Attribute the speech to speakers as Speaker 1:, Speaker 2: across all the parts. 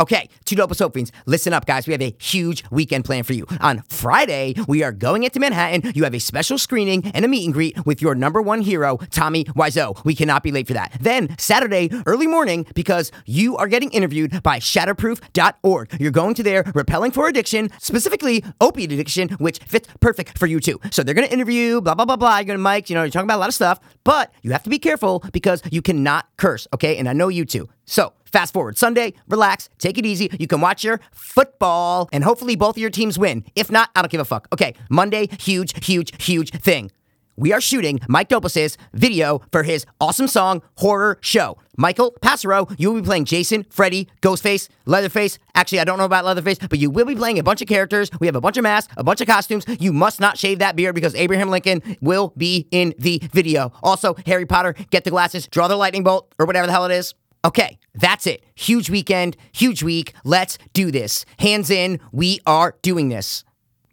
Speaker 1: Okay, two dope soap fiends. Listen up, guys. We have a huge weekend plan for you. On Friday, we are going into Manhattan. You have a special screening and a meet and greet with your number one hero, Tommy Wiseau. We cannot be late for that. Then Saturday, early morning, because you are getting interviewed by Shatterproof.org. You're going to there repelling for addiction, specifically opiate addiction, which fits perfect for you too. So they're gonna interview, blah blah blah blah. You're gonna mic, you know, you're talking about a lot of stuff, but you have to be careful because you cannot curse. Okay, and I know you too. So, fast forward Sunday, relax, take it easy. You can watch your football, and hopefully both of your teams win. If not, I don't give a fuck. Okay, Monday, huge, huge, huge thing. We are shooting Mike Dopis's video for his awesome song Horror Show. Michael Passero, you will be playing Jason, Freddy, Ghostface, Leatherface. Actually, I don't know about Leatherface, but you will be playing a bunch of characters. We have a bunch of masks, a bunch of costumes. You must not shave that beard because Abraham Lincoln will be in the video. Also, Harry Potter, get the glasses, draw the lightning bolt, or whatever the hell it is. Okay, that's it. Huge weekend, huge week. Let's do this. Hands in, we are doing this.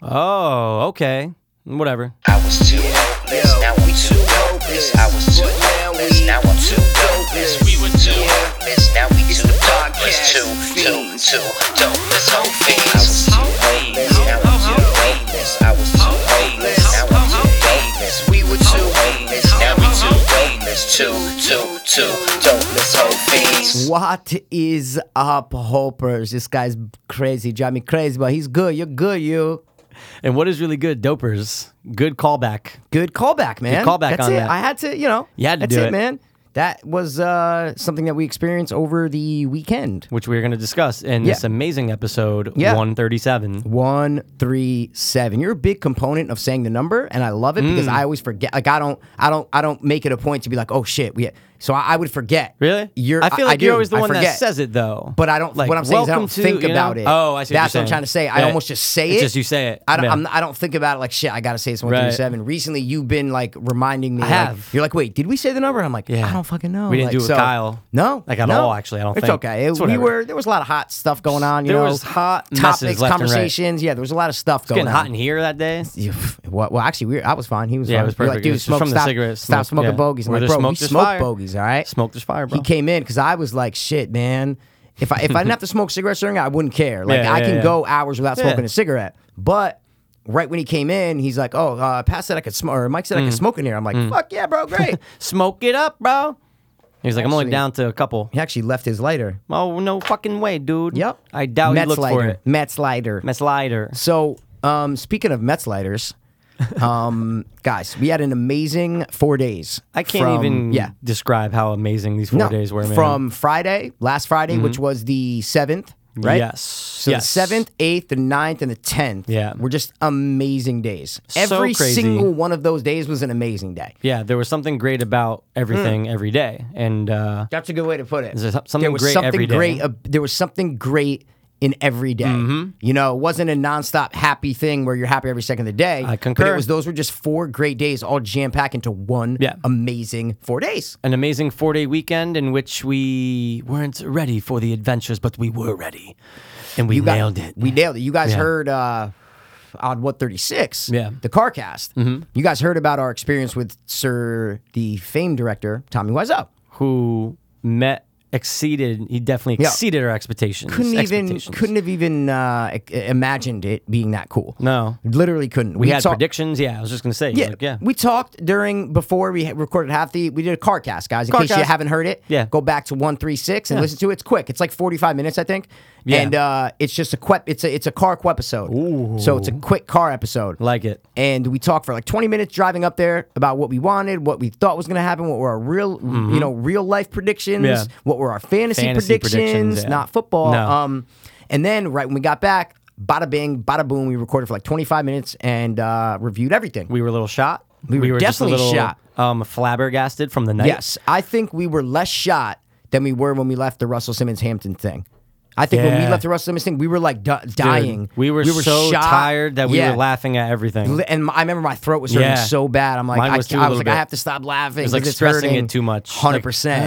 Speaker 2: Oh, okay. Whatever.
Speaker 3: I was too hopeless, now I'm too hopeless. I was too hopeless, now I'm too dopeless. We were too hopeless, now we too dopeless. Too, too, too dopeless. Whole fiends. I was too hopeless, now I'm too hopeless. I was too hopeless, now I'm too dopeless. We were too hopeless, now we too dopeless. Too, too, too dopeless. Whole fiends.
Speaker 1: What is up, Hopers? This guy's crazy, drive me crazy, but he's good. You're good, you.
Speaker 2: And what is really good? Dopers. Good callback.
Speaker 1: Good callback, man.
Speaker 2: callback
Speaker 1: That's
Speaker 2: on
Speaker 1: it.
Speaker 2: that.
Speaker 1: I had to, you know.
Speaker 2: You had to
Speaker 1: that's
Speaker 2: do
Speaker 1: it,
Speaker 2: it.
Speaker 1: man. That was uh, something that we experienced over the weekend.
Speaker 2: which we are going to discuss in this
Speaker 1: Yeah.
Speaker 2: amazing episode
Speaker 1: Yeah.
Speaker 2: 137.
Speaker 1: One three seven. You're a big component of saying the number, and I love it
Speaker 2: Hmm.
Speaker 1: because I always forget. Like I don't, I don't, I don't make it a point to be like, oh shit, we. So I, I would forget.
Speaker 2: Really?
Speaker 1: You're.
Speaker 2: I feel like you're
Speaker 1: do.
Speaker 2: always the
Speaker 1: I
Speaker 2: one that
Speaker 1: forget.
Speaker 2: says it though.
Speaker 1: But I don't.
Speaker 2: Like,
Speaker 1: what I'm saying is I
Speaker 2: welcome
Speaker 1: don't think
Speaker 2: to, you know?
Speaker 1: about it.
Speaker 2: Oh, I see.
Speaker 1: That's
Speaker 2: what, you're
Speaker 1: I'm
Speaker 2: saying.
Speaker 1: trying to say. I
Speaker 2: Yeah.
Speaker 1: almost just say it.
Speaker 2: It's just you say it.
Speaker 1: I don't.
Speaker 2: Yeah.
Speaker 1: I'm, I don't think about it like shit. I gotta say it's one
Speaker 2: Right.
Speaker 1: through seven. Recently, you've been like reminding me.
Speaker 2: I
Speaker 1: like-
Speaker 2: have.
Speaker 1: you're like, wait, did we say the number? I'm like,
Speaker 2: Yeah.
Speaker 1: I don't fucking know.
Speaker 2: We didn't
Speaker 1: Like,
Speaker 2: do it with
Speaker 1: so-
Speaker 2: Kyle.
Speaker 1: No,
Speaker 2: Like, at
Speaker 1: no.
Speaker 2: all, actually, I don't
Speaker 1: It's
Speaker 2: think.
Speaker 1: okay. It-
Speaker 2: It's
Speaker 1: we
Speaker 2: whatever.
Speaker 1: were there was a lot of hot stuff going on. You
Speaker 2: There
Speaker 1: know,
Speaker 2: was hot
Speaker 1: topics,
Speaker 2: messes left and right.
Speaker 1: conversations. Yeah, there was a lot of stuff
Speaker 2: It's
Speaker 1: going on.
Speaker 2: getting hot in here that day.
Speaker 1: Yeah, well, well, actually, we were, I was fine. He was
Speaker 2: Yeah,
Speaker 1: fine.
Speaker 2: it was
Speaker 1: You're
Speaker 2: perfect.
Speaker 1: Like, dude,
Speaker 2: It was
Speaker 1: smoke,
Speaker 2: from the
Speaker 1: stop,
Speaker 2: cigarette
Speaker 1: Stop
Speaker 2: smoke,
Speaker 1: smoking
Speaker 2: yeah.
Speaker 1: bogeys. I'm
Speaker 2: Where
Speaker 1: like, bro,
Speaker 2: there's
Speaker 1: we
Speaker 2: smoke, there's
Speaker 1: smoke
Speaker 2: fire."
Speaker 1: bogeys, all right?
Speaker 2: Smoke, there's fire, bro.
Speaker 1: He came in because I was like, shit, man. If I if I didn't have to smoke cigarettes during, it, I wouldn't care. Like
Speaker 2: Yeah,
Speaker 1: I
Speaker 2: yeah,
Speaker 1: can
Speaker 2: yeah.
Speaker 1: go hours without
Speaker 2: Yeah.
Speaker 1: smoking a cigarette. But right when he came in, he's like, oh, uh, Pat said I could smoke, or Mike said I
Speaker 2: Mm.
Speaker 1: could smoke in here. I'm like, fuck yeah, bro, great.
Speaker 2: Smoke it up, bro. He's like, I'm only
Speaker 1: Actually-
Speaker 2: down to a couple.
Speaker 1: he actually left his lighter.
Speaker 2: Oh, no fucking way, dude.
Speaker 1: Yep.
Speaker 2: I doubt
Speaker 1: Mets
Speaker 2: you looked
Speaker 1: lighter.
Speaker 2: for it.
Speaker 1: Mets lighter.
Speaker 2: Mess lighter.
Speaker 1: So, um, speaking of Mets lighters, um, guys, we had an amazing four days.
Speaker 2: I can't
Speaker 1: from-
Speaker 2: even
Speaker 1: Yeah.
Speaker 2: describe how amazing these four
Speaker 1: No,
Speaker 2: days were, man.
Speaker 1: From Friday, last Friday, which was the seventh, right?
Speaker 2: Mm-hmm. Yes.
Speaker 1: So the seventh, eighth, the 9th, and the tenth
Speaker 2: Yeah.
Speaker 1: were just amazing days.
Speaker 2: So
Speaker 1: Every
Speaker 2: crazy.
Speaker 1: single one of those days was an amazing day.
Speaker 2: Yeah, there was something great about everything every day. And uh,
Speaker 1: That's a good way to put it.
Speaker 2: There's some- something
Speaker 1: Hmm. there was
Speaker 2: great
Speaker 1: something
Speaker 2: every day.
Speaker 1: great. ab- there was something great in every day.
Speaker 2: Mm-hmm.
Speaker 1: You know, it wasn't a nonstop happy thing where you're happy every second of the day.
Speaker 2: I
Speaker 1: But
Speaker 2: concur.
Speaker 1: it was those were just four great days, all jam packed into one
Speaker 2: Yeah.
Speaker 1: amazing four days.
Speaker 2: an amazing four day weekend in which we weren't ready for the adventures, but we were ready. And we
Speaker 1: You got-
Speaker 2: nailed it.
Speaker 1: We nailed it. You guys
Speaker 2: Yeah.
Speaker 1: heard uh, on what thirty six?
Speaker 2: Yeah. Mm-hmm.
Speaker 1: the car cast. You guys heard about our experience with Sir the Fame director Tommy Wiseau.
Speaker 2: Who met, exceeded, he definitely
Speaker 1: Yeah.
Speaker 2: exceeded our expectations.
Speaker 1: Couldn't even
Speaker 2: expectations.
Speaker 1: couldn't have even uh, i- imagined it being that cool.
Speaker 2: No.
Speaker 1: literally couldn't.
Speaker 2: We, had
Speaker 1: talk-
Speaker 2: predictions. Yeah, I was just going to say.
Speaker 1: Yeah,
Speaker 2: like, yeah.
Speaker 1: We talked during before we recorded half the. We did a car cast, guys. In
Speaker 2: Car
Speaker 1: case you
Speaker 2: cast.
Speaker 1: haven't heard it,
Speaker 2: Yeah.
Speaker 1: go back to one three six and listen to it. It's quick. It's like forty five minutes, I think.
Speaker 2: Yeah.
Speaker 1: and uh, it's just a quep. It's a it's a car quep episode. So it's a quick car episode.
Speaker 2: like it.
Speaker 1: and we talked for like 20 minutes driving up there about what we wanted, what we thought was going to happen, what were our real, you know, real life predictions,
Speaker 2: Mm-hmm. Yeah.
Speaker 1: what were our fantasy,
Speaker 2: Fantasy
Speaker 1: predictions,
Speaker 2: predictions, yeah.
Speaker 1: not football.
Speaker 2: No.
Speaker 1: Um, and then right when we got back, bada bing, bada boom, we recorded for like 25 minutes and uh, reviewed everything.
Speaker 2: We were a little shot.
Speaker 1: We were
Speaker 2: just a
Speaker 1: definitely
Speaker 2: little,
Speaker 1: shot.
Speaker 2: Um, flabbergasted from the night.
Speaker 1: yes, I think we were less shot than we were when we left the Russell Simmons Hampton thing. I think when we
Speaker 2: Yeah.
Speaker 1: left the Russell Simmons thing, we were like di-
Speaker 2: Dude,
Speaker 1: dying.
Speaker 2: we were, so
Speaker 1: shot.
Speaker 2: tired that we
Speaker 1: Yeah.
Speaker 2: were laughing at everything.
Speaker 1: Li- and my, I remember my throat was hurting
Speaker 2: Yeah.
Speaker 1: so bad. I'm like,
Speaker 2: Mine
Speaker 1: I,
Speaker 2: was
Speaker 1: ca-
Speaker 2: too,
Speaker 1: I
Speaker 2: a
Speaker 1: was
Speaker 2: little
Speaker 1: like, I
Speaker 2: bit.
Speaker 1: have to stop laughing. It
Speaker 2: was like stressing it too much. Like,
Speaker 1: Hundred percent.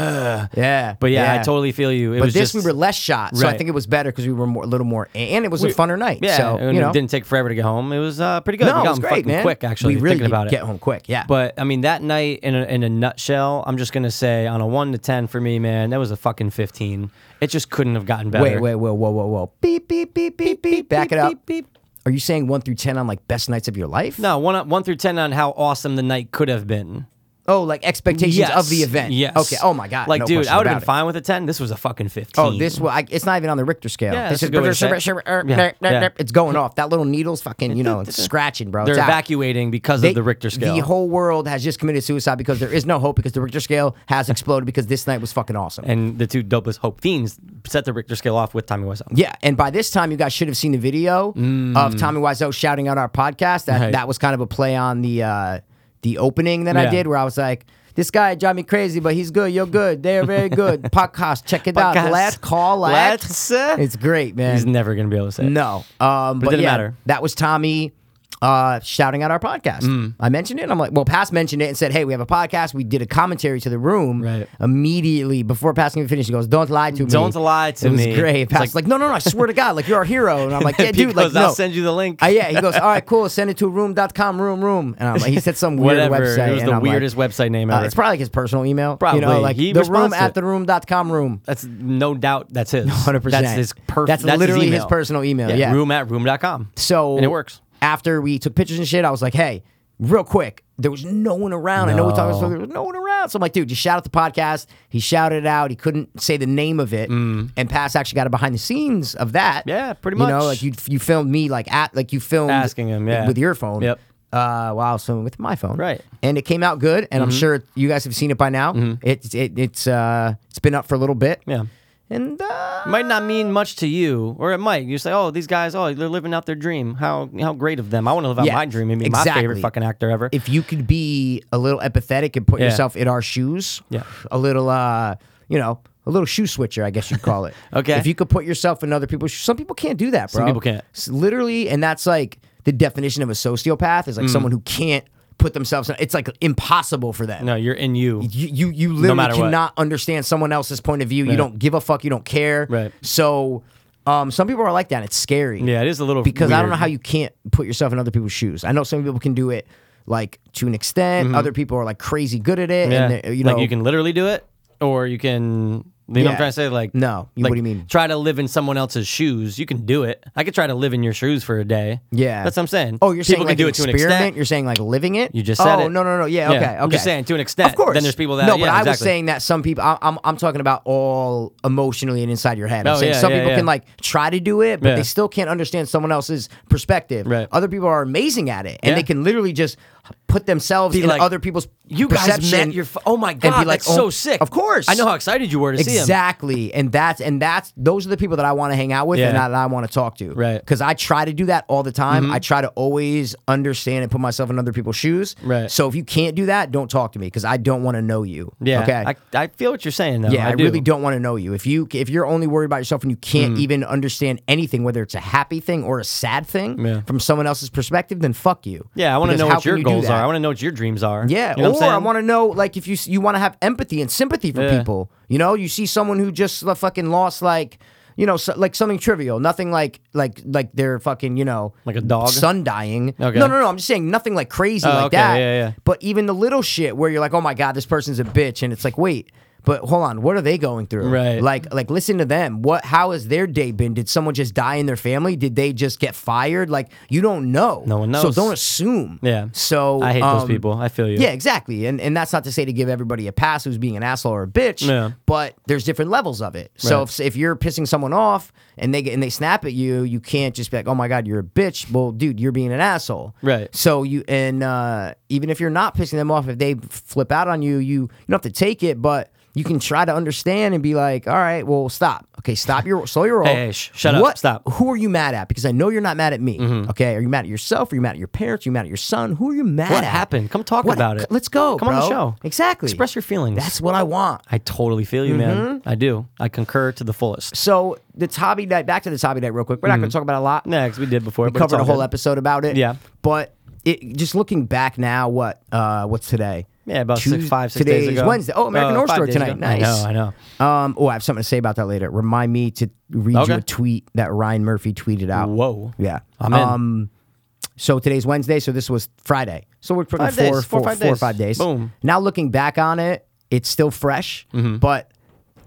Speaker 1: Yeah.
Speaker 2: but yeah, I totally feel you. It
Speaker 1: But
Speaker 2: was
Speaker 1: this
Speaker 2: just,
Speaker 1: we were less shot, so I
Speaker 2: Right.
Speaker 1: think it was better because we were more, a little more, and it was a funner night.
Speaker 2: Yeah,
Speaker 1: so
Speaker 2: and
Speaker 1: you know,
Speaker 2: it didn't take forever to get home. It was uh, pretty good.
Speaker 1: no,
Speaker 2: we
Speaker 1: it
Speaker 2: got
Speaker 1: was
Speaker 2: home
Speaker 1: great,
Speaker 2: fucking
Speaker 1: man.
Speaker 2: quick, actually.
Speaker 1: we really
Speaker 2: thinking
Speaker 1: did
Speaker 2: about it.
Speaker 1: get home quick. Yeah,
Speaker 2: But I mean, that night in a, in a nutshell, I'm just gonna say on a one to ten for me, man, that was a fucking fifteen. It just couldn't have gotten better.
Speaker 1: wait, wait, wait, whoa, whoa, whoa, whoa. Beep, beep, beep, beep, beep. Back
Speaker 2: beep,
Speaker 1: it up.
Speaker 2: beep, beep.
Speaker 1: Are you saying one through 10 on like best nights of your life?
Speaker 2: No, one one through ten on how awesome the night could have been.
Speaker 1: Oh, like expectations
Speaker 2: Yes.
Speaker 1: of the event.
Speaker 2: Yes.
Speaker 1: Okay. Oh my God.
Speaker 2: Like,
Speaker 1: no
Speaker 2: dude,
Speaker 1: question
Speaker 2: I would have
Speaker 1: about
Speaker 2: been
Speaker 1: it.
Speaker 2: fine with a ten. This was a fucking fifteen.
Speaker 1: Oh, this well, I, it's not even on the Richter scale.
Speaker 2: Yeah,
Speaker 1: this
Speaker 2: that's a good way to say it. Yeah, yeah.
Speaker 1: It's going off. That little needle's fucking, you know, it's scratching, bro.
Speaker 2: They're
Speaker 1: It's out.
Speaker 2: evacuating because
Speaker 1: They-
Speaker 2: of the Richter scale.
Speaker 1: The whole world has just committed suicide because there is no hope because the Richter scale has exploded because this night was fucking awesome.
Speaker 2: and the two dopest hope fiends set the Richter scale off with Tommy Wiseau.
Speaker 1: Yeah, and by this time you guys should have seen the video of Tommy Wiseau shouting out our podcast. That
Speaker 2: Mm. Right.
Speaker 1: that was kind of a play on the uh, the opening that I
Speaker 2: Yeah.
Speaker 1: did, where I was like, "This guy drive me crazy, but he's good. You're good. They're very good. podcast, check it out.
Speaker 2: Podcast.
Speaker 1: Let's call it.
Speaker 2: Let's, uh,
Speaker 1: It's great, man.
Speaker 2: He's never gonna be able to say it.
Speaker 1: no, um, but,
Speaker 2: didn't
Speaker 1: yeah,
Speaker 2: matter.
Speaker 1: That was Tommy. Uh, shouting out our podcast.
Speaker 2: Mm.
Speaker 1: I mentioned it. And I'm like, well, Pass mentioned it and said, hey, we have a podcast. We did a commentary to the room
Speaker 2: Right.
Speaker 1: immediately before passing even finished. He goes, don't lie to me.
Speaker 2: Don't lie to
Speaker 1: it was
Speaker 2: me.
Speaker 1: Great.
Speaker 2: It's
Speaker 1: Pass
Speaker 2: like-
Speaker 1: was like, no, no, no, I swear to God, like you're our hero. And I'm like, yeah,
Speaker 2: Pete
Speaker 1: dude, like,
Speaker 2: goes, I'll
Speaker 1: no.
Speaker 2: send you the link.
Speaker 1: Uh, yeah, he goes, all right, cool, send it to room.com, room, room. And I'm like, he said some weird
Speaker 2: Whatever.
Speaker 1: website.
Speaker 2: It was
Speaker 1: and
Speaker 2: the
Speaker 1: I'm
Speaker 2: weirdest
Speaker 1: like,
Speaker 2: website name
Speaker 1: uh,
Speaker 2: ever.
Speaker 1: it's probably like his personal email. You know,
Speaker 2: Probably.
Speaker 1: like
Speaker 2: He
Speaker 1: the room
Speaker 2: responds to
Speaker 1: at
Speaker 2: it.
Speaker 1: the room.com room.
Speaker 2: that's no doubt that's his.
Speaker 1: 100%.
Speaker 2: That's his perfect.
Speaker 1: That's literally his personal email, yeah.
Speaker 2: Room at room.com.
Speaker 1: So
Speaker 2: and it works.
Speaker 1: After we took pictures and shit, I was like, hey, real quick, there was no one around. I know we talked about this,
Speaker 2: No.
Speaker 1: there was no one around. So I'm like, dude, just shout out the podcast. He shouted it out. He couldn't say the name of it. And Pass actually got a behind the scenes of that.
Speaker 2: Mm. Yeah, pretty
Speaker 1: You know,
Speaker 2: much.
Speaker 1: like you you filmed me like at like you filmed
Speaker 2: Asking him, yeah.
Speaker 1: with your phone.
Speaker 2: Yep.
Speaker 1: Uh, while I was filming with my phone,
Speaker 2: Right. Mm-hmm.
Speaker 1: and it came out good, and I'm sure you guys have seen it by now. It's it, it's uh it's been up for a little bit,
Speaker 2: Yeah.
Speaker 1: and uh,
Speaker 2: might not mean much to you, or it might. You say, "Oh, these guys, oh, they're living out their dream. How how great of them! I want to live out
Speaker 1: Yeah,
Speaker 2: my dream and be my
Speaker 1: exactly.
Speaker 2: favorite fucking actor ever."
Speaker 1: if you could be a little empathetic and put
Speaker 2: Yeah.
Speaker 1: yourself in our shoes,
Speaker 2: Yeah.
Speaker 1: a little, uh, you know, a little shoe switcher, I guess you'd call it.
Speaker 2: Okay.
Speaker 1: If you could put yourself in other people's shoes, some people can't do that, bro.
Speaker 2: people can't.
Speaker 1: S- literally, and that's like the definition of a sociopath is like
Speaker 2: Mm.
Speaker 1: someone who can't put themselves in, it's like impossible for them.
Speaker 2: no, you're in you.
Speaker 1: You, you, you literally
Speaker 2: matter what.
Speaker 1: cannot understand someone else's point of view. You don't give a fuck. You don't care.
Speaker 2: Right.
Speaker 1: So, um, some people are like that. It's scary
Speaker 2: Yeah, it is a little
Speaker 1: because I don't know
Speaker 2: weird.
Speaker 1: how you can't put yourself in other people's shoes. I know some people can do it like to an extent. Other people are like crazy good at it,
Speaker 2: Mm-hmm. Yeah,
Speaker 1: and they're- you know,
Speaker 2: like you can literally do it, or you can. You know what
Speaker 1: Yeah.
Speaker 2: I'm trying to say? Like
Speaker 1: No, you- what
Speaker 2: like,
Speaker 1: do you mean?
Speaker 2: Try to live in someone else's shoes. You can do it. I could try to live in your shoes for a day.
Speaker 1: yeah,
Speaker 2: that's what I'm saying.
Speaker 1: Oh, you're
Speaker 2: people
Speaker 1: saying like
Speaker 2: can do
Speaker 1: an
Speaker 2: it to an
Speaker 1: experiment.
Speaker 2: extent.
Speaker 1: You're saying like living it.
Speaker 2: You just said
Speaker 1: oh,
Speaker 2: it.
Speaker 1: no, no, no. Yeah,
Speaker 2: Yeah,
Speaker 1: okay, okay.
Speaker 2: I'm just saying, to an extent.
Speaker 1: Of course.
Speaker 2: Then there's people that-
Speaker 1: no, but
Speaker 2: yeah,
Speaker 1: I was
Speaker 2: exactly.
Speaker 1: saying that some people. I, I'm I'm talking about all emotionally and inside your head. I'm
Speaker 2: Oh,
Speaker 1: saying
Speaker 2: yeah,
Speaker 1: some
Speaker 2: yeah,
Speaker 1: people
Speaker 2: yeah.
Speaker 1: can like try to do it, but
Speaker 2: Yeah.
Speaker 1: they still can't understand someone else's perspective.
Speaker 2: Right.
Speaker 1: Other people are amazing at it, and
Speaker 2: Yeah.
Speaker 1: they can literally just put themselves in
Speaker 2: like,
Speaker 1: other people's.
Speaker 2: You guys
Speaker 1: perception
Speaker 2: met your. F- oh my
Speaker 1: and be
Speaker 2: god,
Speaker 1: like,
Speaker 2: that's
Speaker 1: oh,
Speaker 2: so sick.
Speaker 1: Of course,
Speaker 2: I know how excited you were to see him.
Speaker 1: Exactly, and that's and that's those are the people that I want to hang out with and
Speaker 2: Yeah.
Speaker 1: that I want to talk to.
Speaker 2: Right. Mm-hmm.
Speaker 1: Because I try to do that all the time. I try to always understand and put myself in other people's shoes.
Speaker 2: Right.
Speaker 1: So if you can't do that, don't talk to me because I don't want to know you.
Speaker 2: Yeah.
Speaker 1: Okay.
Speaker 2: I, I feel what you're saying though.
Speaker 1: yeah, I,
Speaker 2: do. Mm.
Speaker 1: really don't want to know you. If you if you're only worried about yourself and you can't even understand anything, whether it's a happy thing or a sad thing
Speaker 2: Yeah.
Speaker 1: from someone else's perspective, then fuck you.
Speaker 2: Yeah, I want to
Speaker 1: Because
Speaker 2: know
Speaker 1: how
Speaker 2: what
Speaker 1: can
Speaker 2: your
Speaker 1: you do
Speaker 2: goals
Speaker 1: that?
Speaker 2: are. I want to know what your dreams are.
Speaker 1: Yeah,
Speaker 2: You know what I'm
Speaker 1: or I
Speaker 2: saying?
Speaker 1: want to know like if you you want to have empathy and sympathy for
Speaker 2: Yeah.
Speaker 1: people. You know, you see someone who just like, fucking lost like you know so, like something trivial, nothing like like like their fucking you know
Speaker 2: Like a dog?
Speaker 1: son dying.
Speaker 2: Okay.
Speaker 1: No, no, no. I'm just saying nothing like crazy
Speaker 2: Oh,
Speaker 1: like
Speaker 2: okay,
Speaker 1: that.
Speaker 2: yeah, yeah.
Speaker 1: But even the little shit where you're like, oh my god, this person's a bitch, and it's like, wait. But hold on, what are they going through?
Speaker 2: Right.
Speaker 1: Like, like listen to them. What? How has their day been? Did someone just die in their family? Did they just get fired? Like, you don't know.
Speaker 2: No one
Speaker 1: So
Speaker 2: knows.
Speaker 1: don't assume.
Speaker 2: Yeah.
Speaker 1: So
Speaker 2: I hate
Speaker 1: um,
Speaker 2: those people. I feel you.
Speaker 1: yeah, exactly. And and that's not to say to give everybody a pass who's being an asshole or a bitch.
Speaker 2: Yeah.
Speaker 1: But there's different levels of it. So if,
Speaker 2: Right.
Speaker 1: if you're pissing someone off and they get and they snap at you, you can't just be like, oh my god, you're a bitch. Well, dude, you're being an asshole.
Speaker 2: Right.
Speaker 1: So you and uh, even if you're not pissing them off, if they flip out on you, you you don't have to take it, but. You can try to understand and be like, all right, well, stop. Okay, stop your slow your roll.
Speaker 2: Hey, hey, sh- shut up,
Speaker 1: What-
Speaker 2: stop. Mm-hmm.
Speaker 1: Who are you mad at? Because I know you're not mad at me. Okay, are you mad at yourself? Are you mad at your parents? Are you mad at your son? Who are you mad
Speaker 2: What
Speaker 1: at?
Speaker 2: happened? Come talk
Speaker 1: What-
Speaker 2: about it.
Speaker 1: Let's go.
Speaker 2: Come on the
Speaker 1: bro.
Speaker 2: show.
Speaker 1: Exactly.
Speaker 2: Express your feelings.
Speaker 1: That's Mm-hmm. what I want.
Speaker 2: I totally feel you, man. I do. I concur to the fullest.
Speaker 1: So the Tobby night. Back to the Tobby night, real quick. We're not going
Speaker 2: Mm.
Speaker 1: to talk about it a lot.
Speaker 2: Next, we did before.
Speaker 1: we covered a whole episode about it.
Speaker 2: Yeah.
Speaker 1: But it, just looking back now, what uh, what's today?
Speaker 2: Yeah, about six,
Speaker 1: Tues-
Speaker 2: five, six days
Speaker 1: today's
Speaker 2: ago.
Speaker 1: Wednesday. Oh, American
Speaker 2: Uh,
Speaker 1: Horror
Speaker 2: five
Speaker 1: Story
Speaker 2: days
Speaker 1: tonight.
Speaker 2: ago.
Speaker 1: Nice.
Speaker 2: I know,
Speaker 1: Um, oh, I have something to say about that later. Remind me to read
Speaker 2: Okay.
Speaker 1: you a tweet that Ryan Murphy tweeted
Speaker 2: I
Speaker 1: out.
Speaker 2: know. Whoa.
Speaker 1: Yeah.
Speaker 2: I'm in.
Speaker 1: Um, so today's Wednesday, so this was Friday. So we're putting
Speaker 2: Five
Speaker 1: four,
Speaker 2: days, four,
Speaker 1: four-
Speaker 2: five
Speaker 1: four or
Speaker 2: days.
Speaker 1: five days.
Speaker 2: Boom. Mm-hmm.
Speaker 1: Now looking back on it, it's still fresh, but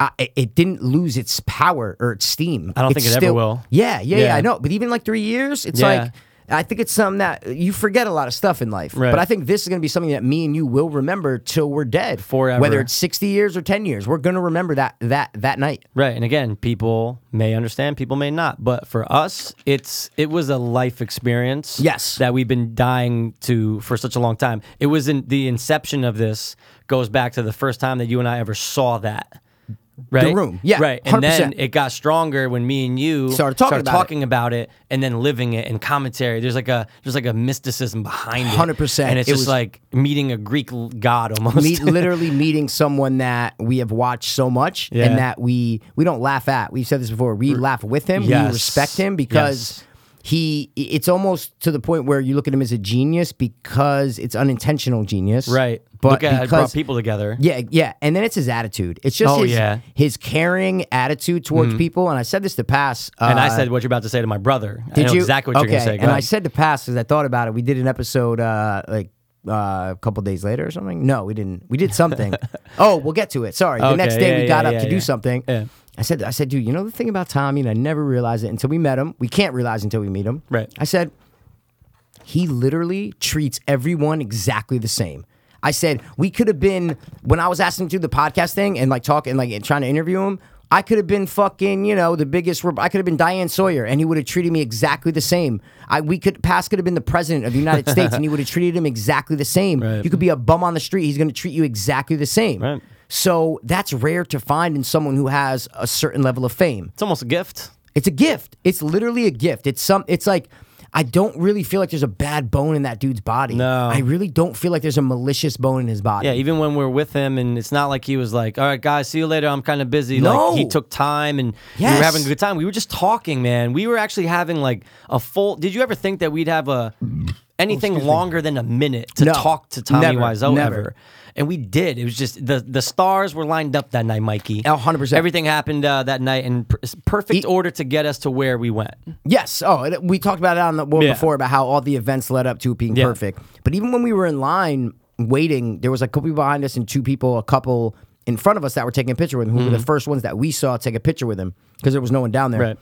Speaker 1: uh, it, it didn't lose its power or its steam.
Speaker 2: I don't
Speaker 1: It's
Speaker 2: think it ever will.
Speaker 1: Yeah, yeah, yeah,
Speaker 2: Yeah.
Speaker 1: I know. But even like three years, it's
Speaker 2: Yeah.
Speaker 1: like I think it's something that you forget a lot of stuff in life.
Speaker 2: Right.
Speaker 1: But I think this is going to be something that me and you will remember till we're dead,
Speaker 2: Forever.
Speaker 1: Whether it's sixty years or ten years, we're going to remember that that that night.
Speaker 2: Right. And again, people may understand, people may not. But for us, it's it was a life experience.
Speaker 1: Yes.
Speaker 2: That we've been dying to for such a long time. It was in the inception of this goes back to the first time that you and I ever saw that. Right.
Speaker 1: room. Yeah,
Speaker 2: Right. And then
Speaker 1: 100%.
Speaker 2: it got stronger when me and you
Speaker 1: Started talking about it.
Speaker 2: talking about it and then living it and commentary. There's like a there's like a mysticism behind it.
Speaker 1: 100%.
Speaker 2: And it's
Speaker 1: It
Speaker 2: just
Speaker 1: was-
Speaker 2: like meeting a Greek l- god almost.
Speaker 1: Meet, literally meeting someone that we have watched so much
Speaker 2: Yeah.
Speaker 1: and that we we don't laugh at. We've said this before. We laugh with him.
Speaker 2: Yes.
Speaker 1: We respect him because
Speaker 2: Yes.
Speaker 1: he. It's almost to the point where you look at him as a genius because it's unintentional genius.
Speaker 2: right.
Speaker 1: But
Speaker 2: Look at how it brought
Speaker 1: because
Speaker 2: people together.
Speaker 1: Yeah, yeah. And then it's his attitude. It's just
Speaker 2: Oh,
Speaker 1: his,
Speaker 2: yeah. Mm-hmm.
Speaker 1: his caring attitude towards people. And I said this to Pass. Uh,
Speaker 2: And I said what you're about to say to my brother. I
Speaker 1: did
Speaker 2: know
Speaker 1: you?
Speaker 2: exactly what
Speaker 1: okay.
Speaker 2: you're going to say. Go
Speaker 1: and I
Speaker 2: ahead.
Speaker 1: said to Pass because I thought about it. We did an episode uh, like uh, a couple days later or something. No, we didn't. We did something. oh, we'll get to it. Sorry. The
Speaker 2: Okay,
Speaker 1: next day
Speaker 2: yeah,
Speaker 1: we got
Speaker 2: yeah,
Speaker 1: up
Speaker 2: yeah,
Speaker 1: to do
Speaker 2: yeah.
Speaker 1: something.
Speaker 2: Yeah.
Speaker 1: I said, I said, dude, you know the thing about Tommy, and I never realized it until we met him. We can't realize until we meet him.
Speaker 2: Right.
Speaker 1: I said, he literally treats everyone exactly the same. I said we could have been when I was asking him to do the podcast thing and like talking like and trying to interview him. I could have been fucking, you know, the biggest. rep- I could have been Diane Sawyer, and he would have treated me exactly the same. I we could pass could have been the president of the United States, and he would have treated him exactly the same.
Speaker 2: Right.
Speaker 1: You could be a bum on the street; he's going to treat you exactly the same.
Speaker 2: Right.
Speaker 1: So that's rare to find in someone who has a certain level of fame.
Speaker 2: it's almost a gift.
Speaker 1: It's a gift. It's literally a gift. It's some. It's like I don't really feel like there's a bad bone in that dude's body.
Speaker 2: No.
Speaker 1: I really don't feel like there's a malicious bone in his body.
Speaker 2: Yeah, even when we're with him, and it's not like he was like, "All right, guys, see you later. I'm kind of busy."
Speaker 1: No.
Speaker 2: Like he took time, and we
Speaker 1: Yes.
Speaker 2: were having a good time. We were just talking, man. We were actually having like a full. Did you ever think that we'd have a anything longer than a minute to
Speaker 1: No.
Speaker 2: talk to Tommy
Speaker 1: Never.
Speaker 2: Wiseau
Speaker 1: Never.
Speaker 2: ever? And we did. It was just the the stars were lined up that night, Mikey.
Speaker 1: A hundred percent. E
Speaker 2: Everything happened uh, that night in per- perfect order to get us to where we went.
Speaker 1: Yes. Oh, and we talked about it on the one
Speaker 2: Yeah.
Speaker 1: before about how all the events led up to it being
Speaker 2: Yeah.
Speaker 1: perfect. But even when we were in line waiting, there was a couple people behind us and two people, a couple in front of us that were taking a picture with him, who were the first ones that we saw take a picture with him because there was no one down there.
Speaker 2: Mm-hmm. Right.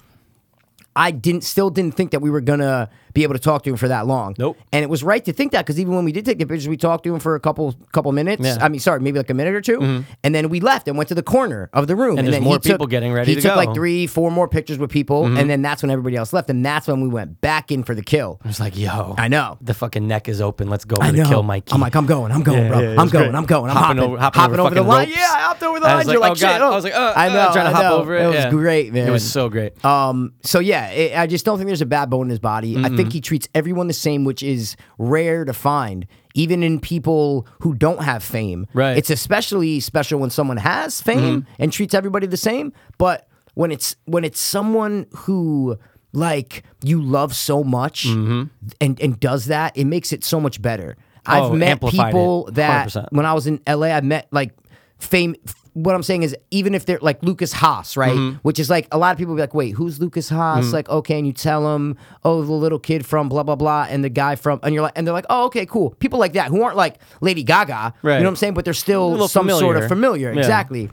Speaker 1: I didn't still didn't think that we were gonna be able to talk to him for that long.
Speaker 2: Nope.
Speaker 1: And it was right to think that because even when we did take the pictures, we talked to him for a couple couple minutes.
Speaker 2: Yeah. Mm-hmm.
Speaker 1: I mean, sorry, maybe like a minute or 2 and then we left and went to the corner of the room. And,
Speaker 2: there's
Speaker 1: then
Speaker 2: more
Speaker 1: he took-
Speaker 2: people getting ready
Speaker 1: He
Speaker 2: to
Speaker 1: took
Speaker 2: go. Mm-hmm.
Speaker 1: like three, four more pictures with people, and then that's when everybody else left, and that's when we went back in for the kill.
Speaker 2: It's like, yo,
Speaker 1: I know.
Speaker 2: the fucking neck is open. Let's go
Speaker 1: I
Speaker 2: over to
Speaker 1: know.
Speaker 2: kill Mikey.
Speaker 1: I'm like, I'm going, I'm going,
Speaker 2: Yeah,
Speaker 1: bro.
Speaker 2: yeah, it
Speaker 1: I'm
Speaker 2: was
Speaker 1: going,
Speaker 2: great.
Speaker 1: I'm going, I'm
Speaker 2: Hopping
Speaker 1: hopping,
Speaker 2: over- hopping over
Speaker 1: the
Speaker 2: fucking
Speaker 1: line.
Speaker 2: ropes.
Speaker 1: Yeah, I hopped over the
Speaker 2: I
Speaker 1: line.
Speaker 2: was
Speaker 1: You're
Speaker 2: like,
Speaker 1: like,
Speaker 2: oh,
Speaker 1: shit.
Speaker 2: God.
Speaker 1: oh.
Speaker 2: I was like, uh,
Speaker 1: I
Speaker 2: uh,
Speaker 1: know,
Speaker 2: trying to
Speaker 1: I
Speaker 2: hop
Speaker 1: know.
Speaker 2: over it.
Speaker 1: It was
Speaker 2: Yeah.
Speaker 1: great, man.
Speaker 2: It was so great.
Speaker 1: Um, so yeah, it, I just don't think there's a bad bone in his body. I
Speaker 2: Mm-hmm.
Speaker 1: think he treats everyone the same, which is rare to find, even in people who don't have fame.
Speaker 2: Right. Mm-hmm.
Speaker 1: It's especially special when someone has fame and treats everybody the same. But when it's when it's someone who like you love so much
Speaker 2: Mm-hmm.
Speaker 1: and and does that, it makes it so much better. I've
Speaker 2: Oh,
Speaker 1: met
Speaker 2: amplified it,
Speaker 1: people that
Speaker 2: 100%.
Speaker 1: when I was in LA, I met like fame. What I'm saying is, even if they're like Lucas Haas, right?
Speaker 2: Mm-hmm.
Speaker 1: Which is like a lot of people be like, wait, who's Lucas Haas?
Speaker 2: Mm.
Speaker 1: Like, okay, and you tell him, oh, the little kid from blah blah blah, and the guy from, and you're like, and they're like, oh, okay, cool. People like that who aren't like Lady Gaga,
Speaker 2: Right.
Speaker 1: you know what I'm saying? But they're still
Speaker 2: little
Speaker 1: some sort of
Speaker 2: familiar.
Speaker 1: familiar,
Speaker 2: Yeah. Mm-hmm.
Speaker 1: exactly.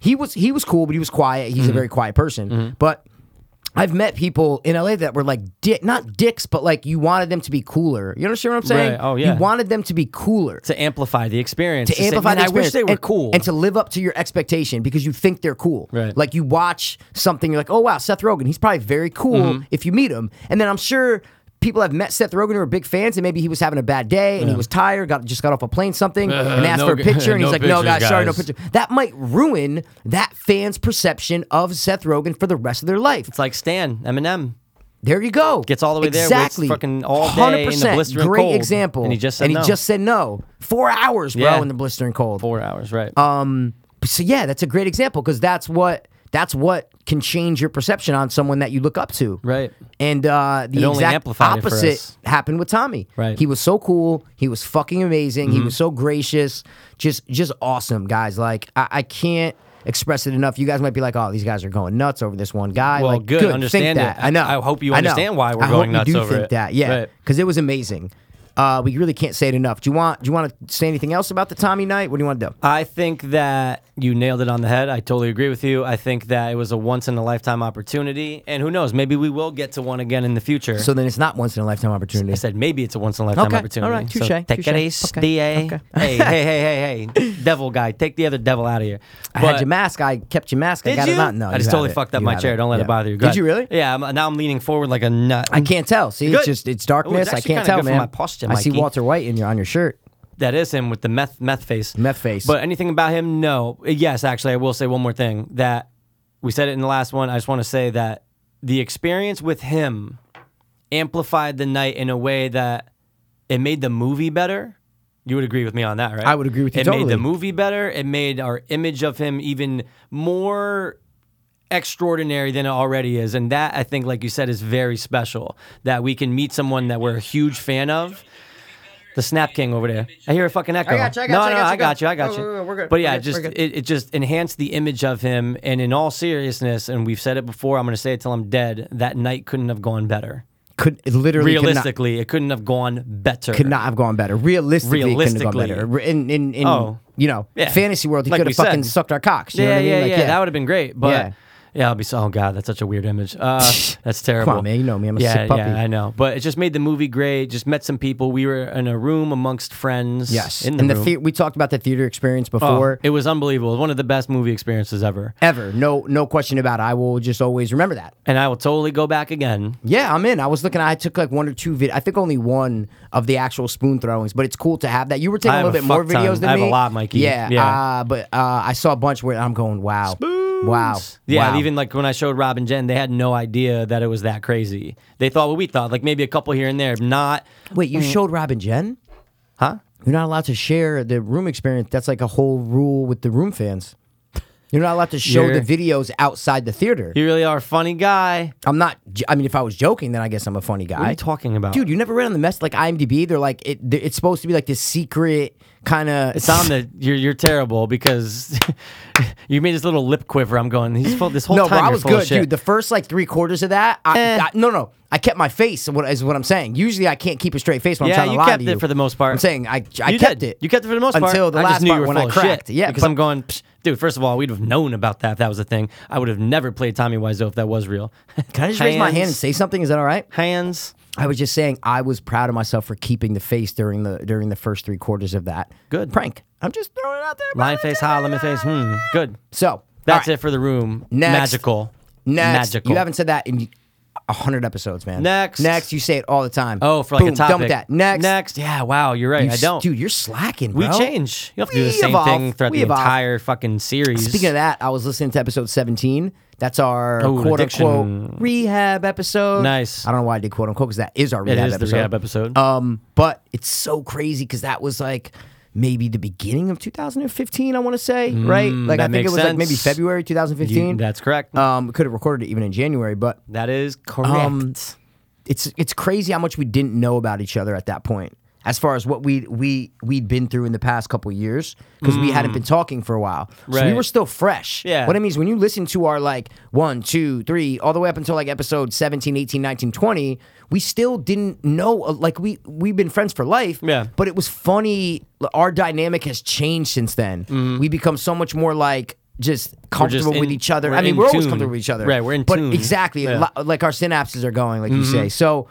Speaker 1: He was he was cool, but he was quiet. He's a very quiet person, but. I've met people in LA that were like dick, not dicks, but like you wanted them to be cooler. You understand what I'm saying?
Speaker 2: Right. Oh, yeah.
Speaker 1: You wanted them to be cooler
Speaker 2: to amplify the experience.
Speaker 1: to amplify
Speaker 2: say,
Speaker 1: the
Speaker 2: "Man, I wish
Speaker 1: experience
Speaker 2: they were
Speaker 1: and,
Speaker 2: cool.
Speaker 1: and to live up to your expectation because you think they're cool.
Speaker 2: Right.
Speaker 1: Like you watch something, you're like, oh wow, Seth Rogen, he's probably very cool
Speaker 2: Mm-hmm.
Speaker 1: if you meet him. And then I'm sure people have met Seth Rogen who are big fans, and maybe he was having a bad day and he was tired, got just got off a plane, something, and asked
Speaker 2: Uh, no
Speaker 1: for a
Speaker 2: g-
Speaker 1: picture, and he's
Speaker 2: no
Speaker 1: like, no,
Speaker 2: pictures,
Speaker 1: guys, sorry, no
Speaker 2: guys."
Speaker 1: picture. That might ruin that fan's perception of Seth Rogen for the rest of their life.
Speaker 2: it's like Stan Eminem
Speaker 1: There you go.
Speaker 2: Gets all the way there, waits
Speaker 1: exactly.
Speaker 2: fucking all day in the
Speaker 1: 100%.
Speaker 2: blistering
Speaker 1: Great
Speaker 2: cold,
Speaker 1: example.
Speaker 2: and he just said no.
Speaker 1: said no. Four hours, bro,
Speaker 2: Yeah.
Speaker 1: in the blistering cold.
Speaker 2: four hours, right?
Speaker 1: Um, so yeah, that's a great example because that's what that's what can change your perception on someone that you look up to.
Speaker 2: Right.
Speaker 1: And uh,
Speaker 2: It
Speaker 1: the
Speaker 2: only
Speaker 1: exact
Speaker 2: amplified it for
Speaker 1: opposite
Speaker 2: us.
Speaker 1: happened with Tommy.
Speaker 2: Right. Mm-hmm.
Speaker 1: He was so cool. He was fucking amazing. He was so gracious. Just just awesome, guys. Like I, I can't express it enough. You guys might be like, oh, these guys are going nuts over this one guy.
Speaker 2: Well,
Speaker 1: like,
Speaker 2: good,
Speaker 1: Think
Speaker 2: understand it.
Speaker 1: that. I know.
Speaker 2: I hope you
Speaker 1: know.
Speaker 2: understand why we're
Speaker 1: I
Speaker 2: going
Speaker 1: hope
Speaker 2: nuts
Speaker 1: you do
Speaker 2: over
Speaker 1: think
Speaker 2: it.
Speaker 1: that. Yeah.
Speaker 2: Right.
Speaker 1: Because it was amazing. Uh, we really can't say it enough. Do you want? Do you want to say anything else about the Tommy night? What do you want to do?
Speaker 2: I think that you nailed it on the head. I totally agree with you. I think that it was a once in a lifetime opportunity, and who knows, maybe we will get to one again in the future.
Speaker 1: So then it's not once in a lifetime opportunity.
Speaker 2: I said maybe it's a once in a lifetime
Speaker 1: Okay,
Speaker 2: opportunity.
Speaker 1: all right,
Speaker 2: So
Speaker 1: touche,
Speaker 2: take
Speaker 1: touche.
Speaker 2: it easy,
Speaker 1: Okay,
Speaker 2: DA.
Speaker 1: okay.
Speaker 2: Hey, hey, hey, hey, hey, devil guy, take the other devil out of here.
Speaker 1: I had
Speaker 2: But-
Speaker 1: your mask. I kept your mask. I
Speaker 2: Did
Speaker 1: got
Speaker 2: you?
Speaker 1: it out. No,
Speaker 2: I
Speaker 1: you
Speaker 2: just
Speaker 1: have
Speaker 2: totally
Speaker 1: it.
Speaker 2: fucked up
Speaker 1: You
Speaker 2: my
Speaker 1: have
Speaker 2: chair.
Speaker 1: it.
Speaker 2: Don't let
Speaker 1: Yeah.
Speaker 2: it bother you.
Speaker 1: Did
Speaker 2: Go ahead.
Speaker 1: you really?
Speaker 2: Yeah. I'm, now I'm leaning forward like a nut.
Speaker 1: I can't tell. See, it's
Speaker 2: Good.
Speaker 1: just it's
Speaker 2: Ooh,
Speaker 1: darkness.
Speaker 2: it's
Speaker 1: I
Speaker 2: actually
Speaker 1: can't
Speaker 2: kinda
Speaker 1: tell,
Speaker 2: good for
Speaker 1: man.
Speaker 2: my posture,
Speaker 1: I see
Speaker 2: Mikey.
Speaker 1: Walter White in your on your shirt.
Speaker 2: That is him with the meth meth face.
Speaker 1: Meth face.
Speaker 2: But anything about him? No. Yes, actually, I will say one more thing that we said it in the last one. I just want to say that the experience with him amplified the night in a way that it made the movie better. You would agree with me on that, right?
Speaker 1: I would agree with you
Speaker 2: It made
Speaker 1: totally.
Speaker 2: the movie better. It made our image of him even more extraordinary than it already is. And that I think, like you said, is very special. That we can meet someone that we're a huge fan of. The Snap King over there. I hear a fucking echo.
Speaker 1: got you, I got
Speaker 2: no,
Speaker 1: you, I
Speaker 2: no,
Speaker 1: got you,
Speaker 2: I
Speaker 1: go.
Speaker 2: got you. I got you.
Speaker 1: No, no, no, we're good,
Speaker 2: But
Speaker 1: we're
Speaker 2: yeah,
Speaker 1: good,
Speaker 2: just
Speaker 1: we're good.
Speaker 2: it, it just enhanced the image of him. And in all seriousness, and we've said it before, I'm going to say it till I'm dead. That night couldn't have gone better.
Speaker 1: could it literally could not-
Speaker 2: Realistically, it couldn't have gone better.
Speaker 1: could not have gone better. Realistically, it couldn't have gone better.
Speaker 2: Realistically.
Speaker 1: In in, in
Speaker 2: Oh.
Speaker 1: you know
Speaker 2: Yeah.
Speaker 1: fantasy world, he
Speaker 2: Like
Speaker 1: could
Speaker 2: we
Speaker 1: have fucking
Speaker 2: said.
Speaker 1: sucked our cocks. You
Speaker 2: yeah,
Speaker 1: know what I mean?
Speaker 2: yeah,
Speaker 1: Like,
Speaker 2: yeah, That would have been great. But
Speaker 1: Yeah.
Speaker 2: yeah, I'll be so. Oh god, that's such a weird image. Uh, that's terrible.
Speaker 1: Come on, man, you know me, I'm a
Speaker 2: yeah,
Speaker 1: sick puppy.
Speaker 2: Yeah, I know. But it just made the movie great. Just met some people. We were in a room amongst friends.
Speaker 1: yes.
Speaker 2: in the
Speaker 1: and
Speaker 2: room.
Speaker 1: the the we talked about the theater experience
Speaker 2: Oh,
Speaker 1: before.
Speaker 2: it was unbelievable. One of the best movie experiences ever.
Speaker 1: Ever, no, no question about. it. I will just always remember that.
Speaker 2: And I will totally go back again.
Speaker 1: Yeah, I'm in. I was looking. I took like one or two. Vid- I think only one of the actual spoon throwings, but it's cool to have that. You were taking
Speaker 2: I
Speaker 1: a
Speaker 2: have
Speaker 1: little
Speaker 2: a
Speaker 1: bit more
Speaker 2: fuck ton.
Speaker 1: videos than
Speaker 2: I have a
Speaker 1: me.
Speaker 2: lot, Mikey.
Speaker 1: Yeah,
Speaker 2: Yeah.
Speaker 1: Uh, but uh, I saw a bunch where I'm going, wow, wow,
Speaker 2: Yeah,
Speaker 1: wow.
Speaker 2: even like when I showed Rob and Jen, they had no idea that it was that crazy. They thought what we thought, like maybe a couple here and there, not
Speaker 1: wait, you showed Rob and Jen.
Speaker 2: Mm. huh?
Speaker 1: You're not allowed to share the room experience. That's like a whole rule with the room fans. You're not allowed to show
Speaker 2: You're-
Speaker 1: the videos outside the theater.
Speaker 2: You really are a funny guy.
Speaker 1: I'm not. j- I mean, if I was joking, then I guess I'm a funny guy.
Speaker 2: What are you talking about?
Speaker 1: Dude, you never read on the mess like IMDb. They're like it. th- It's supposed to be like this secret kind of.
Speaker 2: It's on the you're you're terrible because you made this little lip quiver. I'm going. He's full. This whole
Speaker 1: No, bro,
Speaker 2: time
Speaker 1: I
Speaker 2: you're
Speaker 1: was
Speaker 2: full of
Speaker 1: good,
Speaker 2: shit.
Speaker 1: dude. The first like three quarters of that, I,
Speaker 2: Eh.
Speaker 1: I- no, no, I kept my face. Is what is what I'm saying? Usually, I can't keep a straight face when
Speaker 2: Yeah,
Speaker 1: I'm trying
Speaker 2: you
Speaker 1: to lie
Speaker 2: kept
Speaker 1: to you.
Speaker 2: it for the most part.
Speaker 1: I'm saying I, I
Speaker 2: You
Speaker 1: kept
Speaker 2: did.
Speaker 1: it.
Speaker 2: You kept it for the most part.
Speaker 1: until the
Speaker 2: I
Speaker 1: last
Speaker 2: just knew
Speaker 1: part
Speaker 2: you were
Speaker 1: when
Speaker 2: full
Speaker 1: I
Speaker 2: of
Speaker 1: cracked.
Speaker 2: Shit.
Speaker 1: Yeah,
Speaker 2: because I'm going, Psh, dude. First of all, we'd have known about that if that was a thing. I would have never played Tommy Wiseau if that was real.
Speaker 1: Can I just raise my hand and say something? Is that all right?
Speaker 2: hands?
Speaker 1: I was just saying I was proud of myself for keeping the face during the during the first three quarters of that.
Speaker 2: Good.
Speaker 1: prank. I'm just throwing it out there.
Speaker 2: Lion
Speaker 1: brother.
Speaker 2: face, high, lemon face. Hmm. Good.
Speaker 1: So
Speaker 2: That's it for the room.
Speaker 1: Next.
Speaker 2: Magical.
Speaker 1: Next,
Speaker 2: Magical.
Speaker 1: you haven't said that in a hundred episodes, man.
Speaker 2: Next.
Speaker 1: next, you say it all the time.
Speaker 2: Oh, for like
Speaker 1: Boom,
Speaker 2: a topic.
Speaker 1: Done with that. Next,
Speaker 2: Next. Yeah. Wow. You're right.
Speaker 1: You
Speaker 2: I
Speaker 1: s-
Speaker 2: don't.
Speaker 1: dude. You're slacking.
Speaker 2: we
Speaker 1: bro.
Speaker 2: change. You don't have to do
Speaker 1: We
Speaker 2: the same
Speaker 1: evolve.
Speaker 2: thing throughout
Speaker 1: We
Speaker 2: the
Speaker 1: evolve.
Speaker 2: entire fucking series.
Speaker 1: Speaking of that, I was listening to episode 17. That's our
Speaker 2: Oh,
Speaker 1: quote
Speaker 2: addiction.
Speaker 1: unquote rehab episode.
Speaker 2: Nice.
Speaker 1: I don't know why I did quote unquote because that is our
Speaker 2: it
Speaker 1: rehab
Speaker 2: is the
Speaker 1: episode.
Speaker 2: rehab episode.
Speaker 1: Um, but it's so crazy because that was like maybe the beginning of 2015. I want to say right. Like I think it
Speaker 2: Mm, that makes
Speaker 1: was like maybe
Speaker 2: sense.
Speaker 1: February
Speaker 2: You-
Speaker 1: 2015.
Speaker 2: that's correct.
Speaker 1: um, we could have recorded it even in January, but
Speaker 2: that is correct.
Speaker 1: um, it's it's crazy how much we didn't know about each other at that point. As far as what we we we'd been through in the past couple years, because we hadn't been talking for a while, so we
Speaker 2: Mm. Right.
Speaker 1: were still fresh.
Speaker 2: Yeah.
Speaker 1: What I mean is, when you listen to our like one, two, three, all the way up until like episode 17, 18, 19, 20, we still didn't know. uh, Like we we've been friends for life.
Speaker 2: Yeah.
Speaker 1: But it was funny. Our dynamic has changed since then.
Speaker 2: Mm-hmm.
Speaker 1: We become so much more like just comfortable with
Speaker 2: in-
Speaker 1: each other.
Speaker 2: we're
Speaker 1: I mean,
Speaker 2: in
Speaker 1: we're always
Speaker 2: tune.
Speaker 1: comfortable with each other.
Speaker 2: Right, we're in
Speaker 1: but
Speaker 2: tune.
Speaker 1: Exactly.
Speaker 2: Yeah. Mm-hmm.
Speaker 1: Lo- like our synapses are going, like you say. So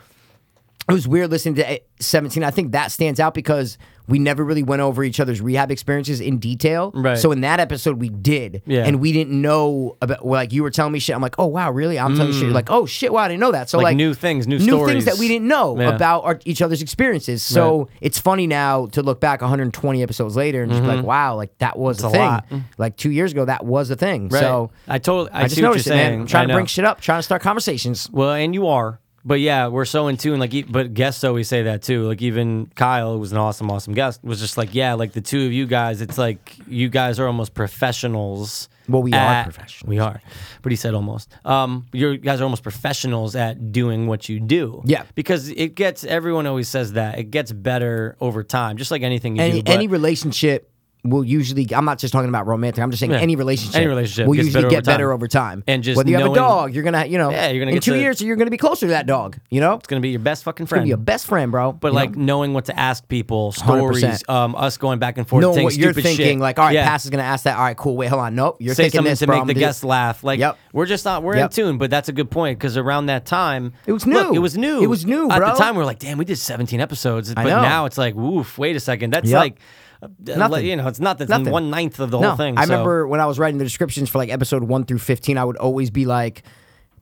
Speaker 1: it was weird listening to eh, 17. I think that stands out because we never really went over each other's rehab experiences in detail.
Speaker 2: Right.
Speaker 1: So in that episode, we did.
Speaker 2: Yeah.
Speaker 1: And we didn't know about, well, like you were telling me shit. I'm like, oh, wow, really? I'm telling you shit. You're like, oh, shit, wow, I didn't know that. So like,
Speaker 2: Mm-hmm. Like new things, new
Speaker 1: things
Speaker 2: stories.
Speaker 1: that we didn't know
Speaker 2: Yeah.
Speaker 1: about our, each other's experiences. So it's funny now to look back 120 episodes later and just be like, wow, like that was a
Speaker 2: Mm-hmm. a
Speaker 1: thing.
Speaker 2: lot.
Speaker 1: Like two years ago, that was a thing. So
Speaker 2: Right. I totally. I,
Speaker 1: I
Speaker 2: see
Speaker 1: just
Speaker 2: what
Speaker 1: noticed
Speaker 2: you're
Speaker 1: it,
Speaker 2: saying.
Speaker 1: man. I'm trying
Speaker 2: I
Speaker 1: to bring
Speaker 2: know.
Speaker 1: shit up, trying to start conversations.
Speaker 2: Well, and you are. But yeah, we're so in tune. Like, e- but guests always say that too. Like, even Kyle, who was an awesome, awesome guest, was just like, yeah, like the two of you guys, it's like you guys are almost professionals.
Speaker 1: Well, we are
Speaker 2: at-
Speaker 1: professionals.
Speaker 2: We are. But he said almost. Um, you're- you guys are almost professionals at doing what you do.
Speaker 1: Yeah.
Speaker 2: Because it gets, everyone always says that. It gets better over time, just like anything you
Speaker 1: Any,
Speaker 2: do. but-
Speaker 1: any relationship will usually. I'm not just talking about romantic. I'm just saying
Speaker 2: Yeah.
Speaker 1: any relationship.
Speaker 2: Any relationship
Speaker 1: will
Speaker 2: gets
Speaker 1: usually
Speaker 2: better
Speaker 1: get
Speaker 2: over time.
Speaker 1: better over time.
Speaker 2: And just
Speaker 1: whether you have a
Speaker 2: knowing-
Speaker 1: dog, you're gonna, you know,
Speaker 2: Yeah, you're gonna
Speaker 1: in
Speaker 2: get
Speaker 1: two
Speaker 2: to-
Speaker 1: years, you're gonna be closer to that dog. You know,
Speaker 2: It's gonna be your best fucking
Speaker 1: gonna
Speaker 2: friend.
Speaker 1: be your best friend, bro.
Speaker 2: but
Speaker 1: you
Speaker 2: like
Speaker 1: know?
Speaker 2: knowing what to ask people,
Speaker 1: 100%.
Speaker 2: stories, um, us going back and forth,
Speaker 1: knowing
Speaker 2: saying
Speaker 1: what you're
Speaker 2: stupid
Speaker 1: thinking,
Speaker 2: shit.
Speaker 1: like, all right,
Speaker 2: Yeah.
Speaker 1: Pass is gonna ask that. All right, cool. Wait, hold on. Nope, you're
Speaker 2: say
Speaker 1: thinking
Speaker 2: something
Speaker 1: this,
Speaker 2: to
Speaker 1: bro.
Speaker 2: make
Speaker 1: I'm
Speaker 2: the
Speaker 1: gonna do
Speaker 2: guests laugh. Like
Speaker 1: Yep.
Speaker 2: we're just not we're
Speaker 1: Yep.
Speaker 2: in tune, but that's a good point because around that time
Speaker 1: It was
Speaker 2: Look,
Speaker 1: new.
Speaker 2: it was new.
Speaker 1: It was new,
Speaker 2: At
Speaker 1: bro.
Speaker 2: the time, we were like, damn, we did 17 episodes, but
Speaker 1: know.
Speaker 2: now it's like, woof, wait a second, that's
Speaker 1: Yep.
Speaker 2: like uh,
Speaker 1: Nothing.
Speaker 2: You know, it's not that's
Speaker 1: Nothing.
Speaker 2: one ninth of the
Speaker 1: no,
Speaker 2: whole thing.
Speaker 1: I
Speaker 2: so-
Speaker 1: remember when I was writing the descriptions for like episode one through fifteen, I would always be like,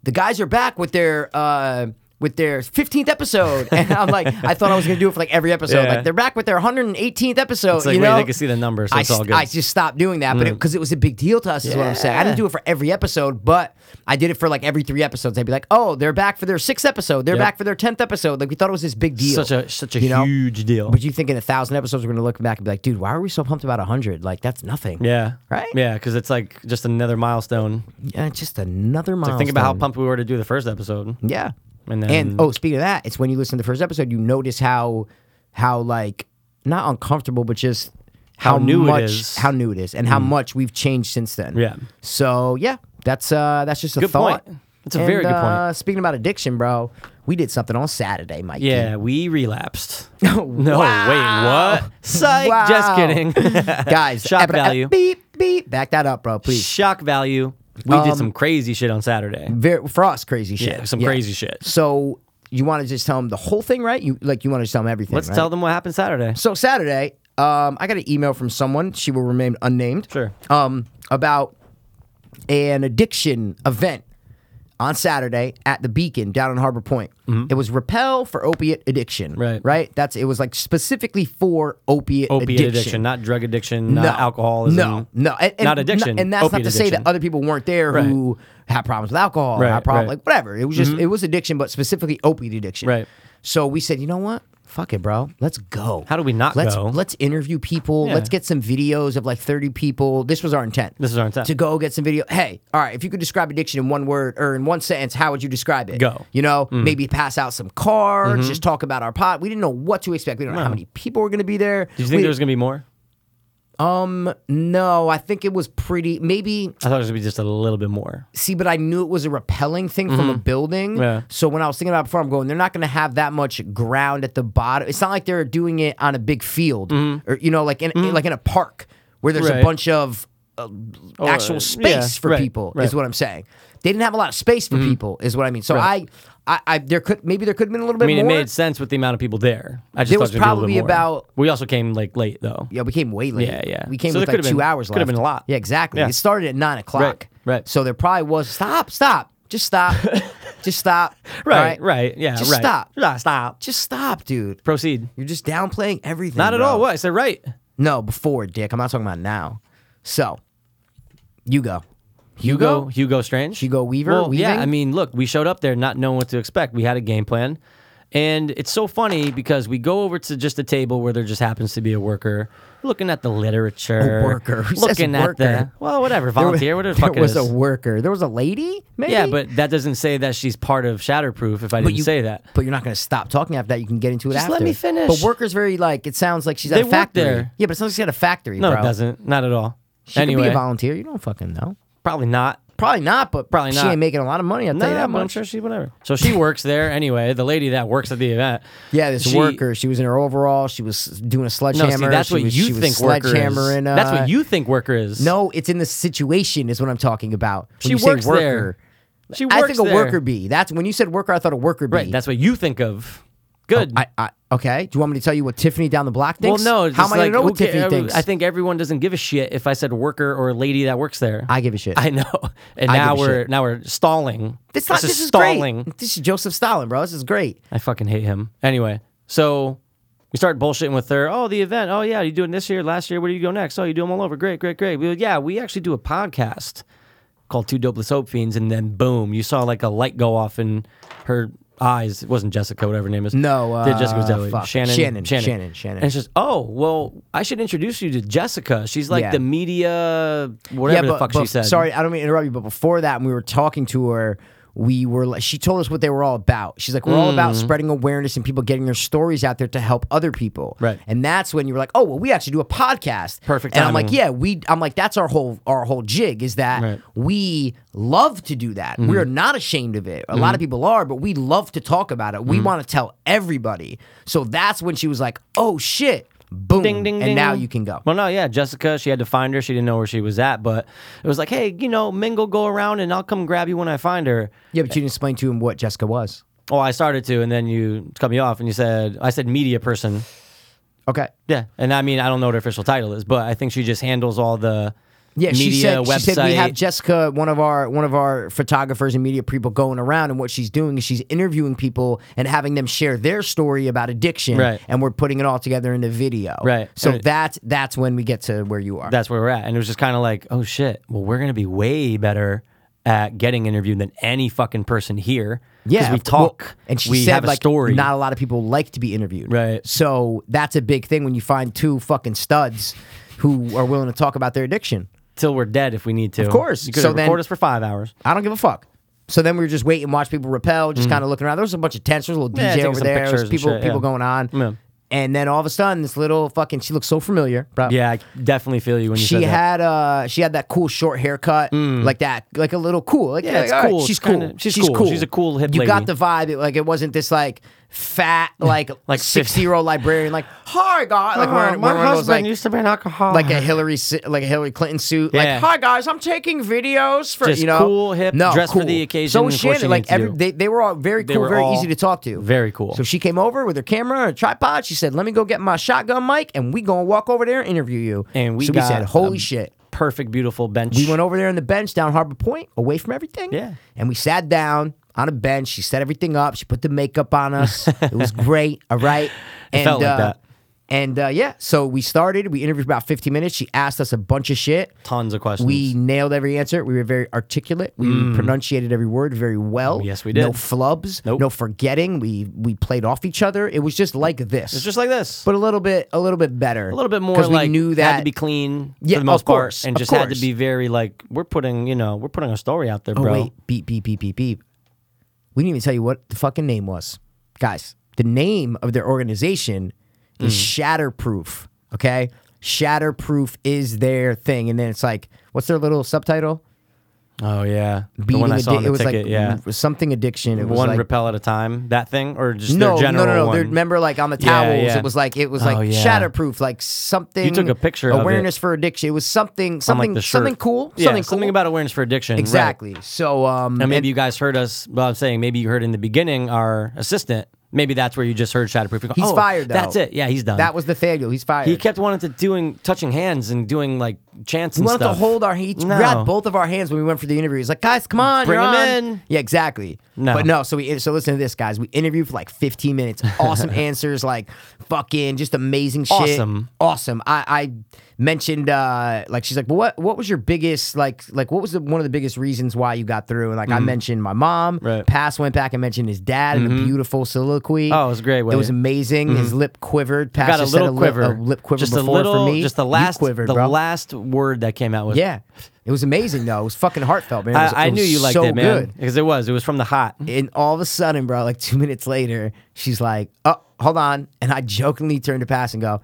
Speaker 1: "The guys are back with their uh with their fifteenth episode," and I'm like, I thought I was gonna do it for like every episode.
Speaker 2: Yeah.
Speaker 1: Like they're back with their hundred and eighteenth episode.
Speaker 2: It's like,
Speaker 1: you
Speaker 2: wait,
Speaker 1: know,
Speaker 2: they can see the numbers, so
Speaker 1: I,
Speaker 2: it's all
Speaker 1: st-
Speaker 2: good. Mm.
Speaker 1: I just stopped doing that, but because it, was a big deal to us, is what I'm saying. I didn't
Speaker 2: Yeah.
Speaker 1: do it for every episode, but I did it for like every three episodes. I'd be like, "Oh, they're back for their sixth episode. They're
Speaker 2: Yep.
Speaker 1: back for their tenth episode." Like we thought it was this big deal.
Speaker 2: such a such a
Speaker 1: you know?
Speaker 2: huge deal.
Speaker 1: But you think in a thousand episodes we're gonna look back and be like, dude, why were we so pumped about hundred? Like that's nothing.
Speaker 2: yeah,
Speaker 1: Right?
Speaker 2: Yeah, because it's like just another milestone.
Speaker 1: Yeah, just another milestone.
Speaker 2: Think about how pumped we were to do the first episode.
Speaker 1: Yeah.
Speaker 2: And then-
Speaker 1: and oh, speaking of that, it's when you listen to the first episode, you notice how how like not uncomfortable, but just how,
Speaker 2: How new it
Speaker 1: much
Speaker 2: is. Mm.
Speaker 1: how new it is and how much we've changed since then.
Speaker 2: Yeah.
Speaker 1: So yeah, that's uh that's just a
Speaker 2: Good point.
Speaker 1: thought.
Speaker 2: That's a
Speaker 1: And,
Speaker 2: very good point.
Speaker 1: Uh, speaking about addiction, bro, we did something on Saturday, Mike.
Speaker 2: Yeah, we relapsed. no, wait, what? Psych.
Speaker 1: Mm. Oh, Wow.
Speaker 2: Just kidding.
Speaker 1: Guys,
Speaker 2: Shock
Speaker 1: eh, but, eh,
Speaker 2: value.
Speaker 1: Beep, beep. Back that up, bro, please.
Speaker 2: Shock value. We
Speaker 1: Um,
Speaker 2: did some crazy shit on Saturday.
Speaker 1: Very, for us, crazy shit.
Speaker 2: Yeah, some crazy shit.
Speaker 1: So you want to just tell them the whole thing, right? You like you want to tell them everything.
Speaker 2: Let's
Speaker 1: right?
Speaker 2: tell them what happened Saturday.
Speaker 1: So Saturday, um, I got an email from someone. She will remain unnamed.
Speaker 2: Sure.
Speaker 1: Um, about an addiction event on Saturday at the Beacon down in Harbor Point. It was Repel for opiate addiction.
Speaker 2: Mm-hmm. Right.
Speaker 1: Right. That's it was like specifically for opiate
Speaker 2: Opiate addiction. not drug addiction, not alcoholism.
Speaker 1: No, no, and, and
Speaker 2: not addiction.
Speaker 1: And that's not
Speaker 2: opiate
Speaker 1: to say that
Speaker 2: addiction.
Speaker 1: other people weren't there who had problems with alcohol,
Speaker 2: Right,
Speaker 1: had problems
Speaker 2: right. Mm-hmm.
Speaker 1: like whatever. It was just it was addiction, but specifically opiate addiction.
Speaker 2: Right.
Speaker 1: So we said, you know what? Fuck it, bro. Let's go.
Speaker 2: How do we not
Speaker 1: let's,
Speaker 2: go?
Speaker 1: Let's interview people.
Speaker 2: Yeah.
Speaker 1: Let's get some videos of like 30 people. This was our intent.
Speaker 2: This is our intent.
Speaker 1: To go get some video. Hey, all right, if you could describe addiction in one word or in one sentence, how would you describe it?
Speaker 2: Go. Mm. Mm-hmm.
Speaker 1: You know, maybe pass out some cards, just talk about our pot. We didn't know what to expect. We don't know how many people were going to be there.
Speaker 2: Did you think there was gonna be more?
Speaker 1: No, I think it was pretty. Maybe
Speaker 2: I thought it was gonna be just a little bit more.
Speaker 1: see, but I knew it was a repelling thing from a building.
Speaker 2: Mm-hmm. Yeah.
Speaker 1: So when I was thinking about it before, I'm going, they're not going to have that much ground at the bottom. It's not like they're doing it on a big field or you know, like in like in a park where there's a
Speaker 2: Mm-hmm. Right.
Speaker 1: bunch of uh, actual
Speaker 2: yeah,
Speaker 1: space for
Speaker 2: right,
Speaker 1: people. Is
Speaker 2: right. Mm-hmm.
Speaker 1: what I'm saying. They didn't have a lot of space for people. Is what I mean. So I, I, I, there could maybe there could have been a little bit
Speaker 2: I
Speaker 1: more.
Speaker 2: mean, it made sense with the amount of people there. I just
Speaker 1: There
Speaker 2: thought
Speaker 1: was
Speaker 2: it gonna be a little
Speaker 1: probably
Speaker 2: bit more.
Speaker 1: about-
Speaker 2: We also came like late though.
Speaker 1: Yeah, we came way late.
Speaker 2: Yeah, yeah.
Speaker 1: We came
Speaker 2: So
Speaker 1: with
Speaker 2: there
Speaker 1: like
Speaker 2: could've
Speaker 1: two
Speaker 2: been-
Speaker 1: hours left.
Speaker 2: could've been a lot.
Speaker 1: Yeah, exactly.
Speaker 2: Yeah.
Speaker 1: It started at nine o'clock.
Speaker 2: Right, right.
Speaker 1: So there probably was stop, stop, just stop, just stop. all
Speaker 2: Right, right, yeah,
Speaker 1: Just
Speaker 2: right.
Speaker 1: stop.
Speaker 2: Yeah, stop.
Speaker 1: Just stop, dude.
Speaker 2: Proceed.
Speaker 1: You're just downplaying everything.
Speaker 2: Not at
Speaker 1: bro.
Speaker 2: all. What I said, right?
Speaker 1: No, before, Dick. I'm not talking about now. So, you go.
Speaker 2: Hugo, Hugo Strange,
Speaker 1: Hugo Weaver,
Speaker 2: Well, yeah,
Speaker 1: Weaving?
Speaker 2: I mean, look, we showed up there not knowing what to expect. We had a game plan, and it's so funny because we go over to just a table where there just happens to be a worker looking at the literature,
Speaker 1: A worker? Who says
Speaker 2: looking at
Speaker 1: worker?
Speaker 2: the well, whatever,
Speaker 1: There wa-
Speaker 2: volunteer, whatever the fuck
Speaker 1: There
Speaker 2: it
Speaker 1: was
Speaker 2: is.
Speaker 1: a worker. There was a lady. Maybe.
Speaker 2: yeah, but that doesn't say that she's part of Shatterproof. If I didn't
Speaker 1: you
Speaker 2: say that,
Speaker 1: But you're not going to stop talking after that. You can get into it
Speaker 2: Just
Speaker 1: after.
Speaker 2: let me finish.
Speaker 1: But workers very like it sounds like she's at
Speaker 2: They
Speaker 1: a
Speaker 2: work
Speaker 1: factory.
Speaker 2: there.
Speaker 1: Yeah, but it sounds like she's at a factory.
Speaker 2: no,
Speaker 1: bro.
Speaker 2: it doesn't. Not at all.
Speaker 1: She
Speaker 2: anyway,
Speaker 1: could be a volunteer. You don't fucking know.
Speaker 2: probably not.
Speaker 1: Probably not, but
Speaker 2: Probably
Speaker 1: She
Speaker 2: not.
Speaker 1: ain't making a lot of money. I'll
Speaker 2: No,
Speaker 1: tell you that
Speaker 2: but I'm
Speaker 1: much.
Speaker 2: sure she whatever. So she works there anyway. The lady that works at the event.
Speaker 1: Yeah, this
Speaker 2: she-
Speaker 1: worker. She was in her overall. She was doing a
Speaker 2: No,
Speaker 1: sledgehammer.
Speaker 2: see, that's
Speaker 1: she
Speaker 2: what
Speaker 1: was,
Speaker 2: you
Speaker 1: she was
Speaker 2: think worker is.
Speaker 1: sledgehammering, uh,
Speaker 2: that's what you think worker is.
Speaker 1: No, it's in the situation is what I'm talking about. When
Speaker 2: She
Speaker 1: you say
Speaker 2: works
Speaker 1: worker,
Speaker 2: there. She works
Speaker 1: I think a
Speaker 2: there.
Speaker 1: worker bee. That's when you said worker. I thought a worker bee.
Speaker 2: Right, that's what you think of. Good.
Speaker 1: Oh, I, I, okay. Do you want me to tell you what Tiffany down the block
Speaker 2: well,
Speaker 1: thinks?
Speaker 2: no.
Speaker 1: How
Speaker 2: just
Speaker 1: am I gonna
Speaker 2: like,
Speaker 1: know
Speaker 2: who
Speaker 1: what
Speaker 2: ca-
Speaker 1: Tiffany
Speaker 2: I-
Speaker 1: thinks?
Speaker 2: I think everyone doesn't give a shit if I said worker or lady that works there.
Speaker 1: I give a shit.
Speaker 2: I know. And
Speaker 1: I
Speaker 2: now
Speaker 1: give a
Speaker 2: we're now we're stalling.
Speaker 1: This, not,
Speaker 2: is
Speaker 1: this is
Speaker 2: stalling.
Speaker 1: great. This is Joseph Stalin, bro. This is great.
Speaker 2: I fucking hate him. Anyway, so we start bullshitting with her. Oh, the event. Oh yeah, you doing this year? Last year? Where do you go next? Oh, you do them all over. Great, great, great. We go, yeah, we actually do a podcast called Two Dopeless Hope Fiends, and then boom, you saw like a light go off in her eyes. It wasn't Jessica, whatever her name is.
Speaker 1: No, uh,
Speaker 2: Did Jessica was that way.
Speaker 1: fuck.
Speaker 2: Shannon,
Speaker 1: Shannon,
Speaker 2: Shannon,
Speaker 1: Shannon, Shannon.
Speaker 2: And it's just, oh well, I should introduce you to Jessica. She's like
Speaker 1: Yeah.
Speaker 2: the media, whatever
Speaker 1: yeah, but,
Speaker 2: the fuck
Speaker 1: but-
Speaker 2: she said.
Speaker 1: Sorry, I don't mean to interrupt you, but before that, when we were talking to her, we were like, she told us what they were all about. She's like, we're all
Speaker 2: Mm.
Speaker 1: about spreading awareness and people getting their stories out there to help other people.
Speaker 2: Right.
Speaker 1: And that's when you were like, oh, well, we actually do a podcast.
Speaker 2: Perfect
Speaker 1: And I'm like,
Speaker 2: timing.
Speaker 1: yeah, we, I'm like, that's our whole, our whole jig is that
Speaker 2: Right. Mm-hmm.
Speaker 1: we love to do that. We're not ashamed of it. A lot of people are, but we love to talk about it. We
Speaker 2: Mm-hmm.
Speaker 1: want to tell everybody. So that's when she was like, oh shit, boom.
Speaker 2: Ding, ding,
Speaker 1: and
Speaker 2: ding.
Speaker 1: now you can go.
Speaker 2: Well, no, yeah, Jessica, she had to find her. She didn't know where she was at, but it was like, hey, you know, mingle, go around, and I'll come grab you when I find her.
Speaker 1: Yeah, but you didn't explain to him what Jessica was.
Speaker 2: Oh, I started to, and then you cut me off, and you said, I said media person.
Speaker 1: Okay.
Speaker 2: Yeah, and I mean, I don't know what her official title is, but I think she just handles all the
Speaker 1: Yeah,
Speaker 2: media
Speaker 1: she said
Speaker 2: website.
Speaker 1: she said we have Jessica, one of our one of our photographers and media people, going around, and what she's doing is she's interviewing people and having them share their story about addiction,
Speaker 2: Right.
Speaker 1: And we're putting it all together in a video,
Speaker 2: Right.
Speaker 1: So
Speaker 2: And it-
Speaker 1: that's that's when we get to where you are.
Speaker 2: that's where we're at. And it was just kind of like, oh shit, well, we're going to be way better at getting interviewed than any fucking person here. 'Cause
Speaker 1: yeah,
Speaker 2: we
Speaker 1: of- well,
Speaker 2: talk
Speaker 1: and she
Speaker 2: we
Speaker 1: said
Speaker 2: have a
Speaker 1: like
Speaker 2: story.
Speaker 1: not a lot of people like to be interviewed,
Speaker 2: Right.
Speaker 1: So that's a big thing when you find two fucking studs who are willing to talk about their addiction.
Speaker 2: till we're dead if we need to. Of
Speaker 1: course.
Speaker 2: You could
Speaker 1: So
Speaker 2: record
Speaker 1: then-
Speaker 2: us for five hours.
Speaker 1: I don't give a fuck. So then we were just waiting, and watch people repel, just kind of looking around. There was a bunch of tents. There was a little
Speaker 2: Mm.
Speaker 1: DJ
Speaker 2: Yeah, taking
Speaker 1: over
Speaker 2: some
Speaker 1: there. There was
Speaker 2: pictures and
Speaker 1: people,
Speaker 2: shit,
Speaker 1: people
Speaker 2: yeah.
Speaker 1: going on.
Speaker 2: Yeah.
Speaker 1: And then all of a sudden, this little fucking she looked so familiar, bro.
Speaker 2: Yeah, I definitely feel you when you
Speaker 1: She
Speaker 2: said that. Mm.
Speaker 1: had uh she had that cool short haircut like that like a little cool like
Speaker 2: Yeah, it's
Speaker 1: like, all right,
Speaker 2: cool.
Speaker 1: she's
Speaker 2: It's kinda-
Speaker 1: cool
Speaker 2: she's cool. She's a cool, hip
Speaker 1: you got
Speaker 2: lady.
Speaker 1: the vibe it, like it wasn't this like fat like like
Speaker 2: Like Uh-huh.
Speaker 1: sixty year old librarian like hi guys
Speaker 2: Ah,
Speaker 1: like wearing, wearing one of those, like,
Speaker 2: to be an alcoholic.
Speaker 1: like a Hillary si- like a Hillary Clinton suit.
Speaker 2: Oh, Yeah.
Speaker 1: Like, hi guys, I'm taking videos for
Speaker 2: Just
Speaker 1: you know
Speaker 2: cool, hip, dressed for the occasion,
Speaker 1: So
Speaker 2: of
Speaker 1: was
Speaker 2: course you
Speaker 1: Shannon. Like
Speaker 2: need to
Speaker 1: every,
Speaker 2: do.
Speaker 1: they, they were all very cool,
Speaker 2: were
Speaker 1: very
Speaker 2: all
Speaker 1: easy to talk to.
Speaker 2: very cool.
Speaker 1: So she came over with her camera and a tripod. She said, "Let me go get my shotgun mic, and we gonna walk over there and interview you."
Speaker 2: And we
Speaker 1: so
Speaker 2: got
Speaker 1: we said, "Holy
Speaker 2: a-
Speaker 1: shit!"
Speaker 2: perfect, beautiful bench.
Speaker 1: We went over there on the bench down Harbor Point, away from everything.
Speaker 2: Yeah.
Speaker 1: And we sat down on a bench. She set everything up. She put the makeup on us. it was great. All right. And uh,
Speaker 2: felt like that.
Speaker 1: And uh, yeah, so we started. We interviewed for about 15 minutes. She asked us a bunch of shit.
Speaker 2: tons of questions.
Speaker 1: We nailed every answer. We were very articulate. We pronunciated every word very well.
Speaker 2: Mm. Yes, we
Speaker 1: No
Speaker 2: did.
Speaker 1: flubs.
Speaker 2: Nope.
Speaker 1: No forgetting. We we played off each other. It was just like this.
Speaker 2: it's just like this.
Speaker 1: but a little bit a little bit better.
Speaker 2: a little bit more
Speaker 1: 'Cause
Speaker 2: like
Speaker 1: we knew that
Speaker 2: had to be clean
Speaker 1: Yeah,
Speaker 2: for the most
Speaker 1: of course,
Speaker 2: part and
Speaker 1: of
Speaker 2: just had
Speaker 1: course.
Speaker 2: to be very like we're putting you know we're putting a story out there
Speaker 1: Oh,
Speaker 2: bro
Speaker 1: wait. Beep, beep, beep, beep, beep. We didn't even tell you what the fucking name was. Guys, the name of their organization is
Speaker 2: Mm.
Speaker 1: Shatterproof, okay? Shatterproof is their thing. And then it's like, what's their little subtitle?
Speaker 2: oh yeah the one I saw
Speaker 1: addi-
Speaker 2: on the
Speaker 1: it was
Speaker 2: ticket
Speaker 1: like
Speaker 2: yeah
Speaker 1: r- something addiction. It was
Speaker 2: one
Speaker 1: like,
Speaker 2: repel at a time that thing or just
Speaker 1: no,
Speaker 2: their general
Speaker 1: no, no, no,
Speaker 2: one
Speaker 1: They're- Remember, like on the
Speaker 2: Yeah,
Speaker 1: towels,
Speaker 2: yeah.
Speaker 1: it was like it was
Speaker 2: Oh,
Speaker 1: like
Speaker 2: yeah.
Speaker 1: shatterproof, like something.
Speaker 2: You took a picture of it.
Speaker 1: awareness for addiction. It was something,
Speaker 2: On,
Speaker 1: something,
Speaker 2: like the shirt.
Speaker 1: something cool,
Speaker 2: yeah,
Speaker 1: something cool
Speaker 2: something about awareness for addiction right.
Speaker 1: exactly. So, um,
Speaker 2: and
Speaker 1: and-
Speaker 2: maybe you guys heard us well I'm saying maybe you heard in the beginning our assistant maybe that's where you just heard shatterproof You go,
Speaker 1: He's
Speaker 2: "Oh,
Speaker 1: fired, though.
Speaker 2: that's it yeah he's done
Speaker 1: that was Nathaniel. He's fired.
Speaker 2: he kept wanting to doing touching hands and doing like chants
Speaker 1: He
Speaker 2: and
Speaker 1: wanted
Speaker 2: stuff
Speaker 1: to hold our he
Speaker 2: No.
Speaker 1: grabbed both of our hands when we went for the interview. He's like, guys, come on,
Speaker 2: Bring
Speaker 1: you're
Speaker 2: 'em
Speaker 1: on."
Speaker 2: in.
Speaker 1: Yeah, exactly.
Speaker 2: No.
Speaker 1: but no. So we so listen to this, guys. We interviewed for like 15 minutes. Awesome answers, like fucking just amazing shit.
Speaker 2: Awesome.
Speaker 1: awesome. I, I mentioned uh like she's like, well, what what was your biggest like like what was the, one of the biggest reasons why you got through? And like I mentioned my mom.
Speaker 2: Mm-hmm. Right. Mm-hmm.
Speaker 1: Pass went back and mentioned his dad in a beautiful soliloquy.
Speaker 2: Oh, it was a great
Speaker 1: It
Speaker 2: way. Mm-hmm.
Speaker 1: was amazing. His lip quivered. Pass
Speaker 2: got a
Speaker 1: just said
Speaker 2: little quiver,
Speaker 1: Lip, a lip quiver
Speaker 2: just
Speaker 1: before
Speaker 2: a little,
Speaker 1: for me.
Speaker 2: Just the
Speaker 1: You
Speaker 2: last,
Speaker 1: quivered,
Speaker 2: the
Speaker 1: bro.
Speaker 2: last word that came out was
Speaker 1: Yeah, it was amazing though. It was fucking heartfelt, man. It was-
Speaker 2: I, I
Speaker 1: it
Speaker 2: knew
Speaker 1: was
Speaker 2: you liked
Speaker 1: so
Speaker 2: it, man,
Speaker 1: good. Oh,
Speaker 2: because it was, it was from the hot.
Speaker 1: And all of a sudden, bro, like two minutes later, she's like, "Oh, hold on," and I jokingly turn to pass and go.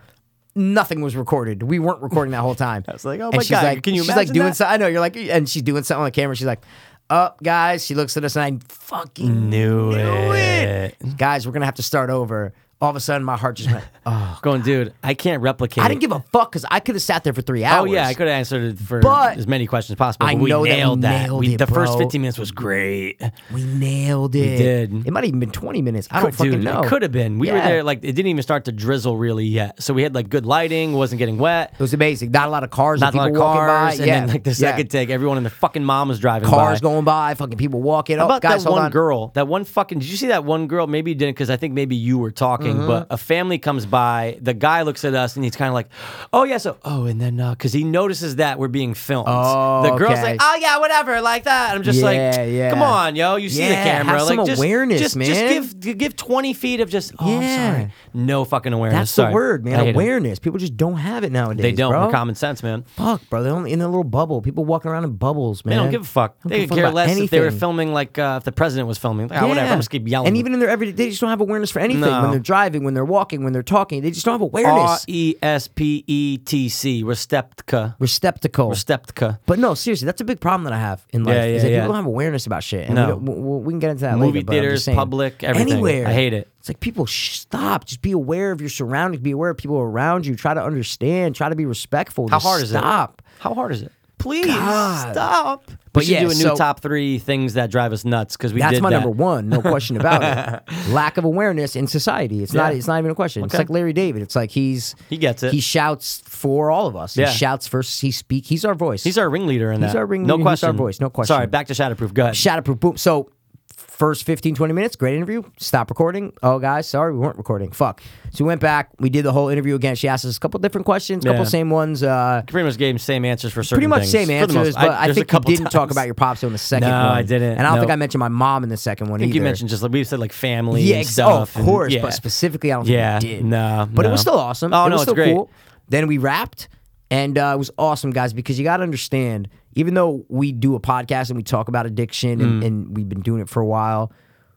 Speaker 1: Nothing was recorded. We weren't recording that whole time. I
Speaker 2: was like, "Oh
Speaker 1: and
Speaker 2: my
Speaker 1: she's
Speaker 2: God,
Speaker 1: Like,
Speaker 2: can you
Speaker 1: she's like
Speaker 2: imagine
Speaker 1: doing
Speaker 2: that?"
Speaker 1: something. I know you're like, and she's doing something on the camera. She's like, "Up, guys." She looks at us, and I fucking
Speaker 2: Knew
Speaker 1: knew
Speaker 2: it.
Speaker 1: it. Guys, we're gonna have to start over. All of a sudden, my heart just went. Oh,
Speaker 2: Going, dude, I can't replicate.
Speaker 1: I didn't give a fuck because I could have sat there for three
Speaker 2: Oh
Speaker 1: hours.
Speaker 2: yeah, I could have answered it for
Speaker 1: But-
Speaker 2: as many questions as possible.
Speaker 1: I
Speaker 2: but we
Speaker 1: know that we
Speaker 2: nailed that.
Speaker 1: nailed
Speaker 2: we,
Speaker 1: it,
Speaker 2: the first
Speaker 1: bro.
Speaker 2: 15 minutes was great.
Speaker 1: We nailed it.
Speaker 2: did.
Speaker 1: It might have even been 20 minutes. I don't fucking
Speaker 2: Dude,
Speaker 1: know.
Speaker 2: it could have been. We were
Speaker 1: Yeah.
Speaker 2: there like it didn't even start to drizzle really yet. So we had like good lighting, wasn't getting wet.
Speaker 1: It was amazing. Not a lot of cars.
Speaker 2: Not a lot of
Speaker 1: people walking
Speaker 2: cars,
Speaker 1: by.
Speaker 2: and
Speaker 1: yeah.
Speaker 2: then like the second
Speaker 1: yeah.
Speaker 2: take, everyone and their fucking mom was driving.
Speaker 1: cars
Speaker 2: by.
Speaker 1: going by, fucking people walking.
Speaker 2: How
Speaker 1: oh,
Speaker 2: about
Speaker 1: guys,
Speaker 2: that
Speaker 1: hold
Speaker 2: one
Speaker 1: on.
Speaker 2: girl? That one fucking. Did you see that one girl? Maybe you didn't, because I think maybe you were talking, talking,
Speaker 1: Mm-hmm.
Speaker 2: but a family comes by. The guy looks at us and he's kind of like, "Oh yeah, so oh," and then because he notices that we're being filmed.
Speaker 1: Oh,
Speaker 2: the girl's
Speaker 1: okay.
Speaker 2: like, "Oh yeah, whatever," like that. I'm just
Speaker 1: Yeah,
Speaker 2: like,
Speaker 1: yeah.
Speaker 2: "Come on, yo, you see the
Speaker 1: Yeah, have
Speaker 2: camera? like
Speaker 1: some
Speaker 2: just,
Speaker 1: awareness,
Speaker 2: just,
Speaker 1: man.
Speaker 2: Just give give 20 feet of just oh, I'm
Speaker 1: Yeah.
Speaker 2: sorry, no fucking awareness.
Speaker 1: That's the
Speaker 2: Sorry.
Speaker 1: word,
Speaker 2: I
Speaker 1: man.
Speaker 2: hate it.
Speaker 1: Awareness. People just don't have it nowadays.
Speaker 2: They don't.
Speaker 1: Bro.
Speaker 2: We're common sense, man.
Speaker 1: Fuck, bro. They're only in their little bubble. People walking around in bubbles, man.
Speaker 2: They don't give a fuck.
Speaker 1: Don't give
Speaker 2: They
Speaker 1: a
Speaker 2: could
Speaker 1: fuck
Speaker 2: care
Speaker 1: about
Speaker 2: less if they were
Speaker 1: anything.
Speaker 2: filming, like uh, if the president was filming. Like, oh, whatever.
Speaker 1: Yeah.
Speaker 2: I'm just keep yelling.
Speaker 1: And even in their everyday, they just don't have awareness for anything. When
Speaker 2: No.
Speaker 1: they're driving, when they're walking, when they're talking, they just don't have
Speaker 2: R
Speaker 1: awareness.
Speaker 2: E S P E T C, Resteptka.
Speaker 1: Receptacle.
Speaker 2: Resteptka.
Speaker 1: But no, seriously, that's a big problem that I have in life.
Speaker 2: Yeah, yeah,
Speaker 1: is that
Speaker 2: yeah.
Speaker 1: people don't have awareness about shit. And
Speaker 2: No.
Speaker 1: we, don't- we- we, we can get into that
Speaker 2: Movie
Speaker 1: later. but I'm just
Speaker 2: theaters,
Speaker 1: saying.
Speaker 2: public, everything.
Speaker 1: Anywhere.
Speaker 2: I hate it.
Speaker 1: It's like people sh- stop. Just be aware of your surroundings. Be aware of people around you. Try to understand. Try to be respectful.
Speaker 2: How
Speaker 1: Just
Speaker 2: hard is it?
Speaker 1: Stop.
Speaker 2: How hard is it? Please
Speaker 1: God.
Speaker 2: stop. We
Speaker 1: But
Speaker 2: should
Speaker 1: yeah,
Speaker 2: do a new
Speaker 1: so-
Speaker 2: top three things that drive us nuts because we
Speaker 1: That's
Speaker 2: did
Speaker 1: my
Speaker 2: that.
Speaker 1: number one, no question about it. Lack of awareness in society. It's not.
Speaker 2: Yeah.
Speaker 1: It's not even a question. It's
Speaker 2: Okay.
Speaker 1: like Larry David. It's like he's
Speaker 2: He gets it.
Speaker 1: He shouts for all of us.
Speaker 2: Yeah.
Speaker 1: He shouts first. He speak. He's our voice.
Speaker 2: He's our ringleader in that.
Speaker 1: He's our ringleader,
Speaker 2: No
Speaker 1: he's our
Speaker 2: question.
Speaker 1: voice, no question.
Speaker 2: Sorry, back to Shatterproof. Go ahead.
Speaker 1: Shatterproof. Boom. So, first 15, 20 minutes, great interview. Stop recording. Oh, guys, sorry, we weren't recording. Fuck. So, we went back. We did the whole interview again. She asked us a couple different questions, couple
Speaker 2: Yeah.
Speaker 1: same ones. Uh,
Speaker 2: pretty much gave him same answers for certain
Speaker 1: pretty much
Speaker 2: things.
Speaker 1: same
Speaker 2: For the
Speaker 1: answers,
Speaker 2: most-
Speaker 1: but I,
Speaker 2: there's a
Speaker 1: think you
Speaker 2: couple
Speaker 1: didn't talk
Speaker 2: times.
Speaker 1: about your pops in the second
Speaker 2: No,
Speaker 1: one.
Speaker 2: I didn't.
Speaker 1: And I don't think
Speaker 2: Nope.
Speaker 1: I mentioned my mom in the second one
Speaker 2: I think
Speaker 1: either.
Speaker 2: you mentioned just like we said like family
Speaker 1: yeah,
Speaker 2: and
Speaker 1: ex- oh,
Speaker 2: stuff.
Speaker 1: of course,
Speaker 2: and, yeah.
Speaker 1: but specifically, I don't
Speaker 2: Yeah,
Speaker 1: think we did.
Speaker 2: no,
Speaker 1: but it was
Speaker 2: no.
Speaker 1: still awesome.
Speaker 2: Oh,
Speaker 1: it
Speaker 2: no,
Speaker 1: was
Speaker 2: it's
Speaker 1: still
Speaker 2: great.
Speaker 1: Cool. Then we wrapped, and uh, it was awesome, guys. Because you got to understand, even though we do a podcast and we talk about addiction,
Speaker 2: Mm.
Speaker 1: and, and we've been doing it for a while.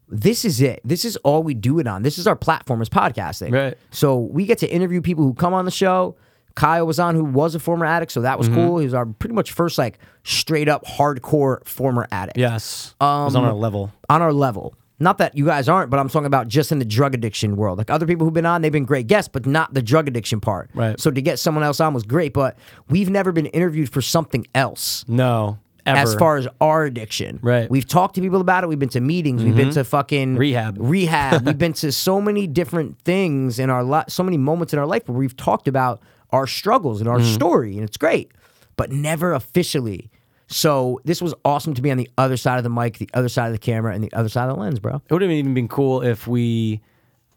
Speaker 1: This is it. This is all we do it on. This is our platform is podcasting.
Speaker 2: Right.
Speaker 1: So we get to interview people who come on the show. Kyle was on, who was a former addict, so that was
Speaker 2: Mm-hmm.
Speaker 1: cool. He was our pretty much first like straight up hardcore former addict
Speaker 2: yes, it was on our level.
Speaker 1: on our level. Not that you guys aren't, but I'm talking about just in the drug addiction world. Like other people who've been on, they've been great guests, but not the drug addiction part.
Speaker 2: Right.
Speaker 1: So to get someone else on was great, but we've never been interviewed for something else
Speaker 2: No, ever.
Speaker 1: as far as our addiction.
Speaker 2: Right. Mm-hmm.
Speaker 1: We've talked to people about it. We've been to meetings. We've been to fucking
Speaker 2: Rehab.
Speaker 1: Rehab. we've been to so many different things in our life, so many moments in our life where we've talked about our struggles and our
Speaker 2: Mm-hmm.
Speaker 1: story, and it's great, but never officially. So this was awesome to be on the other side of the mic, the other side of the camera, and the other side of the lens, bro.
Speaker 2: It would have even been cool if we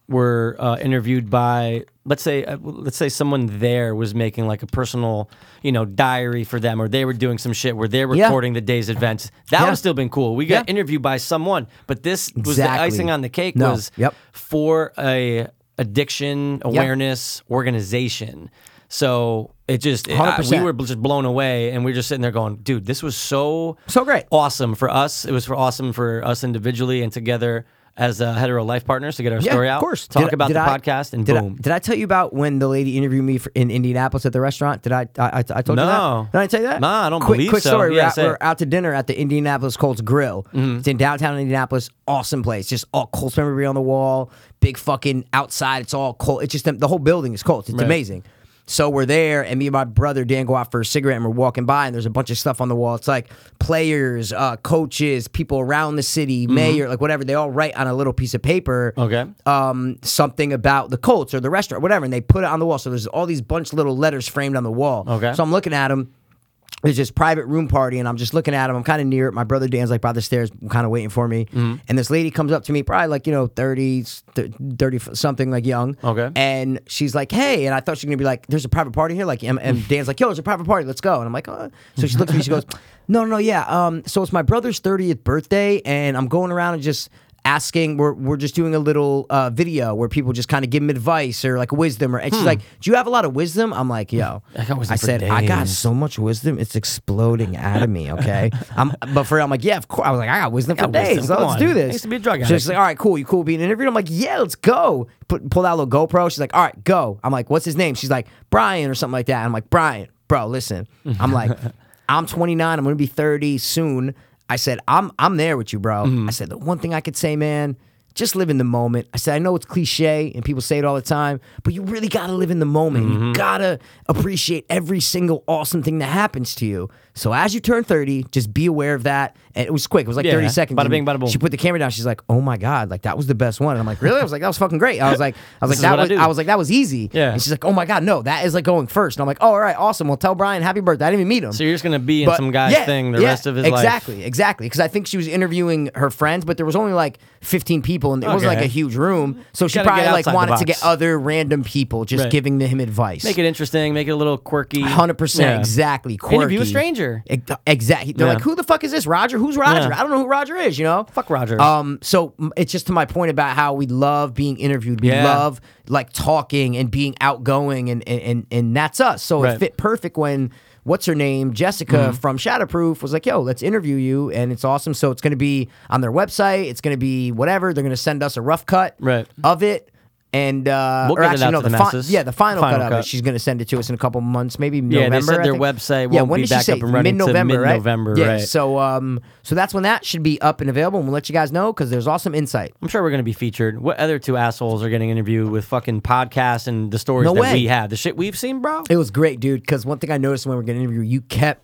Speaker 2: were uh, interviewed by, let's say, uh, let's say someone there was making like a personal, you know, diary for them, or they were doing some shit where they're
Speaker 1: Yeah.
Speaker 2: recording the day's events. That
Speaker 1: Yeah.
Speaker 2: would have still been cool. We got
Speaker 1: Yeah.
Speaker 2: interviewed by someone, but this was the
Speaker 1: Exactly.
Speaker 2: icing on the cake.
Speaker 1: No.
Speaker 2: Was
Speaker 1: Yep.
Speaker 2: for a addiction awareness organization. So it just it- I- we
Speaker 1: 100%.
Speaker 2: were just blown away, and we were just sitting there going, "Dude, this was so
Speaker 1: So great.
Speaker 2: awesome for us. It was for awesome for us individually and together as uh, hetero life partners to get our story out.
Speaker 1: Of course.
Speaker 2: Talk
Speaker 1: Did I-
Speaker 2: about
Speaker 1: did
Speaker 2: the
Speaker 1: I-
Speaker 2: podcast and
Speaker 1: did I-
Speaker 2: boom.
Speaker 1: did I tell you about when the lady interviewed me for, in Indianapolis at the restaurant? Did I? I, I, I told you
Speaker 2: No.
Speaker 1: that. Did I tell you that?
Speaker 2: No, I don't
Speaker 1: quick,
Speaker 2: believe
Speaker 1: Quick
Speaker 2: so.
Speaker 1: story.
Speaker 2: Yeah,
Speaker 1: we're, out,
Speaker 2: say it. Mm-hmm.
Speaker 1: we're out to dinner at the Indianapolis Colts Grill. It's in downtown Indianapolis. Awesome place. Just all Colts memorabilia on the wall. Big fucking outside. It's all Colt. It's just the, the whole building is Colts. It's amazing. So we're there, and me and my brother Dan go out for a cigarette, and we're walking by, and there's a bunch of stuff on the wall. It's like players, uh, coaches, people around the city,
Speaker 2: Mm-hmm.
Speaker 1: mayor, like whatever. They all write on a little piece of paper
Speaker 2: Okay.
Speaker 1: um, something about the Colts or the restaurant, whatever, and they put it on the wall. So there's all these bunch of little letters framed on the wall.
Speaker 2: Okay.
Speaker 1: So I'm looking at them. There's this private room party, and I'm just looking at them. I'm kind of near it. My brother Dan's like by the stairs, kind of waiting for me. And this lady comes up to me, probably like, you know, 30, 30 something, like young.
Speaker 2: Okay.
Speaker 1: And she's like, hey. And I thought she was going to be like, there's a private party here. Like, and, and Dan's like, yo, there's a private party. Let's go. And I'm like, uh. So she looks at me. She goes, no, no, no, yeah. Um, so it's my brother's 30th birthday, and I'm going around and just asking we're, we're just doing a little uh, video where people just kind of give him advice or like wisdom or and she's like do you have a lot of wisdom i'm like yo
Speaker 2: I got wisdom for
Speaker 1: said i got
Speaker 2: days."
Speaker 1: so much wisdom it's exploding out of me okay i'm but for real, i'm like yeah of course i was like i got wisdom for
Speaker 2: got wisdom,
Speaker 1: days so
Speaker 2: come
Speaker 1: let's
Speaker 2: on.
Speaker 1: do this
Speaker 2: I used to be a drug
Speaker 1: So she's
Speaker 2: addict.
Speaker 1: like all right cool you cool being interviewed i'm like yeah let's go Put, pull out a little gopro she's like all right go i'm like what's his name she's like brian or something like that i'm like brian bro listen i'm like i'm 29 i'm gonna be 30 soon i said i'm i'm there with you bro
Speaker 2: Mm-hmm.
Speaker 1: i said the one thing i could say man just live in the moment. I said, I know it's cliche and people say it all the time, but you really gotta live in the moment.
Speaker 2: Mm-hmm.
Speaker 1: You gotta appreciate every single awesome thing that happens to you. So as you turn 30, just be aware of that. And it was quick, it was like
Speaker 2: Yeah.
Speaker 1: 30 seconds.
Speaker 2: Bada
Speaker 1: and
Speaker 2: bing, bada boom.
Speaker 1: She put the camera down. She's like, Oh my God, like that was the best one. And I'm like, Really? I was like, That was fucking great. I was like, I was like,
Speaker 2: This is
Speaker 1: that
Speaker 2: what I
Speaker 1: was
Speaker 2: do.
Speaker 1: I, was like, that was easy.
Speaker 2: Yeah.
Speaker 1: And she's like, Oh my God, no, that is like going first. And I'm like, Oh, all right, awesome. Well, tell Brian happy birthday. I didn't even meet him.
Speaker 2: so you're just gonna be in
Speaker 1: But-
Speaker 2: some guy's
Speaker 1: yeah,
Speaker 2: thing the
Speaker 1: yeah,
Speaker 2: rest of his life.
Speaker 1: Exactly, exactly. Because I think she was interviewing her friends, but there was only like 15 people people, and it wasn't like
Speaker 2: Okay.
Speaker 1: a huge room. So she
Speaker 2: Gotta get
Speaker 1: probably like
Speaker 2: outside the
Speaker 1: wanted to get
Speaker 2: box.
Speaker 1: other random people just
Speaker 2: Right.
Speaker 1: giving him advice.
Speaker 2: Make it interesting. Make it a little quirky.
Speaker 1: Hundred percent,
Speaker 2: Yeah.
Speaker 1: exactly. Quirky.
Speaker 2: Interview a stranger.
Speaker 1: Exactly. They're
Speaker 2: Yeah.
Speaker 1: like, who the fuck is this? Roger? Who's Roger?
Speaker 2: Yeah.
Speaker 1: I don't know who Roger is. You know,
Speaker 2: Fuck Roger.
Speaker 1: Um. So m- it's just to my point about how we love being interviewed. We
Speaker 2: Yeah.
Speaker 1: love like talking and being outgoing, and and and, and that's us. So it
Speaker 2: Right. Mm-hmm.
Speaker 1: fit perfect when. What's her name? Jessica from Shadowproof was like, "Yo, let's interview you," and it's awesome. So it's going to be on their website. It's going to be whatever. They're going to send us a rough cut
Speaker 2: Right.
Speaker 1: of it, and uh,
Speaker 2: We'll
Speaker 1: or
Speaker 2: get it
Speaker 1: actually
Speaker 2: out
Speaker 1: no,
Speaker 2: to the
Speaker 1: fi-
Speaker 2: masses.
Speaker 1: yeah, the final,
Speaker 2: Final
Speaker 1: cut, of it.
Speaker 2: cut.
Speaker 1: She's going to send it to us in a couple months, maybe
Speaker 2: Yeah, they
Speaker 1: November.
Speaker 2: said
Speaker 1: I
Speaker 2: their
Speaker 1: think.
Speaker 2: website
Speaker 1: yeah,
Speaker 2: won't
Speaker 1: when
Speaker 2: be
Speaker 1: did she
Speaker 2: back
Speaker 1: say?
Speaker 2: up and running till
Speaker 1: Mid-November, right?
Speaker 2: mid-November,
Speaker 1: Yeah,
Speaker 2: right.
Speaker 1: So, um, so that's when that should be up and available, and we'll let you guys know because there's awesome insight.
Speaker 2: I'm sure we're going to be featured. What other two assholes are getting interviewed with fucking podcasts and the stories
Speaker 1: No
Speaker 2: that
Speaker 1: way.
Speaker 2: we have? The shit we've seen, bro.
Speaker 1: It was great, dude. Because one thing I noticed when we were getting interviewed, you kept.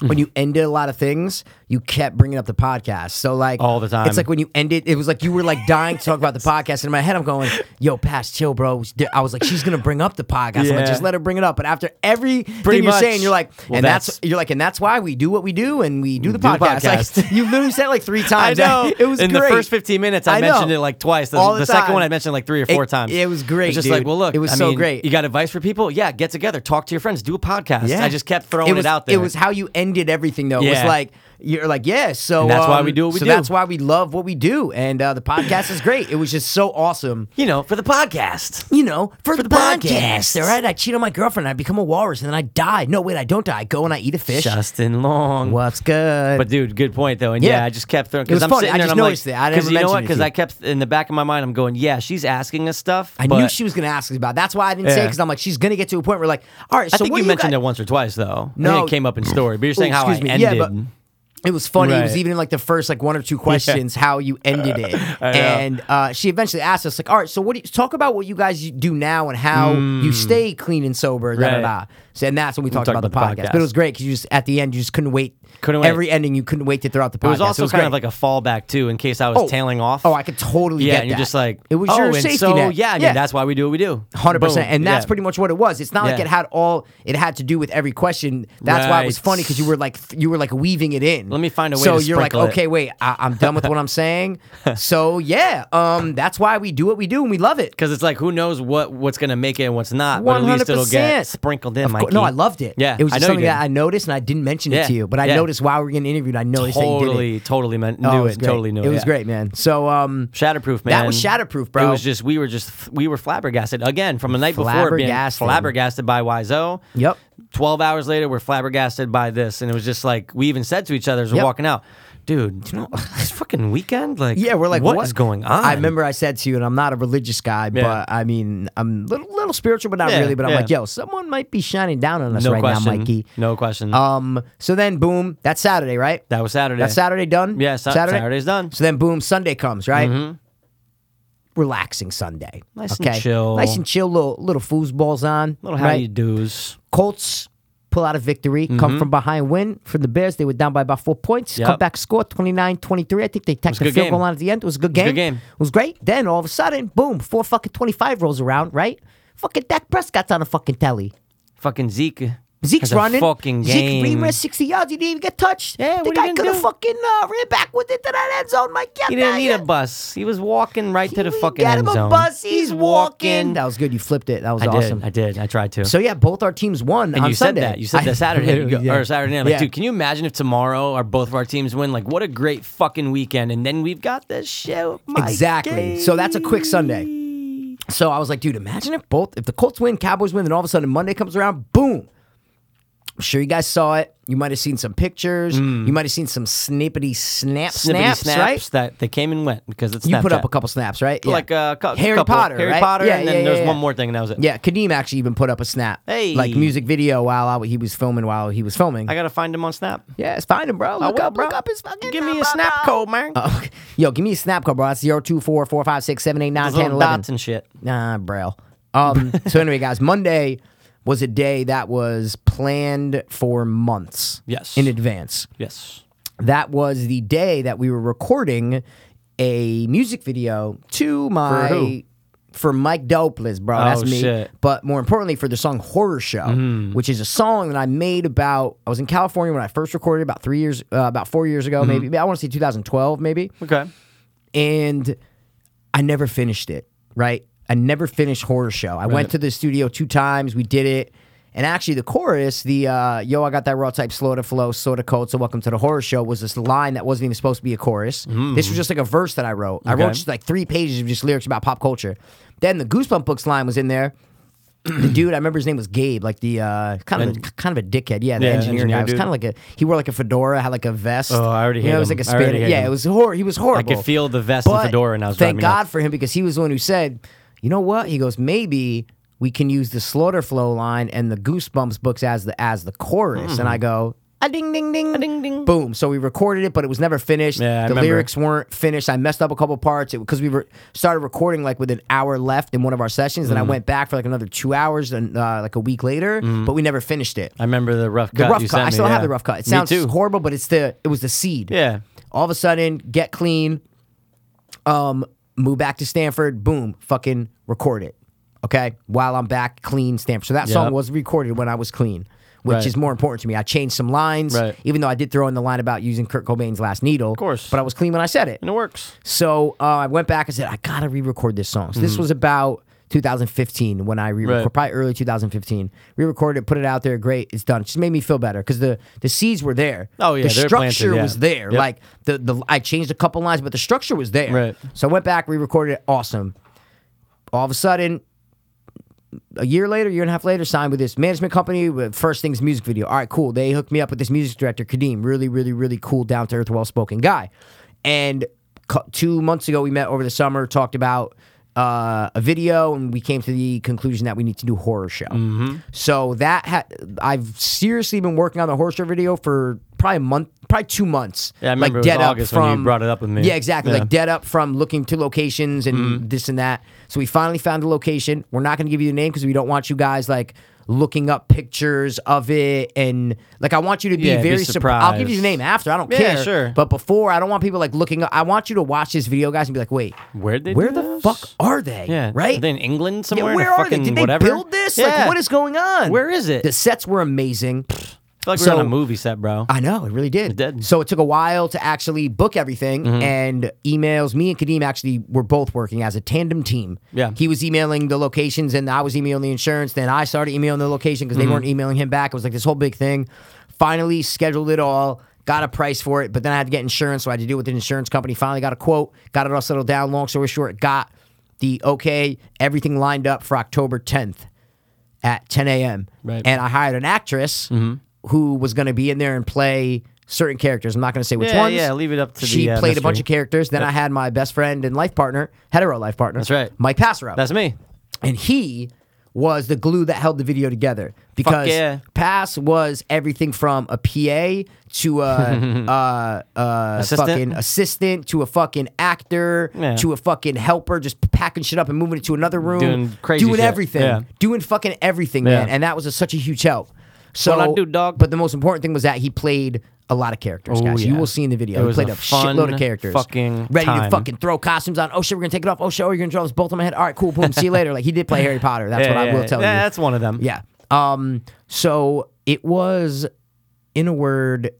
Speaker 1: When you ended a lot of things, you kept bringing up the podcast. So like
Speaker 2: All the time.
Speaker 1: it's like when you ended, it was like you were like dying to talk about the podcast. And in my head, I'm going, "Yo, pass, chill, bro." I was like, "She's gonna bring up the podcast." I'm like,
Speaker 2: Yeah.
Speaker 1: "Just let her bring it up." But after every thing
Speaker 2: Pretty
Speaker 1: you're
Speaker 2: much.
Speaker 1: saying, you're like,
Speaker 2: Well,
Speaker 1: "And that's,
Speaker 2: that's-
Speaker 1: you're like, and that's why we do what we do, and we do the
Speaker 2: do the
Speaker 1: podcast." Like,
Speaker 2: podcast.
Speaker 1: you literally said it like three times. it was
Speaker 2: in
Speaker 1: great.
Speaker 2: the first 15 minutes. I,
Speaker 1: I know.
Speaker 2: mentioned it like twice. The,
Speaker 1: All the
Speaker 2: second
Speaker 1: time.
Speaker 2: one I mentioned like three or four
Speaker 1: It-
Speaker 2: times.
Speaker 1: it was great,
Speaker 2: It's just
Speaker 1: dude.
Speaker 2: like, well, look,
Speaker 1: It was
Speaker 2: I
Speaker 1: so
Speaker 2: mean,
Speaker 1: great.
Speaker 2: You got advice for people? Yeah, get together, talk to your friends, do a podcast. I just kept throwing it,
Speaker 1: was-
Speaker 2: out there.
Speaker 1: It was how you ended everything, though. It was
Speaker 2: Yeah.
Speaker 1: like you're like, yeah. So
Speaker 2: And that's why
Speaker 1: um,
Speaker 2: we do what we
Speaker 1: so
Speaker 2: do.
Speaker 1: That's why we love what we do, and uh, the podcast is great. It was just so awesome.
Speaker 2: you know, for the podcast.
Speaker 1: You know, for, the, podcast,
Speaker 2: podcast.
Speaker 1: all right. I cheat on my girlfriend. I become a walrus, and then I die. No, wait, I don't die. I go and I eat a fish.
Speaker 2: Justin Long.
Speaker 1: What's good?
Speaker 2: But dude, good point though, and yeah,
Speaker 1: Yeah.
Speaker 2: I just kept throwing
Speaker 1: It was
Speaker 2: because I'm
Speaker 1: funny.
Speaker 2: sitting
Speaker 1: I
Speaker 2: there
Speaker 1: just
Speaker 2: and I'm
Speaker 1: noticed it.
Speaker 2: like,
Speaker 1: I never
Speaker 2: you know
Speaker 1: mentioned
Speaker 2: what?
Speaker 1: it to
Speaker 2: Because
Speaker 1: you.
Speaker 2: I kept in the back of my mind, I'm going, yeah, she's asking us stuff.
Speaker 1: I knew
Speaker 2: but
Speaker 1: she was going to ask us about. it. That's why I didn't say
Speaker 2: Yeah.
Speaker 1: because I'm like, she's going to get to a point where like, all right. So
Speaker 2: I think
Speaker 1: what
Speaker 2: you
Speaker 1: do
Speaker 2: mentioned
Speaker 1: guys-
Speaker 2: it once or twice though. I
Speaker 1: No.
Speaker 2: think it came up in story. But you're saying
Speaker 1: Oh,
Speaker 2: how I
Speaker 1: excuse me.
Speaker 2: ended.
Speaker 1: Yeah, but- It was funny. It was
Speaker 2: Right.
Speaker 1: even in like the first like one or two questions how you ended it, and uh, she eventually asked us like, "All right, so what? Do you, talk about what you guys do now and how you stay clean and sober." Da, da,
Speaker 2: Mm. Right.
Speaker 1: da. So, and that's when we talked
Speaker 2: talked
Speaker 1: about,
Speaker 2: about
Speaker 1: the
Speaker 2: the
Speaker 1: podcast.
Speaker 2: podcast.
Speaker 1: But it was great because you just at the end you just couldn't wait.
Speaker 2: Couldn't wait.
Speaker 1: Every ending you couldn't wait to throw out the podcast.
Speaker 2: It was also kind of
Speaker 1: great.
Speaker 2: like a fallback too, in case I was tailing off.
Speaker 1: Oh, I could totally
Speaker 2: yeah,
Speaker 1: get
Speaker 2: and you're
Speaker 1: that.
Speaker 2: just like,
Speaker 1: it was
Speaker 2: oh,
Speaker 1: your
Speaker 2: and
Speaker 1: safety
Speaker 2: so,
Speaker 1: net.
Speaker 2: Yeah, I mean, that's why we do what we do.
Speaker 1: Hundred percent,
Speaker 2: Boom.
Speaker 1: and that's
Speaker 2: Yeah.
Speaker 1: pretty much what it was. It's not like
Speaker 2: Yeah.
Speaker 1: it had all; it had to do with every question. That's why it was
Speaker 2: Right.
Speaker 1: funny because you were like you were like weaving it in.
Speaker 2: Let me find a way
Speaker 1: So
Speaker 2: to
Speaker 1: you're like,
Speaker 2: sprinkle it.
Speaker 1: okay, wait, I, I'm done with what I'm saying. So yeah, um, that's why we do what we do and we love it.
Speaker 2: Because it's like, who knows what what's gonna make it and what's not? But at least it'll
Speaker 1: 100%.
Speaker 2: get sprinkled in.
Speaker 1: Of cour-
Speaker 2: Mikey.
Speaker 1: no, I loved it.
Speaker 2: Yeah,
Speaker 1: it was
Speaker 2: I
Speaker 1: just
Speaker 2: know you
Speaker 1: something that
Speaker 2: did.
Speaker 1: I noticed and I didn't mention
Speaker 2: Yeah,
Speaker 1: it to you, but I
Speaker 2: yeah.
Speaker 1: noticed while we were getting interviewed, I noticed that you did it.
Speaker 2: totally, totally meant knew
Speaker 1: Oh,
Speaker 2: it.
Speaker 1: was great.
Speaker 2: Totally knew
Speaker 1: It was
Speaker 2: yeah.
Speaker 1: great, man. So um,
Speaker 2: Shatterproof, man.
Speaker 1: That was shatterproof, bro.
Speaker 2: It was just we were just we were flabbergasted again from the night before being
Speaker 1: Flabbergasted.
Speaker 2: flabbergasted by Wiseau.
Speaker 1: Yep.
Speaker 2: Twelve hours later, we're flabbergasted by this, and it was just like we even said to each other as we're
Speaker 1: Yep.
Speaker 2: walking out, dude. You know, this fucking weekend, like
Speaker 1: Yeah, we're like,
Speaker 2: what is going on?
Speaker 1: I remember I said to you, and I'm not a religious guy, but I mean, I'm a little, little spiritual, but not
Speaker 2: Yeah,
Speaker 1: really. But I'm
Speaker 2: yeah.
Speaker 1: like, yo, someone might be shining down on us
Speaker 2: no
Speaker 1: right
Speaker 2: question,
Speaker 1: now, Mikey.
Speaker 2: No question.
Speaker 1: Um. So then, boom, that's Saturday, right?
Speaker 2: that was Saturday.
Speaker 1: That's Saturday done.
Speaker 2: Yeah, Sa- Saturday's done.
Speaker 1: So then, boom, Sunday comes, right? Relaxing Sunday.
Speaker 2: Nice and
Speaker 1: okay?
Speaker 2: chill.
Speaker 1: Nice and chill. Little little foosballs on.
Speaker 2: Little how
Speaker 1: right?
Speaker 2: you do's.
Speaker 1: Colts pull out a victory, come from behind, win from the Bears. They were down by about four points,
Speaker 2: Mm-hmm. Yep.
Speaker 1: come back, score 29 23. I think they tacked
Speaker 2: a
Speaker 1: the
Speaker 2: good
Speaker 1: field
Speaker 2: game.
Speaker 1: goal line at the end. It was a good game.
Speaker 2: good game.
Speaker 1: It was great. Then all of a sudden, boom, four fucking 25 rolls around, right? Fucking Dak Prescott's on a fucking telly.
Speaker 2: Fucking Zeke.
Speaker 1: Zeke's
Speaker 2: has a
Speaker 1: running.
Speaker 2: fucking
Speaker 1: Zeke
Speaker 2: game.
Speaker 1: ran 60 yards. He didn't even get touched.
Speaker 2: Yeah,
Speaker 1: the
Speaker 2: what are
Speaker 1: guy
Speaker 2: you gonna
Speaker 1: could have
Speaker 2: do?
Speaker 1: fucking uh, ran back with it to that end zone. My God,
Speaker 2: He didn't need
Speaker 1: yeah.
Speaker 2: a bus. He was walking right to the
Speaker 1: We
Speaker 2: fucking
Speaker 1: got
Speaker 2: end
Speaker 1: him a
Speaker 2: zone.
Speaker 1: bus. He's, walking.
Speaker 2: walking.
Speaker 1: That was good. You flipped it. That was
Speaker 2: I did.
Speaker 1: awesome.
Speaker 2: I did. I tried to.
Speaker 1: So yeah, both our teams won
Speaker 2: And
Speaker 1: on
Speaker 2: you
Speaker 1: Sunday.
Speaker 2: said that. You said
Speaker 1: I-
Speaker 2: that Saturday you go-
Speaker 1: Yeah.
Speaker 2: or Saturday night. I'm Like,
Speaker 1: Yeah.
Speaker 2: dude, can you imagine if tomorrow or both of our teams win? Like, what a great fucking weekend! And then we've got this show. Mike
Speaker 1: Exactly. So that's a quick Sunday. So I was like, dude, imagine if both if the Colts win, Cowboys win, then all of a sudden Monday comes around, boom. I'm sure you guys saw it. You might have seen some pictures. You might have seen some snippety snap
Speaker 2: Snippety
Speaker 1: snaps,
Speaker 2: Mm. snaps
Speaker 1: right?
Speaker 2: that they came and went because it's
Speaker 1: You put up
Speaker 2: Snapchat.
Speaker 1: a couple snaps, right? Yeah.
Speaker 2: like uh, a cou-
Speaker 1: Harry
Speaker 2: couple.
Speaker 1: Potter,
Speaker 2: Harry
Speaker 1: right?
Speaker 2: Potter,
Speaker 1: Yeah,
Speaker 2: and then
Speaker 1: yeah,
Speaker 2: there's
Speaker 1: yeah.
Speaker 2: one more thing, and that was it.
Speaker 1: Yeah, Kadeem actually even put up a snap,
Speaker 2: Hey.
Speaker 1: like music video while I, he was filming while he was filming.
Speaker 2: I gotta find him on Snap.
Speaker 1: yeah, it's fine, bro. Look
Speaker 2: will,
Speaker 1: up,
Speaker 2: bro.
Speaker 1: look up his fucking.
Speaker 2: Give me
Speaker 1: number,
Speaker 2: a Snap
Speaker 1: bro.
Speaker 2: code, man.
Speaker 1: Oh, okay. yo, give me a snap code, bro. That's zero two four four five six seven eight nine
Speaker 2: Those
Speaker 1: ten
Speaker 2: little
Speaker 1: eleven.
Speaker 2: dots and shit.
Speaker 1: Nah, bro. Um, so anyway, guys, Monday was a day that was planned for months.
Speaker 2: Yes.
Speaker 1: In advance.
Speaker 2: Yes.
Speaker 1: That was the day that we were recording a music video to my
Speaker 2: For who? Oh,
Speaker 1: for Mike Dopeless, bro. That's me.
Speaker 2: shit. Mm-hmm.
Speaker 1: But more importantly, for the song Horror Show, which is a song that I made about I was in California when I first recorded about
Speaker 2: Mm-hmm.
Speaker 1: three years uh, about four years ago, maybe I want to say 2012, maybe
Speaker 2: Okay.
Speaker 1: and I never finished it, right? I never finished horror show. I went to the studio two times, we did it. And actually the chorus, the uh, yo, I got that raw type slow to flow, sort of cold, so welcome to the horror show was this line that wasn't even supposed to be a chorus.
Speaker 2: Mm.
Speaker 1: This was just like a verse that I wrote. I wrote just like three pages of just lyrics about pop culture. Then the Goosebump books line was in there. the dude, I remember his name was Gabe, like the uh, kind of a, kind of a dickhead. Yeah, the
Speaker 2: Yeah,
Speaker 1: engineer,
Speaker 2: engineer
Speaker 1: guy. It was
Speaker 2: dude.
Speaker 1: kind of like a he wore like a fedora, had like a vest.
Speaker 2: Oh, I already
Speaker 1: You know,
Speaker 2: hate
Speaker 1: it was
Speaker 2: him.
Speaker 1: like a
Speaker 2: I already
Speaker 1: spin.
Speaker 2: hate
Speaker 1: Yeah,
Speaker 2: him.
Speaker 1: it was horror. He was horrible.
Speaker 2: feel the vest and fedora and I was driving
Speaker 1: thank
Speaker 2: me nuts.
Speaker 1: God for him because he was the one who said, "You know what?" He goes, "Maybe we can use the Slaughter Flow line and the Goosebumps books as the as the chorus." And I
Speaker 2: Hmm.
Speaker 1: go. A ding ding ding ding ding boom. So we recorded it, but it was never finished.
Speaker 2: Yeah, I
Speaker 1: the
Speaker 2: remember.
Speaker 1: lyrics weren't finished. I messed up a couple parts because we were started recording like with an hour left in one of our sessions,
Speaker 2: Hmm.
Speaker 1: and I went back for like another two hours and uh, like a week later, but we never finished it.
Speaker 2: I remember the rough
Speaker 1: The
Speaker 2: cut.
Speaker 1: rough
Speaker 2: you
Speaker 1: cut.
Speaker 2: sent
Speaker 1: I
Speaker 2: me,
Speaker 1: still
Speaker 2: yeah.
Speaker 1: have the rough cut. It
Speaker 2: Me
Speaker 1: sounds
Speaker 2: too.
Speaker 1: horrible, but it's the it was the seed.
Speaker 2: Yeah.
Speaker 1: All of a sudden, get clean. Um, move back to Stanford. Boom, fucking record it. Okay, while I'm back clean, Stanford. So that song
Speaker 2: Yep.
Speaker 1: was recorded when I was clean, which
Speaker 2: Right.
Speaker 1: is more important to me. I changed some lines,
Speaker 2: Right.
Speaker 1: even though I did throw in the line about using Kurt Cobain's last needle. Of
Speaker 2: course.
Speaker 1: but I was clean when I said it.
Speaker 2: And it works.
Speaker 1: So uh, I went back and said, I gotta re-record this song. So this was about 2015 when I re-recorded,
Speaker 2: Hmm. Right.
Speaker 1: probably early 2015. Re-recorded, it, put it out there. Great, it's done. It just made me feel better because the the seeds were there.
Speaker 2: Oh, yeah,
Speaker 1: the
Speaker 2: they're
Speaker 1: structure
Speaker 2: planted, yeah.
Speaker 1: was there.
Speaker 2: Yep.
Speaker 1: Like the the I changed a couple lines, but the structure was there.
Speaker 2: Right.
Speaker 1: So I went back, re-recorded it. Awesome. All of a sudden, a year later, year and a half later, signed with this management company. With First things music video. All right, cool. They hooked me up with this music director, Kadeem. Really, really, really cool, down to earth, well spoken guy. And cu- two months ago, we met over the summer, talked about uh, a video, and we came to the conclusion that we need to do horror show.
Speaker 2: Mm-hmm.
Speaker 1: So that ha- I've seriously been working on the horror show video for probably a month, probably two months.
Speaker 2: Yeah, I remember it was August when you brought it up with me.
Speaker 1: Yeah, exactly.
Speaker 2: Yeah.
Speaker 1: Like dead up from looking to locations and
Speaker 2: Mm-hmm.
Speaker 1: this and that. So we finally found a location. We're not going to give you the name because we don't want you guys like looking up pictures of it and like I want you to be
Speaker 2: Yeah, be
Speaker 1: very surprised. I'll give you the
Speaker 2: surprised.
Speaker 1: name after. I don't
Speaker 2: Yeah,
Speaker 1: care.
Speaker 2: sure.
Speaker 1: But before, I don't want people like looking up. I want you to watch this video, guys, and be like, wait,
Speaker 2: Where'd they
Speaker 1: where
Speaker 2: do
Speaker 1: the
Speaker 2: this?
Speaker 1: fuck are they?
Speaker 2: Yeah.
Speaker 1: right.
Speaker 2: Are they in England
Speaker 1: Yeah,
Speaker 2: somewhere? in a
Speaker 1: where are they?
Speaker 2: fucking
Speaker 1: Did they
Speaker 2: whatever?
Speaker 1: build this?
Speaker 2: Yeah.
Speaker 1: Like, what is going on?
Speaker 2: Where is it?
Speaker 1: The sets were amazing.
Speaker 2: I feel like
Speaker 1: So- Uh,
Speaker 2: we're on a movie set, bro.
Speaker 1: I know, it Mm-hmm. really did.
Speaker 2: did.
Speaker 1: So it took a while to actually book everything and emails. Me and Kadeem actually were both working as a tandem team.
Speaker 2: Yeah.
Speaker 1: He was emailing the locations and I was emailing the insurance. Then I started emailing the location because they weren't emailing him back. It was like this whole big thing. Finally scheduled it all, got a price for it, but then I had to get insurance. So I had to deal with an insurance company. Finally got a quote, got it all settled down. Long story short, got the okay, everything lined up for October 10th at 10 a.m.
Speaker 2: Right. Mm-hmm.
Speaker 1: And I hired an actress who was going to be in there and play certain characters. I'm not going to say which
Speaker 2: Yeah,
Speaker 1: ones.
Speaker 2: yeah, leave it up to
Speaker 1: She
Speaker 2: the, uh,
Speaker 1: played a bunch
Speaker 2: mystery.
Speaker 1: of characters. Then I had my best friend and life partner, hetero life partner.
Speaker 2: That's right.
Speaker 1: Mike Passero.
Speaker 2: That's me.
Speaker 1: and he was the glue that held the video together because
Speaker 2: yeah.
Speaker 1: Pass was everything from a PA to a, uh, uh,
Speaker 2: Assistant?
Speaker 1: fucking assistant to a fucking actor
Speaker 2: Yeah.
Speaker 1: to a fucking helper, just packing shit up and moving it to another room,
Speaker 2: Doing crazy
Speaker 1: doing
Speaker 2: shit.
Speaker 1: everything,
Speaker 2: Yeah.
Speaker 1: doing fucking everything,
Speaker 2: Yeah.
Speaker 1: man. And that was a, such a huge help. So,
Speaker 2: What I do, dog?
Speaker 1: but the most important thing was that he played a lot of characters,
Speaker 2: Oh,
Speaker 1: guys. You
Speaker 2: yeah.
Speaker 1: will see in the video.
Speaker 2: It
Speaker 1: he
Speaker 2: was
Speaker 1: played
Speaker 2: a
Speaker 1: a, shitload
Speaker 2: fun
Speaker 1: of characters.
Speaker 2: fucking
Speaker 1: ready to
Speaker 2: time.
Speaker 1: fucking throw costumes on. Oh shit, we're gonna take it off. Oh shit, we're gonna draw this bolt on my head. All right, cool, boom. See you later. Like he did play Harry Potter. That's
Speaker 2: yeah,
Speaker 1: what I
Speaker 2: yeah,
Speaker 1: will tell
Speaker 2: yeah,
Speaker 1: you.
Speaker 2: That's one of them.
Speaker 1: Yeah. Um. So it was, in a word,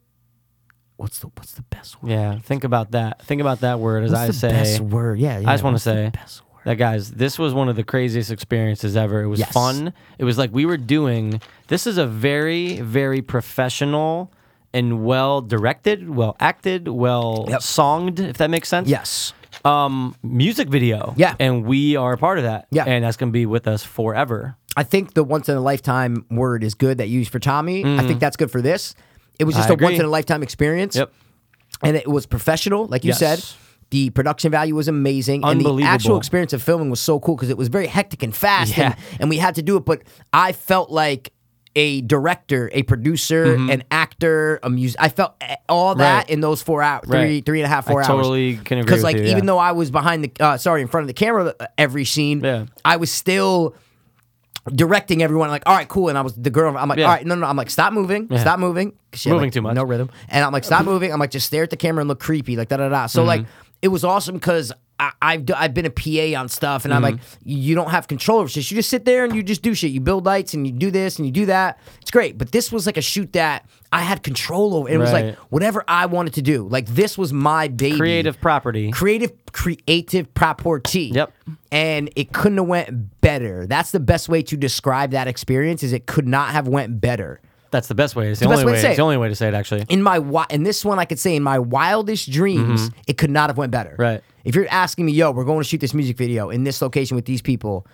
Speaker 1: what's the what's the best word?
Speaker 2: Yeah. Think about that. Think about that word as
Speaker 1: What's
Speaker 2: I
Speaker 1: the
Speaker 2: say.
Speaker 1: best word? Yeah. yeah
Speaker 2: I just want to
Speaker 1: what's the
Speaker 2: say
Speaker 1: best word?
Speaker 2: that, guys, this was one of the craziest experiences ever. It was
Speaker 1: Yes.
Speaker 2: fun. It was like we were doing this is a very, very professional and well directed, well acted, well
Speaker 1: Yep.
Speaker 2: songed, if that makes sense.
Speaker 1: Yes.
Speaker 2: Um, music video.
Speaker 1: Yeah.
Speaker 2: And we are a part of that.
Speaker 1: Yeah.
Speaker 2: And that's going to be with us forever.
Speaker 1: I think the once in a lifetime word is good that you used for Tommy. I think that's good for this. It was just
Speaker 2: Mm-hmm. I
Speaker 1: a
Speaker 2: agree.
Speaker 1: once in a lifetime experience.
Speaker 2: Yep.
Speaker 1: and it was professional, like you
Speaker 2: Yes.
Speaker 1: said. The production value was amazing, and the
Speaker 2: Unbelievable.
Speaker 1: actual experience of filming was so cool because it was very hectic and fast,
Speaker 2: Yeah.
Speaker 1: and, and we had to do it. But I felt like a director, a producer, an actor, a music. I felt eh, all that
Speaker 2: Mm-hmm. Right.
Speaker 1: in those four hours, three,
Speaker 2: Right.
Speaker 1: three and a half,
Speaker 2: I
Speaker 1: four hours.
Speaker 2: totally can agree
Speaker 1: Because
Speaker 2: with
Speaker 1: like
Speaker 2: you,
Speaker 1: even
Speaker 2: yeah.
Speaker 1: though I was behind the, uh, sorry, in front of the camera uh, every scene,
Speaker 2: Yeah.
Speaker 1: I was still directing everyone like all right cool and i was the girl i'm like
Speaker 2: Yeah.
Speaker 1: all right no no no." i'm like stop moving stop moving 'Cause she had,
Speaker 2: Moving
Speaker 1: like,
Speaker 2: too much. Mm-hmm.
Speaker 1: no rhythm and i'm like stop moving i'm like just stare at the camera and look creepy like da da da so like it was awesome because I, I've d- I've been a PA on stuff, and I'm like,
Speaker 2: Mm-hmm.
Speaker 1: you don't have control over shit. You just sit there and you just do shit. You build lights and you do this and you do that. It's great, but this was like a shoot that I had control over. It was like
Speaker 2: Right.
Speaker 1: whatever I wanted to do. Like this was my baby.
Speaker 2: Creative property.
Speaker 1: Creative, creative property.
Speaker 2: Yep.
Speaker 1: And it couldn't have went better. That's the best way to describe that experience. Is it could not have went better.
Speaker 2: That's the best way. It's the,
Speaker 1: the best
Speaker 2: only
Speaker 1: way
Speaker 2: way.
Speaker 1: to say
Speaker 2: It's
Speaker 1: it.
Speaker 2: the only way to say it actually.
Speaker 1: in my wi- in this one I could say in my wildest dreams it could not have went better.
Speaker 2: Mm-hmm. Right.
Speaker 1: If you're asking me, yo, we're going to shoot this music video in this location with these people,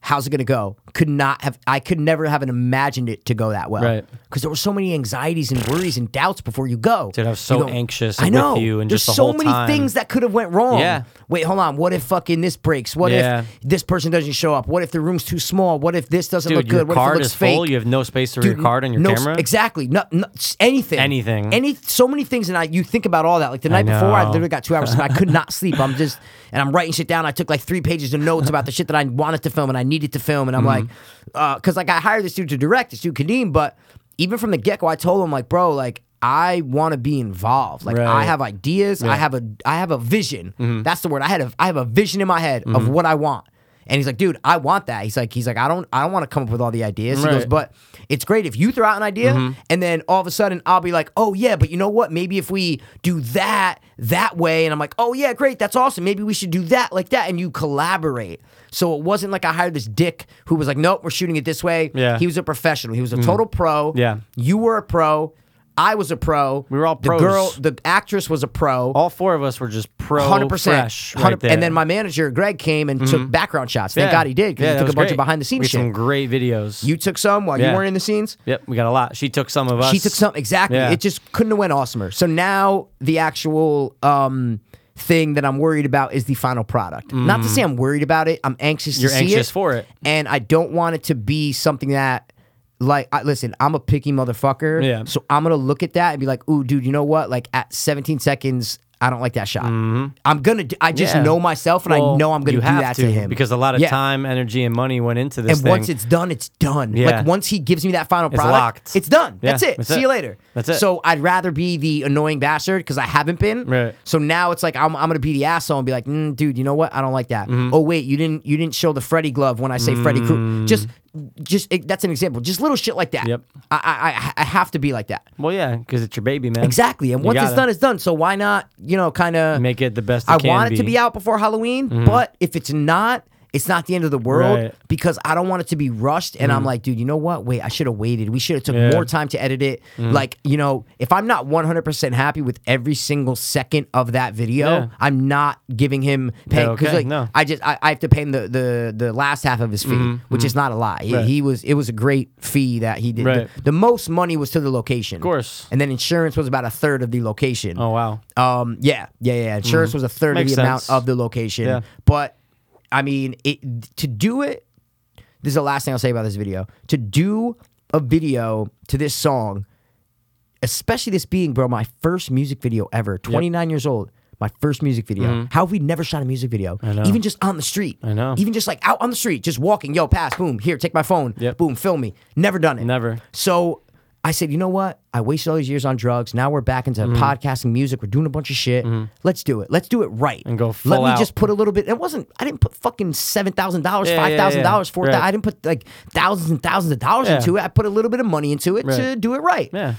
Speaker 1: how's it gonna go? Could not have I could never have imagined it to go that well.
Speaker 2: Right.
Speaker 1: Because there were so many anxieties and worries and doubts before you go.
Speaker 2: Dude, I was so
Speaker 1: You go,
Speaker 2: anxious
Speaker 1: I
Speaker 2: with
Speaker 1: know.
Speaker 2: you and
Speaker 1: There's
Speaker 2: just the
Speaker 1: so
Speaker 2: whole
Speaker 1: many
Speaker 2: time.
Speaker 1: things that could have went wrong.
Speaker 2: Yeah.
Speaker 1: Wait, hold on. What if fucking this breaks? What
Speaker 2: Yeah.
Speaker 1: if this person doesn't show up? What if the room's too small? What if this doesn't look
Speaker 2: Dude,
Speaker 1: good?
Speaker 2: your
Speaker 1: what if it
Speaker 2: card
Speaker 1: looks
Speaker 2: is
Speaker 1: fake?
Speaker 2: full. You have no space to
Speaker 1: Dude,
Speaker 2: your card on your
Speaker 1: no, s-
Speaker 2: camera.
Speaker 1: Exactly. No, no, s- anything.
Speaker 2: Anything.
Speaker 1: Any. So many things, and I you think about all that. Like the night before, I
Speaker 2: know.
Speaker 1: literally got two hours. of sleep. I could not sleep. I'm just and I'm writing shit down. I took like three pages of notes about the shit that I wanted to film and I needed to film, and I'm
Speaker 2: Mm-hmm.
Speaker 1: like, because like I hired this dude to direct, this dude Kadeem, but even from the get go, I told him like, bro, like. I want to be involved. Like I
Speaker 2: Right.
Speaker 1: have ideas. I have a I have a vision.
Speaker 2: Mm-hmm.
Speaker 1: That's the word. I had a I have a vision in my head of what I want. And he's like, dude, I want that. He's like, he's like, I don't I don't want to come up with all the ideas. He goes,
Speaker 2: Right. Mm-hmm.
Speaker 1: but but it's great if you throw out an idea and then all of a sudden I'll be like, oh yeah, but you know what? Maybe if we do that that way, and I'm like, oh yeah, great, that's awesome. Maybe we should do that like that, and you collaborate. So it wasn't like I hired this dick who was like, nope, we're shooting it this way.
Speaker 2: Yeah. Mm-hmm.
Speaker 1: He was a professional. He was a total pro.
Speaker 2: Yeah.
Speaker 1: You were a pro. I was a pro. We
Speaker 2: were all
Speaker 1: the
Speaker 2: pros.
Speaker 1: girl, the actress was a pro.
Speaker 2: All four of us were just pro
Speaker 1: 100%.
Speaker 2: Oh, fresh. Right
Speaker 1: 100%
Speaker 2: there. Mm-hmm.
Speaker 1: and then my manager, Greg, came and took background shots. Thank God he did because
Speaker 2: Yeah,
Speaker 1: he
Speaker 2: that
Speaker 1: took a
Speaker 2: was
Speaker 1: bunch
Speaker 2: great.
Speaker 1: of behind the scenes
Speaker 2: We had
Speaker 1: shit.
Speaker 2: Some great videos.
Speaker 1: you took some while you
Speaker 2: Yeah.
Speaker 1: weren't in the scenes?
Speaker 2: Yep, we got a lot. She took some of us.
Speaker 1: She took some exactly.
Speaker 2: Yeah.
Speaker 1: It just couldn't have went awesomer. So now the actual um, thing that I'm worried about is the final product. Not to say I'm worried about it. I'm anxious.
Speaker 2: Mm. You're
Speaker 1: to see
Speaker 2: anxious
Speaker 1: it,
Speaker 2: for it.
Speaker 1: and I don't want it to be something that. Like, I, listen, I'm a picky motherfucker.
Speaker 2: Yeah.
Speaker 1: So I'm gonna look at that and be like, "Ooh, dude, you know what? Like at 17 seconds, I don't like that shot. I'm gonna. Do, I just
Speaker 2: Mm-hmm. Yeah.
Speaker 1: know myself, and I
Speaker 2: Well,
Speaker 1: know I'm gonna
Speaker 2: you
Speaker 1: do
Speaker 2: have
Speaker 1: that to, him
Speaker 2: because a lot of
Speaker 1: Yeah.
Speaker 2: time, energy, and money went into this.
Speaker 1: And once
Speaker 2: thing.
Speaker 1: it's done, it's done.
Speaker 2: Yeah.
Speaker 1: Like once he gives me that final product,
Speaker 2: locked.
Speaker 1: it's done.
Speaker 2: Yeah,
Speaker 1: that's it.
Speaker 2: that's
Speaker 1: See
Speaker 2: it.
Speaker 1: you later.
Speaker 2: That's it.
Speaker 1: So I'd rather be the annoying bastard because I haven't been.
Speaker 2: Right.
Speaker 1: So now it's like I'm, I'm gonna be the asshole and be like, mm, dude, you know what? I don't like that.
Speaker 2: Mm-hmm.
Speaker 1: Oh wait, you didn't you didn't show the Freddy glove when I say Freddy Krueger. Just just it, that's an example. Just little shit like that.
Speaker 2: Mm. Yep.
Speaker 1: I- I I, I have to be like that.
Speaker 2: well, yeah, because it's your baby, man.
Speaker 1: Exactly. And
Speaker 2: You
Speaker 1: once it's
Speaker 2: gotta
Speaker 1: done, it's done. So why not, you know, kind of
Speaker 2: Make it the best. It
Speaker 1: I
Speaker 2: can
Speaker 1: want
Speaker 2: be.
Speaker 1: it to be out before Halloween, but if it's not, it's not the end of the world
Speaker 2: Right. Mm.
Speaker 1: because I don't want it to be rushed. And I'm like, dude, you know what? Wait, I should have waited. We should have took
Speaker 2: Yeah. Mm.
Speaker 1: more time to edit it. Like, you know, if I'm not 100% happy with every single second of that video,
Speaker 2: Yeah.
Speaker 1: I'm not giving him pay because
Speaker 2: okay,
Speaker 1: like
Speaker 2: no. Mm-hmm,
Speaker 1: I just I, I have to pay him the, the the last half of his fee, which is not a lot. He-
Speaker 2: Right.
Speaker 1: He was it was a great fee that he did. The-
Speaker 2: Right.
Speaker 1: The, most money was to the location, of
Speaker 2: course.
Speaker 1: and then insurance was about a third of the location.
Speaker 2: Oh wow.
Speaker 1: Um. Yeah. Yeah. Yeah. Insurance was a third
Speaker 2: Mm. Makes
Speaker 1: of the amount
Speaker 2: sense.
Speaker 1: of the location.
Speaker 2: Yeah.
Speaker 1: But I mean, it to do it. This is the last thing I'll say about this video. To do a video to this song, especially this being, bro, my first music video ever. Twenty nine years old. My first music video. How have we never shot a music video?
Speaker 2: Mm-hmm. know.
Speaker 1: Even just on the street. I
Speaker 2: know.
Speaker 1: Even just like out on the street, just walking. Yo, pass. Boom. Here, take my phone.
Speaker 2: Yep.
Speaker 1: Boom. Film me. Never done it.
Speaker 2: Never.
Speaker 1: So I said, you know what? I wasted all these years on drugs. Now we're back into
Speaker 2: Mm-hmm.
Speaker 1: podcasting, music. We're doing a bunch of shit. Let's do it. Let's do it right. And
Speaker 2: go
Speaker 1: Let
Speaker 2: full
Speaker 1: me
Speaker 2: out.
Speaker 1: just put a little bit. It wasn't. I didn't put fucking seven thousand dollars,
Speaker 2: Yeah, yeah,
Speaker 1: five
Speaker 2: yeah.
Speaker 1: thousand dollars, four.
Speaker 2: Right.
Speaker 1: I didn't put like thousands and thousands of dollars
Speaker 2: Yeah.
Speaker 1: into it. I put a little bit of money into it to
Speaker 2: Right.
Speaker 1: do it right.
Speaker 2: Yeah.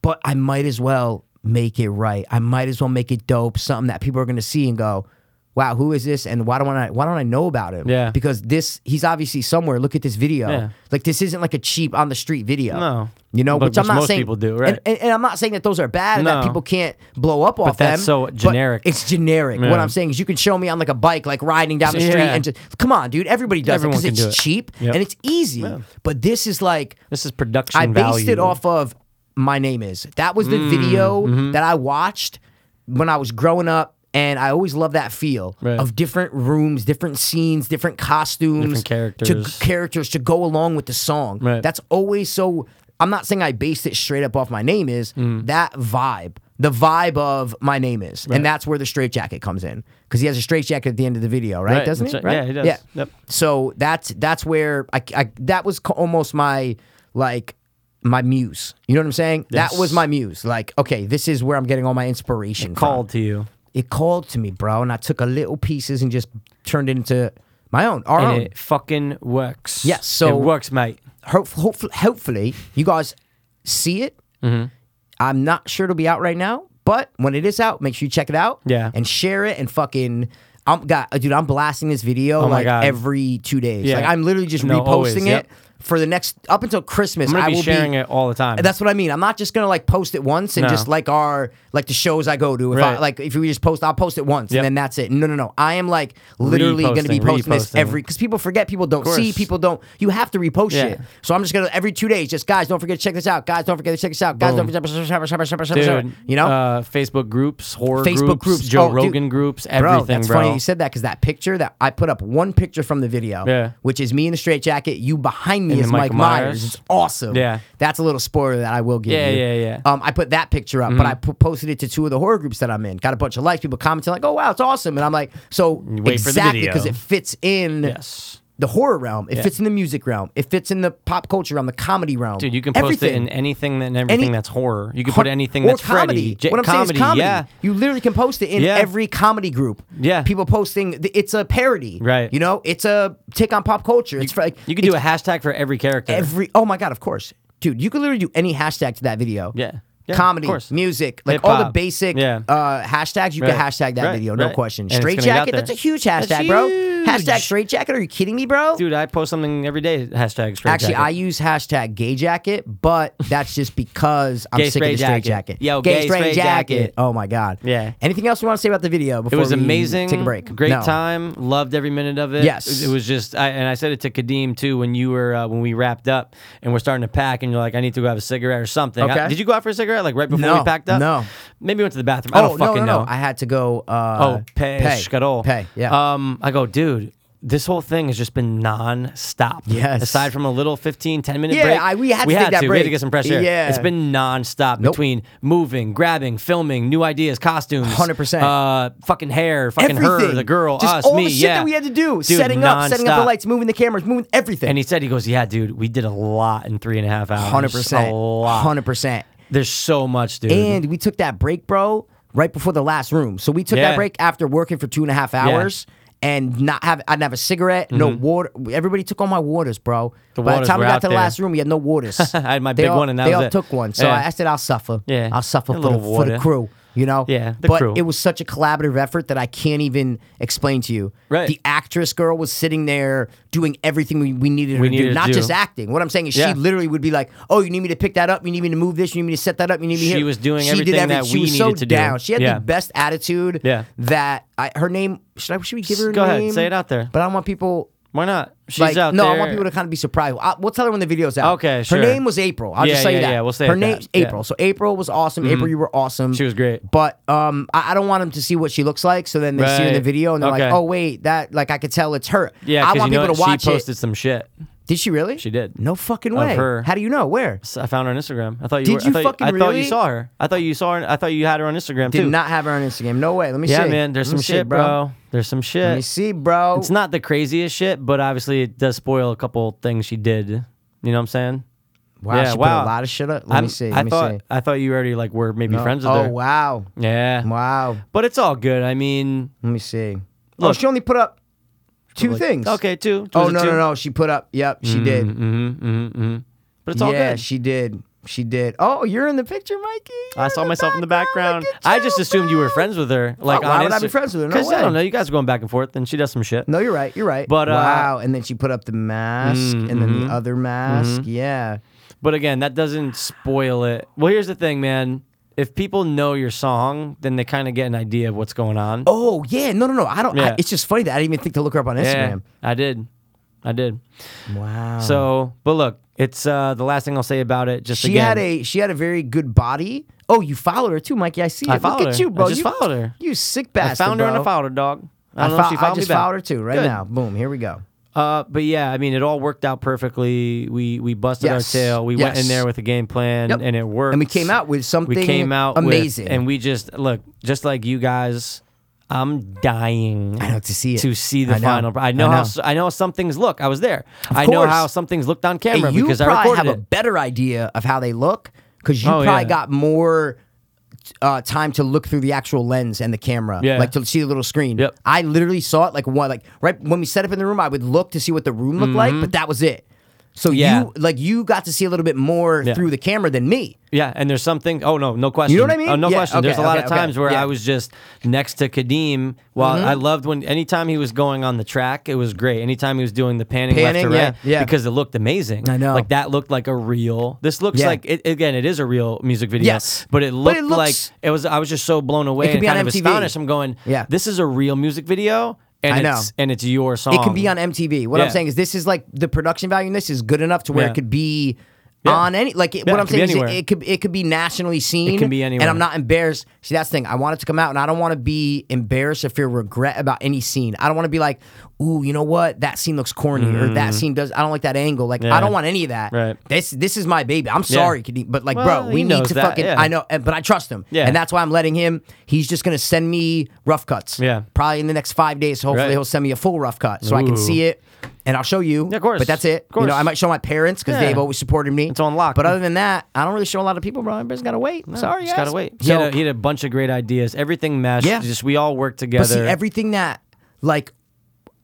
Speaker 1: But I might as well make it right. I might as well make it dope. Something that people are gonna see and go. Wow, who is this? And why don't I why don't I know about him?
Speaker 2: Yeah.
Speaker 1: Because this he's obviously somewhere. Look at this video.
Speaker 2: Yeah.
Speaker 1: Like this isn't like a cheap on the street video.
Speaker 2: No.
Speaker 1: You know,
Speaker 2: But
Speaker 1: which I'm
Speaker 2: which
Speaker 1: not
Speaker 2: most
Speaker 1: saying
Speaker 2: people do, right.
Speaker 1: And, and, and I'm not saying that those are bad and that
Speaker 2: No.
Speaker 1: people can't blow up off
Speaker 2: that's
Speaker 1: them.
Speaker 2: so
Speaker 1: but
Speaker 2: generic.
Speaker 1: It's generic. What
Speaker 2: Yeah.
Speaker 1: I'm saying is, you can show me on like a bike, like riding down the
Speaker 2: Yeah.
Speaker 1: street, and just come on, dude. Everybody does
Speaker 2: Everyone
Speaker 1: it
Speaker 2: can
Speaker 1: because
Speaker 2: do
Speaker 1: it's
Speaker 2: it.
Speaker 1: cheap
Speaker 2: Yep.
Speaker 1: and it's easy. But this is like
Speaker 2: This is production
Speaker 1: I based
Speaker 2: value. Mm,
Speaker 1: it off of my name is. That was the video
Speaker 2: mm-hmm.
Speaker 1: that I watched when I was growing up. And I always love that feel
Speaker 2: Right.
Speaker 1: of different rooms, different scenes, different costumes,
Speaker 2: Different
Speaker 1: to-
Speaker 2: characters.
Speaker 1: characters to go along with the song.
Speaker 2: Right.
Speaker 1: That's always so. I'm not saying I based it straight up off my name is
Speaker 2: Mm.
Speaker 1: that vibe, the vibe of my name is, and that's where the straight jacket comes in because he has a straight jacket at the end of the video, right?
Speaker 2: Right,
Speaker 1: Doesn't
Speaker 2: that's
Speaker 1: he?
Speaker 2: right. Yeah, he does.
Speaker 1: Yeah.
Speaker 2: Yep.
Speaker 1: So that's that's where I, I that was co- almost my like my muse. You know what I'm saying? That was
Speaker 2: Yes.
Speaker 1: my muse. Like, okay, this is where I'm getting all my inspiration. from.
Speaker 2: called to you.
Speaker 1: it called to me, bro, and I took a little pieces and just turned it into my own, our
Speaker 2: and
Speaker 1: own.
Speaker 2: it fucking works.
Speaker 1: Yes, Oh. so-
Speaker 2: it works, mate.
Speaker 1: hopefully, hopefully, hopefully you guys see it.
Speaker 2: Mm-hmm.
Speaker 1: I'm not sure it'll be out right now, but when it is out, make sure you check it out.
Speaker 2: Yeah.
Speaker 1: and share it and fucking. I'm got dude. I'm blasting this video
Speaker 2: Oh my
Speaker 1: like
Speaker 2: God.
Speaker 1: every two days.
Speaker 2: Yeah.
Speaker 1: Like I'm literally just
Speaker 2: No,
Speaker 1: reposting
Speaker 2: always,
Speaker 1: it
Speaker 2: yep.
Speaker 1: for the next up until Christmas.
Speaker 2: I'm gonna
Speaker 1: I
Speaker 2: be
Speaker 1: will
Speaker 2: sharing
Speaker 1: be,
Speaker 2: it all the time.
Speaker 1: and That's what I mean. I'm not just gonna like post it once and
Speaker 2: No.
Speaker 1: just like our like the shows I go to. If I,
Speaker 2: Right.
Speaker 1: like if we just post, I'll post it once
Speaker 2: Yep.
Speaker 1: and then that's it. No, no, no. I am like literally gonna be
Speaker 2: Reposting,
Speaker 1: posting this
Speaker 2: reposting.
Speaker 1: every because people forget, people don't see,
Speaker 2: course.
Speaker 1: people don't. You have to repost
Speaker 2: Yeah.
Speaker 1: shit. So I'm just gonna every two days, just guys, don't forget to check this out. Guys, don't forget to check this out. Guys,
Speaker 2: Boom.
Speaker 1: don't forget.
Speaker 2: dude.
Speaker 1: to You know.
Speaker 2: uh, Facebook groups, horror
Speaker 1: Facebook
Speaker 2: groups,
Speaker 1: groups,
Speaker 2: Joe
Speaker 1: oh, dude.
Speaker 2: Rogan groups, everything,
Speaker 1: Bro, that's funny you said that because that picture that I put up one picture from the video,
Speaker 2: Yeah.
Speaker 1: which is me in a straight jacket, you behind me
Speaker 2: And
Speaker 1: is
Speaker 2: then
Speaker 1: Mike
Speaker 2: Michael
Speaker 1: Myers.
Speaker 2: Myers.
Speaker 1: It's awesome.
Speaker 2: Yeah.
Speaker 1: that's a little spoiler that I will give
Speaker 2: Yeah,
Speaker 1: you.
Speaker 2: yeah, yeah. Mm-hmm.
Speaker 1: Um, I put that picture up, but I po- posted it to two of the horror groups that I'm in. Got a bunch of likes, people commenting like, "Oh wow, it's awesome," and I'm like, "So
Speaker 2: wait for the
Speaker 1: exactly
Speaker 2: video.
Speaker 1: because it fits in."
Speaker 2: yes,
Speaker 1: The horror realm, it fits in the music realm, it fits in the pop culture realm, the comedy realm.
Speaker 2: dude. You can post
Speaker 1: everything.
Speaker 2: it in anything and everything
Speaker 1: Any-
Speaker 2: that's horror. You can
Speaker 1: Hun-
Speaker 2: put anything
Speaker 1: or
Speaker 2: that's
Speaker 1: comedy.
Speaker 2: Freddy. J-
Speaker 1: what I'm saying
Speaker 2: comedy,
Speaker 1: is comedy.
Speaker 2: Yeah,
Speaker 1: You literally can post it in
Speaker 2: Yeah.
Speaker 1: every comedy group.
Speaker 2: Yeah.
Speaker 1: People posting. th- It's a parody.
Speaker 2: Right.
Speaker 1: You know, it's a take on pop culture. It's for, like
Speaker 2: you can do a hashtag for every character.
Speaker 1: every. Oh my god! Of course, dude. You could literally do any hashtag to that video.
Speaker 2: Yeah. Yeah,
Speaker 1: Comedy,
Speaker 2: of course.
Speaker 1: music, like all the
Speaker 2: Hip-hop.
Speaker 1: basic
Speaker 2: Yeah.
Speaker 1: uh, hashtags, you can
Speaker 2: Right.
Speaker 1: hashtag that
Speaker 2: Right.
Speaker 1: video, no
Speaker 2: Right.
Speaker 1: question.
Speaker 2: And it's
Speaker 1: Straight
Speaker 2: gonna get out
Speaker 1: jacket,
Speaker 2: there.
Speaker 1: that's a huge hashtag,
Speaker 2: That's
Speaker 1: bro.
Speaker 2: huge.
Speaker 1: Hashtag straight jacket, are you kidding me, bro?
Speaker 2: dude. I post something every day. Hashtag straight
Speaker 1: Actually,
Speaker 2: jacket.
Speaker 1: I use hashtag gay jacket, but that's just because I'm
Speaker 2: Gay
Speaker 1: sick of
Speaker 2: straight
Speaker 1: the straight
Speaker 2: jacket.
Speaker 1: jacket.
Speaker 2: Yo, gay straight jacket.
Speaker 1: Oh my god.
Speaker 2: Yeah.
Speaker 1: Anything else you want to say about the video
Speaker 2: It
Speaker 1: before
Speaker 2: was
Speaker 1: we
Speaker 2: amazing.
Speaker 1: Take a break.
Speaker 2: Great
Speaker 1: No.
Speaker 2: time. Loved every minute of it.
Speaker 1: Yes.
Speaker 2: It was just, I, and I said it to Kadeem too when you were uh, when we wrapped up and we're starting to pack, and you're like, I need to go have a cigarette or something.
Speaker 1: Okay.
Speaker 2: I- did you go out for a cigarette like right before
Speaker 1: No,
Speaker 2: we packed up?
Speaker 1: no.
Speaker 2: Maybe went to the bathroom. I
Speaker 1: Oh
Speaker 2: don't
Speaker 1: no,
Speaker 2: fucking
Speaker 1: no, no.
Speaker 2: know.
Speaker 1: I had to go. Uh,
Speaker 2: oh, pay, Shkarol.
Speaker 1: Pay. Yeah.
Speaker 2: Um, I go, dude. This whole thing has just been non-stop.
Speaker 1: Yes.
Speaker 2: Aside from a little 15, 10 minute
Speaker 1: Yeah,
Speaker 2: break.
Speaker 1: I- we had to take that
Speaker 2: We had
Speaker 1: break.
Speaker 2: to get some fresh air.
Speaker 1: Yeah.
Speaker 2: It's been non-stop
Speaker 1: Nope.
Speaker 2: between moving, grabbing, filming, new ideas, costumes.
Speaker 1: 100%.
Speaker 2: Uh, fucking hair, fucking her,
Speaker 1: Everything.
Speaker 2: the girl,
Speaker 1: Just
Speaker 2: us,
Speaker 1: all
Speaker 2: me.
Speaker 1: the shit
Speaker 2: yeah.
Speaker 1: that we had to do,
Speaker 2: Dude,
Speaker 1: setting up, setting up the
Speaker 2: nonstop.
Speaker 1: lights, moving the cameras, moving everything.
Speaker 2: And he said, he goes, yeah, dude, we did a lot in three and a half hours.
Speaker 1: hundred percent,
Speaker 2: A lot.
Speaker 1: hundred percent.
Speaker 2: There's so much, dude.
Speaker 1: And we took that break, bro, right before the last room. So we took that
Speaker 2: Yeah.
Speaker 1: break after working for two and a half hours and not have I didn't have a cigarette, no water. Everybody took all my waters, bro.
Speaker 2: Mm-hmm. The
Speaker 1: By the
Speaker 2: waters
Speaker 1: time we
Speaker 2: were
Speaker 1: got
Speaker 2: out
Speaker 1: to the
Speaker 2: there.
Speaker 1: last room, we had no waters. I
Speaker 2: had my big one and that
Speaker 1: they
Speaker 2: was
Speaker 1: all
Speaker 2: it.
Speaker 1: took one. So
Speaker 2: Yeah.
Speaker 1: I, I said I'll suffer.
Speaker 2: Yeah.
Speaker 1: I'll suffer
Speaker 2: A
Speaker 1: for the,
Speaker 2: little
Speaker 1: for the
Speaker 2: water.
Speaker 1: crew. You know?
Speaker 2: Yeah, the
Speaker 1: but
Speaker 2: crew.
Speaker 1: it was such a collaborative effort that I can't even explain to you.
Speaker 2: Right.
Speaker 1: The actress girl was sitting there doing everything we, we needed her
Speaker 2: We
Speaker 1: to
Speaker 2: needed
Speaker 1: do.
Speaker 2: to
Speaker 1: Not
Speaker 2: do.
Speaker 1: just acting. What I'm saying is
Speaker 2: Yeah.
Speaker 1: she literally would be like, Oh, you need me to pick that up, you need me to move this, you need me to set that up, you need me
Speaker 2: She
Speaker 1: here.
Speaker 2: was doing
Speaker 1: She did
Speaker 2: everything that
Speaker 1: she
Speaker 2: we
Speaker 1: was
Speaker 2: needed
Speaker 1: so
Speaker 2: to do.
Speaker 1: down. She had
Speaker 2: Yeah.
Speaker 1: the best attitude.
Speaker 2: Yeah.
Speaker 1: That I, her name should I should we give her? a
Speaker 2: Go ahead,
Speaker 1: name?
Speaker 2: say it out there.
Speaker 1: But I want people.
Speaker 2: Why not? She's
Speaker 1: Like,
Speaker 2: out
Speaker 1: no,
Speaker 2: there.
Speaker 1: I want people to kind of be surprised. I, we'll tell her when the video's out.
Speaker 2: Okay,
Speaker 1: Her
Speaker 2: sure.
Speaker 1: name was April. I'll just
Speaker 2: Yeah,
Speaker 1: tell you
Speaker 2: yeah,
Speaker 1: that.
Speaker 2: yeah, we'll say
Speaker 1: her
Speaker 2: it
Speaker 1: name's
Speaker 2: that. Yeah. Mm-hmm.
Speaker 1: April. So April was awesome. April, you were awesome.
Speaker 2: She was great.
Speaker 1: But um, I, I don't want them to see what she looks like. So then they see her in the
Speaker 2: Right.
Speaker 1: video and they're
Speaker 2: Okay.
Speaker 1: like, "Oh wait, that like I could tell it's her."
Speaker 2: Yeah,
Speaker 1: I
Speaker 2: 'cause
Speaker 1: want
Speaker 2: you know
Speaker 1: people to
Speaker 2: what?
Speaker 1: watch
Speaker 2: she posted
Speaker 1: it.
Speaker 2: some shit.
Speaker 1: Did she really?
Speaker 2: She did.
Speaker 1: No fucking way.
Speaker 2: her.
Speaker 1: How do you know? Where?
Speaker 2: So I found her on Instagram. I thought you
Speaker 1: Did
Speaker 2: were,
Speaker 1: you
Speaker 2: I thought,
Speaker 1: fucking
Speaker 2: I thought
Speaker 1: really?
Speaker 2: you saw her. I thought you saw her. I thought you had her on Instagram
Speaker 1: Did
Speaker 2: too.
Speaker 1: not have her on Instagram. No way. Let me
Speaker 2: yeah,
Speaker 1: see.
Speaker 2: man. There's
Speaker 1: Let
Speaker 2: some
Speaker 1: me see,
Speaker 2: shit, bro. There's some shit.
Speaker 1: Let me see, bro.
Speaker 2: It's not the craziest shit, but obviously it does spoil a couple things she did. You know what I'm saying?
Speaker 1: Wow,
Speaker 2: Yeah,
Speaker 1: she
Speaker 2: wow.
Speaker 1: put a lot of shit up. Let
Speaker 2: I'm-
Speaker 1: me see. Let
Speaker 2: I
Speaker 1: me
Speaker 2: thought
Speaker 1: see.
Speaker 2: I thought you already like were maybe friends with
Speaker 1: oh
Speaker 2: her.
Speaker 1: wow,
Speaker 2: Yeah.
Speaker 1: wow.
Speaker 2: But it's all good. I mean,
Speaker 1: Let me see. oh,
Speaker 2: Look.
Speaker 1: she only put up two
Speaker 2: like-
Speaker 1: things.
Speaker 2: Okay, two.
Speaker 1: Oh no, no, no. She put up. Yep, she did.
Speaker 2: Mm-hmm, mm-hmm. But it's all
Speaker 1: yeah,
Speaker 2: good.
Speaker 1: she did. She did. Oh, you're in the picture, Mikey.
Speaker 2: I saw myself in the background.
Speaker 1: Look at
Speaker 2: I
Speaker 1: you,
Speaker 2: just assumed you were
Speaker 1: bro.
Speaker 2: friends with her. Like,
Speaker 1: why
Speaker 2: on
Speaker 1: would I be
Speaker 2: Insta-
Speaker 1: friends with her? No
Speaker 2: 'Cause
Speaker 1: way.
Speaker 2: I don't know. You guys are going back and forth, and she does some shit.
Speaker 1: No, you're right. You're right.
Speaker 2: But, uh, Mm, mm-hmm.
Speaker 1: wow, and then she put up the mask, and then the other mask. Yeah.
Speaker 2: But again, that doesn't spoil it. Well, here's the thing, man. If people know your song, then they kind of get an idea of what's going on.
Speaker 1: Oh yeah. No, no, no. I don't. I,
Speaker 2: Yeah.
Speaker 1: it's just funny that I didn't even think to look her up on
Speaker 2: yeah,
Speaker 1: Instagram. Oh.
Speaker 2: I did, I did.
Speaker 1: Wow.
Speaker 2: So, but look, it's uh, the last thing I'll say about it. Just
Speaker 1: She
Speaker 2: again,
Speaker 1: had a she had a very good body. Oh, you followed her too, Mikey. I see.
Speaker 2: I
Speaker 1: it. Look
Speaker 2: followed
Speaker 1: at
Speaker 2: her.
Speaker 1: you, bro.
Speaker 2: I just
Speaker 1: you,
Speaker 2: followed her.
Speaker 1: You sick
Speaker 2: I
Speaker 1: bastard.
Speaker 2: found her and
Speaker 1: bro.
Speaker 2: I followed her, dog. I don't know
Speaker 1: fo-
Speaker 2: if she followed
Speaker 1: I
Speaker 2: me
Speaker 1: just
Speaker 2: back.
Speaker 1: followed her too. Right
Speaker 2: Good.
Speaker 1: now, boom. Here we go.
Speaker 2: Uh, but yeah, I mean, it all worked out perfectly. We we busted
Speaker 1: Yes.
Speaker 2: our tail. We went
Speaker 1: Yes.
Speaker 2: in there with a game plan,
Speaker 1: Yep.
Speaker 2: and it worked.
Speaker 1: And we came out with something
Speaker 2: We came out with-
Speaker 1: amazing.
Speaker 2: and we just look just like you guys. I'm dying.
Speaker 1: I know, to see it.
Speaker 2: to see the
Speaker 1: I know.
Speaker 2: final. pro- I know,
Speaker 1: I know.
Speaker 2: how s- I know how some things look. I was there. I know
Speaker 1: course.
Speaker 2: how some things looked on
Speaker 1: And
Speaker 2: camera
Speaker 1: you
Speaker 2: because I
Speaker 1: probably
Speaker 2: recorded
Speaker 1: have a
Speaker 2: it.
Speaker 1: better idea of how they look because you
Speaker 2: Oh,
Speaker 1: probably
Speaker 2: yeah.
Speaker 1: got more uh, time to look through the actual lens and the camera,
Speaker 2: Yeah.
Speaker 1: like to see the little screen.
Speaker 2: Yep.
Speaker 1: I literally saw it like one, like right when we set up in the room, I would look to see what the room looked like, but that was it. So
Speaker 2: Mm-hmm. Yeah.
Speaker 1: you like you got to see a little bit more
Speaker 2: Yeah.
Speaker 1: through the camera than me.
Speaker 2: Yeah, and there's something. Oh no, no question.
Speaker 1: what I mean?
Speaker 2: Oh, no
Speaker 1: Yeah,
Speaker 2: question. there's a
Speaker 1: okay,
Speaker 2: lot
Speaker 1: okay,
Speaker 2: of
Speaker 1: okay.
Speaker 2: times where
Speaker 1: Yeah. Mm-hmm.
Speaker 2: I was just next to Kadeem. While I loved when anytime he was going on the track, it was great. Anytime he was doing the panning,
Speaker 1: Panning,
Speaker 2: left to
Speaker 1: yeah,
Speaker 2: right,
Speaker 1: yeah.
Speaker 2: because it looked amazing.
Speaker 1: I know.
Speaker 2: like that looked like a real. This looks
Speaker 1: Yeah.
Speaker 2: like it, again, it is a real music video.
Speaker 1: Yes.
Speaker 2: but it
Speaker 1: But
Speaker 2: looked
Speaker 1: it
Speaker 2: like
Speaker 1: looks-
Speaker 2: it was. I was just so blown away
Speaker 1: could
Speaker 2: and
Speaker 1: be
Speaker 2: kind
Speaker 1: on
Speaker 2: of
Speaker 1: MTV.
Speaker 2: astonished. I'm going,
Speaker 1: Yeah.
Speaker 2: this is a real music video, and
Speaker 1: I
Speaker 2: it's and it's your song.
Speaker 1: It can be on MTV. What I'm
Speaker 2: Yeah.
Speaker 1: saying is this is like the production value in this is good enough to where
Speaker 2: Yeah.
Speaker 1: it could be
Speaker 2: Yeah.
Speaker 1: on any like it,
Speaker 2: Yeah,
Speaker 1: what
Speaker 2: it
Speaker 1: I'm
Speaker 2: could be
Speaker 1: saying is it,
Speaker 2: anywhere.
Speaker 1: it could it could be nationally seen.
Speaker 2: can be anywhere.
Speaker 1: And I'm not embarrassed. See that's the thing. I want it to come out and I don't want to be embarrassed or feel regret about any scene. I don't want to be like, ooh, you know what? That scene looks corny or that scene does I don't like that angle. Like I
Speaker 2: Mm-hmm. Yeah.
Speaker 1: don't want any of that.
Speaker 2: Right.
Speaker 1: This this is my baby. I'm sorry, Kadeem, but like
Speaker 2: Well,
Speaker 1: bro,
Speaker 2: he
Speaker 1: we need
Speaker 2: knows
Speaker 1: to
Speaker 2: that,
Speaker 1: fucking
Speaker 2: yeah.
Speaker 1: I know and- but I trust him.
Speaker 2: Yeah.
Speaker 1: And that's why I'm letting him. He's just gonna send me rough cuts.
Speaker 2: Yeah.
Speaker 1: Probably in the next five days, hopefully
Speaker 2: Right.
Speaker 1: he'll send me a full rough cut so I can
Speaker 2: Ooh.
Speaker 1: see it and I'll show you.
Speaker 2: Yeah, of course.
Speaker 1: But that's it.
Speaker 2: Of course.
Speaker 1: You know, I might show my parents because
Speaker 2: Yeah.
Speaker 1: they've always supported me.
Speaker 2: It's on lock.
Speaker 1: But other than that, I don't really show a lot of people, bro. Everybody's got to wait. Sorry,
Speaker 2: just
Speaker 1: guys.
Speaker 2: gotta wait. He,
Speaker 1: So,
Speaker 2: had a, he had a bunch of great ideas. Everything meshed.
Speaker 1: Yeah.
Speaker 2: just we all worked together.
Speaker 1: but see, everything that, like,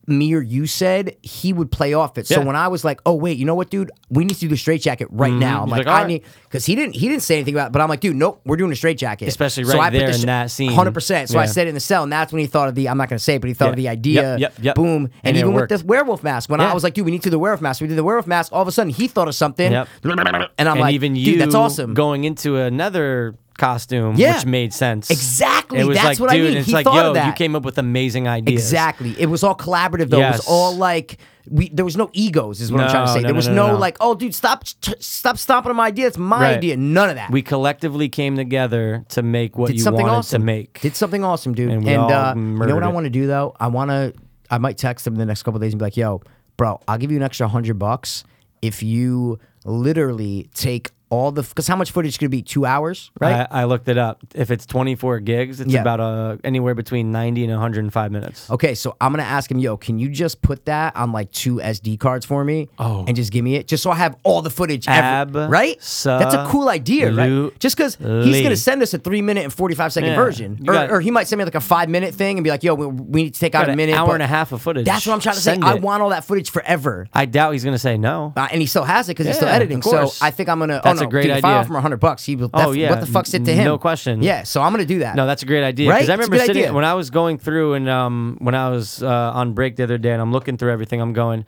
Speaker 1: me or you said he would play off it. So
Speaker 2: Yeah. Mm-hmm.
Speaker 1: when I was like, "Oh wait, you know what, dude? We need to do the straight jacket right now." I'm
Speaker 2: He's
Speaker 1: like,
Speaker 2: like, "All
Speaker 1: "I
Speaker 2: right."
Speaker 1: need," because he didn't he didn't say anything about. it, But I'm like, "Dude, nope, we're doing a straight jacket."
Speaker 2: Especially right there in that scene.
Speaker 1: hundred percent. So I
Speaker 2: Yeah.
Speaker 1: said it in the cell, and that's when he thought of the. I'm not going to say, it, but he thought of the
Speaker 2: Yeah.
Speaker 1: idea.
Speaker 2: Yep, yep, yep.
Speaker 1: Boom, and,
Speaker 2: And it
Speaker 1: even with
Speaker 2: worked.
Speaker 1: this werewolf mask, when I
Speaker 2: Yeah.
Speaker 1: was like, "Dude, we need to do the werewolf mask," we did the werewolf mask. All of a sudden, he thought of something,
Speaker 2: Yep.
Speaker 1: and I'm
Speaker 2: and
Speaker 1: like,
Speaker 2: even you
Speaker 1: "Dude, that's awesome."
Speaker 2: going into another costume
Speaker 1: Yeah.
Speaker 2: which made sense
Speaker 1: Exactly.
Speaker 2: it was
Speaker 1: That's
Speaker 2: like
Speaker 1: what I
Speaker 2: dude
Speaker 1: mean.
Speaker 2: it's
Speaker 1: He
Speaker 2: like
Speaker 1: thought of
Speaker 2: yo you
Speaker 1: that.
Speaker 2: came up with amazing ideas
Speaker 1: Exactly. It was all collaborative though. It was
Speaker 2: Yes.
Speaker 1: all like we there was no egos is what I'm trying to
Speaker 2: No,
Speaker 1: say.
Speaker 2: no,
Speaker 1: there
Speaker 2: no,
Speaker 1: was
Speaker 2: no,
Speaker 1: no,
Speaker 2: no, no.
Speaker 1: like, oh dude, stop t- stop stomping on my idea. It's my
Speaker 2: Right.
Speaker 1: idea. None of that.
Speaker 2: we collectively came together to make what
Speaker 1: did
Speaker 2: you
Speaker 1: something
Speaker 2: wanted
Speaker 1: awesome.
Speaker 2: to make
Speaker 1: Did something awesome, dude.
Speaker 2: And
Speaker 1: And,
Speaker 2: we all
Speaker 1: uh, you know what
Speaker 2: murdered
Speaker 1: I
Speaker 2: it.
Speaker 1: want to do though? I want to. I might text him in the next couple days and be like, "Yo, bro, I'll give you an extra hundred bucks if you literally take all the because how much footage could it be? Two hours, right?
Speaker 2: I, I looked it up if it's 24 gigs it's
Speaker 1: Yeah.
Speaker 2: about uh, anywhere between 90 and 105 minutes
Speaker 1: Okay, so I'm gonna ask him, yo, can you just put that on like two SD cards for me?
Speaker 2: Oh.
Speaker 1: and just give me it, just so I have all the footage. Ever, right? That's a cool idea,
Speaker 2: Absolutely.
Speaker 1: right? Just because he's gonna send us a three minute and forty five second
Speaker 2: Yeah.
Speaker 1: version,
Speaker 2: You
Speaker 1: or,
Speaker 2: got-
Speaker 1: or he might send me like a five minute thing and be like, yo, we, we need to take out
Speaker 2: Got
Speaker 1: a
Speaker 2: an
Speaker 1: minute,
Speaker 2: hour
Speaker 1: but-
Speaker 2: and a half of footage
Speaker 1: That's what I'm trying to say.
Speaker 2: Send
Speaker 1: I
Speaker 2: it.
Speaker 1: want all that footage forever.
Speaker 2: I doubt he's gonna say no
Speaker 1: Uh, and he still has it because he's still
Speaker 2: Yeah,
Speaker 1: editing.
Speaker 2: of
Speaker 1: So
Speaker 2: course.
Speaker 1: I think I'm gonna.
Speaker 2: That's
Speaker 1: oh,
Speaker 2: a
Speaker 1: no,
Speaker 2: great
Speaker 1: dude, If I
Speaker 2: idea.
Speaker 1: offer him 100 bucks, he will.
Speaker 2: Oh,
Speaker 1: def-
Speaker 2: yeah.
Speaker 1: What the fuck's it to him?
Speaker 2: No question.
Speaker 1: Yeah. So I'm gonna do that.
Speaker 2: No, that's a great idea.
Speaker 1: Right?
Speaker 2: Because I
Speaker 1: It's a
Speaker 2: remember
Speaker 1: good
Speaker 2: sitting
Speaker 1: idea.
Speaker 2: when I was going through and um, when I was uh, on break the other day, and I'm looking through everything. I'm going,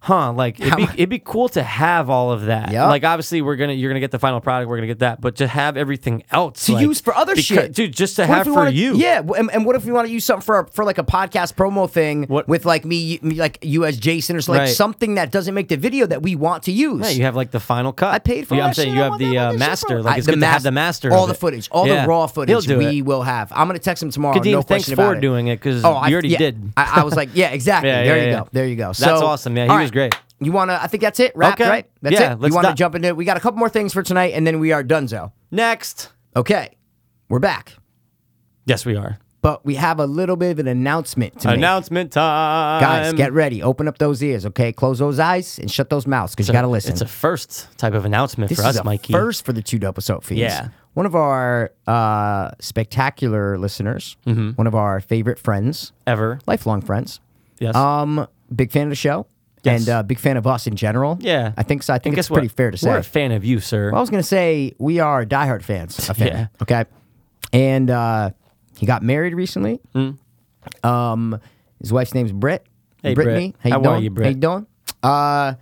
Speaker 2: huh? Like it'd be, it'd be cool to have all of that.
Speaker 1: Yup.
Speaker 2: Like obviously we're gonna you're gonna get the final product. We're gonna get that, but to have everything else
Speaker 1: to
Speaker 2: like-
Speaker 1: use for other
Speaker 2: Beca-
Speaker 1: shit,
Speaker 2: dude. Just to
Speaker 1: What if
Speaker 2: have
Speaker 1: we
Speaker 2: for
Speaker 1: wanna-
Speaker 2: you.
Speaker 1: Yeah, w- and, and what if we want to use something for our, for like a podcast promo thing
Speaker 2: What-
Speaker 1: with like me, me, like you as Jason or something, like
Speaker 2: Right.
Speaker 1: something that doesn't make the video that we want to use.
Speaker 2: Yeah, you have like the final cut.
Speaker 1: I paid for
Speaker 2: Yeah,
Speaker 1: all
Speaker 2: I'm
Speaker 1: that
Speaker 2: saying
Speaker 1: shit.
Speaker 2: you
Speaker 1: I
Speaker 2: have
Speaker 1: want
Speaker 2: the
Speaker 1: that
Speaker 2: uh,
Speaker 1: on this
Speaker 2: master.
Speaker 1: shit.
Speaker 2: Like
Speaker 1: I-
Speaker 2: it's good to
Speaker 1: mas-
Speaker 2: have the master.
Speaker 1: All
Speaker 2: of
Speaker 1: the
Speaker 2: it.
Speaker 1: footage, all
Speaker 2: Yeah.
Speaker 1: the raw
Speaker 2: He'll
Speaker 1: footage
Speaker 2: do
Speaker 1: we
Speaker 2: it.
Speaker 1: will have. I'm gonna text him tomorrow.
Speaker 2: Kadeem,
Speaker 1: no
Speaker 2: thanks
Speaker 1: question about
Speaker 2: for
Speaker 1: it.
Speaker 2: doing it because
Speaker 1: Oh, I-
Speaker 2: you already
Speaker 1: yeah.
Speaker 2: did.
Speaker 1: I, I was like, yeah, exactly.
Speaker 2: Yeah,
Speaker 1: there
Speaker 2: yeah,
Speaker 1: you
Speaker 2: yeah.
Speaker 1: go. There you go. So,
Speaker 2: That's awesome. Yeah, he
Speaker 1: all
Speaker 2: was
Speaker 1: right.
Speaker 2: great.
Speaker 1: You wanna? I think that's it. Wrap,
Speaker 2: Okay.
Speaker 1: right? That's
Speaker 2: Yeah,
Speaker 1: it.
Speaker 2: let's
Speaker 1: you wanna
Speaker 2: not-
Speaker 1: jump into? We got a couple more things for tonight, and then we are donezo.
Speaker 2: Next.
Speaker 1: Okay, we're back,
Speaker 2: Yes, we are.
Speaker 1: but we have a little bit of an announcement to make.
Speaker 2: Announcement time.
Speaker 1: Guys, get ready. Open up those ears, okay? Close those eyes and shut those mouths because you got to listen.
Speaker 2: It's a first type of announcement
Speaker 1: this
Speaker 2: for us,
Speaker 1: is a
Speaker 2: Mikey.
Speaker 1: first for the two dope soap fiends.
Speaker 2: Yeah.
Speaker 1: One of our uh, spectacular listeners,
Speaker 2: Mm-hmm.
Speaker 1: one of our favorite friends,
Speaker 2: ever.
Speaker 1: lifelong friends.
Speaker 2: Yes.
Speaker 1: Um, big fan of the show
Speaker 2: Yes.
Speaker 1: and uh, big fan of us in general.
Speaker 2: yeah.
Speaker 1: I think so. I
Speaker 2: And
Speaker 1: think
Speaker 2: guess
Speaker 1: it's pretty
Speaker 2: what?
Speaker 1: fair to say.
Speaker 2: We're a fan of you, sir.
Speaker 1: Well, I was going to say we are diehard fans of him.
Speaker 2: Yeah.
Speaker 1: Okay. And uh, he got married recently.
Speaker 2: Hmm.
Speaker 1: Um, his wife's name's Britt.
Speaker 2: Hey,
Speaker 1: Brittany.
Speaker 2: Britt.
Speaker 1: How you
Speaker 2: How are
Speaker 1: doing?
Speaker 2: you, Britt?
Speaker 1: How you doing? Uh,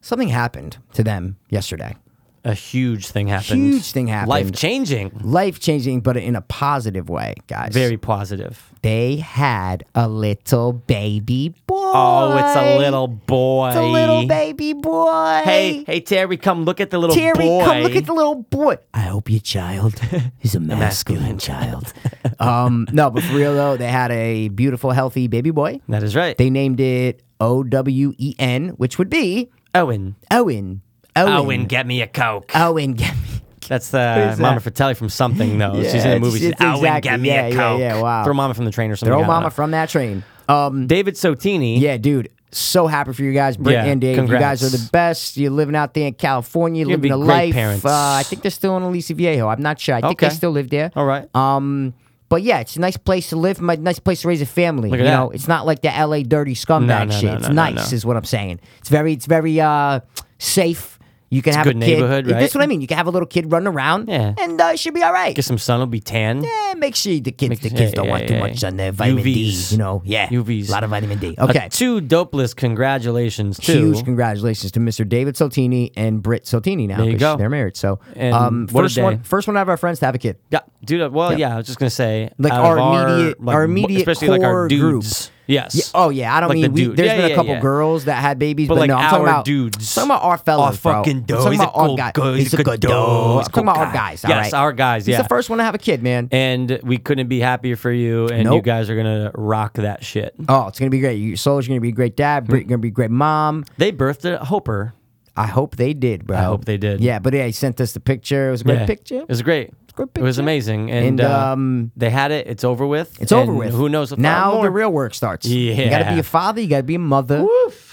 Speaker 1: something happened to them yesterday.
Speaker 2: a huge thing happened.
Speaker 1: Huge thing happened.
Speaker 2: Life changing.
Speaker 1: Life changing, but in a positive way, guys.
Speaker 2: Very positive.
Speaker 1: They had a little baby boy.
Speaker 2: Oh, it's a little boy.
Speaker 1: It's a little baby boy.
Speaker 2: Hey, hey, Terry, come look at the little
Speaker 1: Terry,
Speaker 2: boy.
Speaker 1: come look at the little boy. I hope your child is a masculine child. um, no, but for real though, they had a beautiful, healthy baby boy.
Speaker 2: That is right.
Speaker 1: They named it O W E N, which would be
Speaker 2: Owen.
Speaker 1: Owen. Owen.
Speaker 2: Owen, get me a Coke.
Speaker 1: Owen. Get me.
Speaker 2: That's the
Speaker 1: is
Speaker 2: Mama
Speaker 1: that?
Speaker 2: Fratelli from something, though.
Speaker 1: Yeah,
Speaker 2: She's in the
Speaker 1: it's-
Speaker 2: movie. She's,
Speaker 1: it's
Speaker 2: Owen,
Speaker 1: exactly-
Speaker 2: get me
Speaker 1: yeah,
Speaker 2: a
Speaker 1: yeah,
Speaker 2: Coke.
Speaker 1: yeah, wow.
Speaker 2: Throw Mama from the Train or something.
Speaker 1: Throw
Speaker 2: I don't
Speaker 1: mama
Speaker 2: know.
Speaker 1: from that train. Um,
Speaker 2: David Sotini.
Speaker 1: yeah, dude. So happy for you guys, Britt
Speaker 2: Yeah,
Speaker 1: and Dave.
Speaker 2: congrats.
Speaker 1: You guys are the best. You're living out there in California,
Speaker 2: You're gonna
Speaker 1: living a
Speaker 2: be great
Speaker 1: life.
Speaker 2: parents.
Speaker 1: Uh, I think they're still in Elise Viejo. I'm not sure. I think
Speaker 2: Okay.
Speaker 1: they still live there.
Speaker 2: All right.
Speaker 1: Um, but yeah, it's a nice place to live. My nice place to raise a family.
Speaker 2: Look at
Speaker 1: you know,
Speaker 2: that.
Speaker 1: it's not like the L.A. dirty scumbag
Speaker 2: No, no,
Speaker 1: shit.
Speaker 2: no,
Speaker 1: it's
Speaker 2: no, no,
Speaker 1: nice,
Speaker 2: no.
Speaker 1: is what I'm saying. It's very, it's very uh safe. You can have
Speaker 2: good
Speaker 1: a kid.
Speaker 2: neighborhood, right?
Speaker 1: That's what I mean. You can have a little kid running around,
Speaker 2: Yeah.
Speaker 1: and uh, it should be all right.
Speaker 2: Get some sun, it'll be tan.
Speaker 1: Eh, make sure the kids, the
Speaker 2: sure-
Speaker 1: kids don't
Speaker 2: yeah,
Speaker 1: want
Speaker 2: yeah,
Speaker 1: too
Speaker 2: yeah,
Speaker 1: much
Speaker 2: yeah.
Speaker 1: sun there. Vitamin
Speaker 2: UVs.
Speaker 1: D, you know. Yeah,
Speaker 2: UVs.
Speaker 1: a lot of vitamin D.
Speaker 2: Uh,
Speaker 1: Okay,
Speaker 2: two dopeless congratulations too.
Speaker 1: huge congratulations to Mr. David Saltini and Britt Saltini. Now
Speaker 2: There you
Speaker 1: 'cause
Speaker 2: go.
Speaker 1: they're married. So,
Speaker 2: And
Speaker 1: um,
Speaker 2: what a
Speaker 1: first one,
Speaker 2: day.
Speaker 1: first one out of our friends to have a kid.
Speaker 2: Yeah, dude. uh, Well, yeah. I was just gonna say,
Speaker 1: Like
Speaker 2: out of
Speaker 1: our immediate-
Speaker 2: like,
Speaker 1: our
Speaker 2: mo-
Speaker 1: immediate
Speaker 2: especially like our
Speaker 1: core group.
Speaker 2: dudes. Yes.
Speaker 1: Yeah, oh yeah, I don't
Speaker 2: Like the
Speaker 1: mean we,
Speaker 2: dude.
Speaker 1: there's
Speaker 2: Yeah,
Speaker 1: been
Speaker 2: yeah,
Speaker 1: a couple
Speaker 2: yeah.
Speaker 1: girls that had babies,
Speaker 2: But,
Speaker 1: but,
Speaker 2: like,
Speaker 1: no, I'm
Speaker 2: our
Speaker 1: talking about
Speaker 2: dudes.
Speaker 1: I'm talking about our fellows,
Speaker 2: Our fucking
Speaker 1: bro. I'm
Speaker 2: dudes.
Speaker 1: talking
Speaker 2: He's a
Speaker 1: about our
Speaker 2: cool
Speaker 1: guy-
Speaker 2: guy.
Speaker 1: He's a good dude.
Speaker 2: He's a
Speaker 1: I'm talking
Speaker 2: cool
Speaker 1: about our
Speaker 2: guy.
Speaker 1: guys.
Speaker 2: Yes,
Speaker 1: all right?
Speaker 2: our guys,
Speaker 1: He's
Speaker 2: yeah.
Speaker 1: the first one to have a kid, man.
Speaker 2: and we couldn't be happier for you. And you
Speaker 1: Nope.
Speaker 2: guys are gonna rock that shit.
Speaker 1: Oh, it's gonna be great. You- Soul's gonna be a great dad.
Speaker 2: Hmm.
Speaker 1: Britt's gonna be a great mom.
Speaker 2: They birthed a Hopper.
Speaker 1: I hope they did, bro. I
Speaker 2: hope they did.
Speaker 1: Yeah, but yeah, he sent us the picture. It was a great
Speaker 2: Yeah.
Speaker 1: picture.
Speaker 2: It was great.
Speaker 1: great
Speaker 2: It was
Speaker 1: picture.
Speaker 2: amazing.
Speaker 1: And,
Speaker 2: And, um,
Speaker 1: um,
Speaker 2: they had it. It's over with.
Speaker 1: It's over
Speaker 2: And
Speaker 1: with.
Speaker 2: Who knows? If
Speaker 1: now
Speaker 2: more.
Speaker 1: the real work starts. You gotta
Speaker 2: Yeah.
Speaker 1: be a father. You gotta be a mother.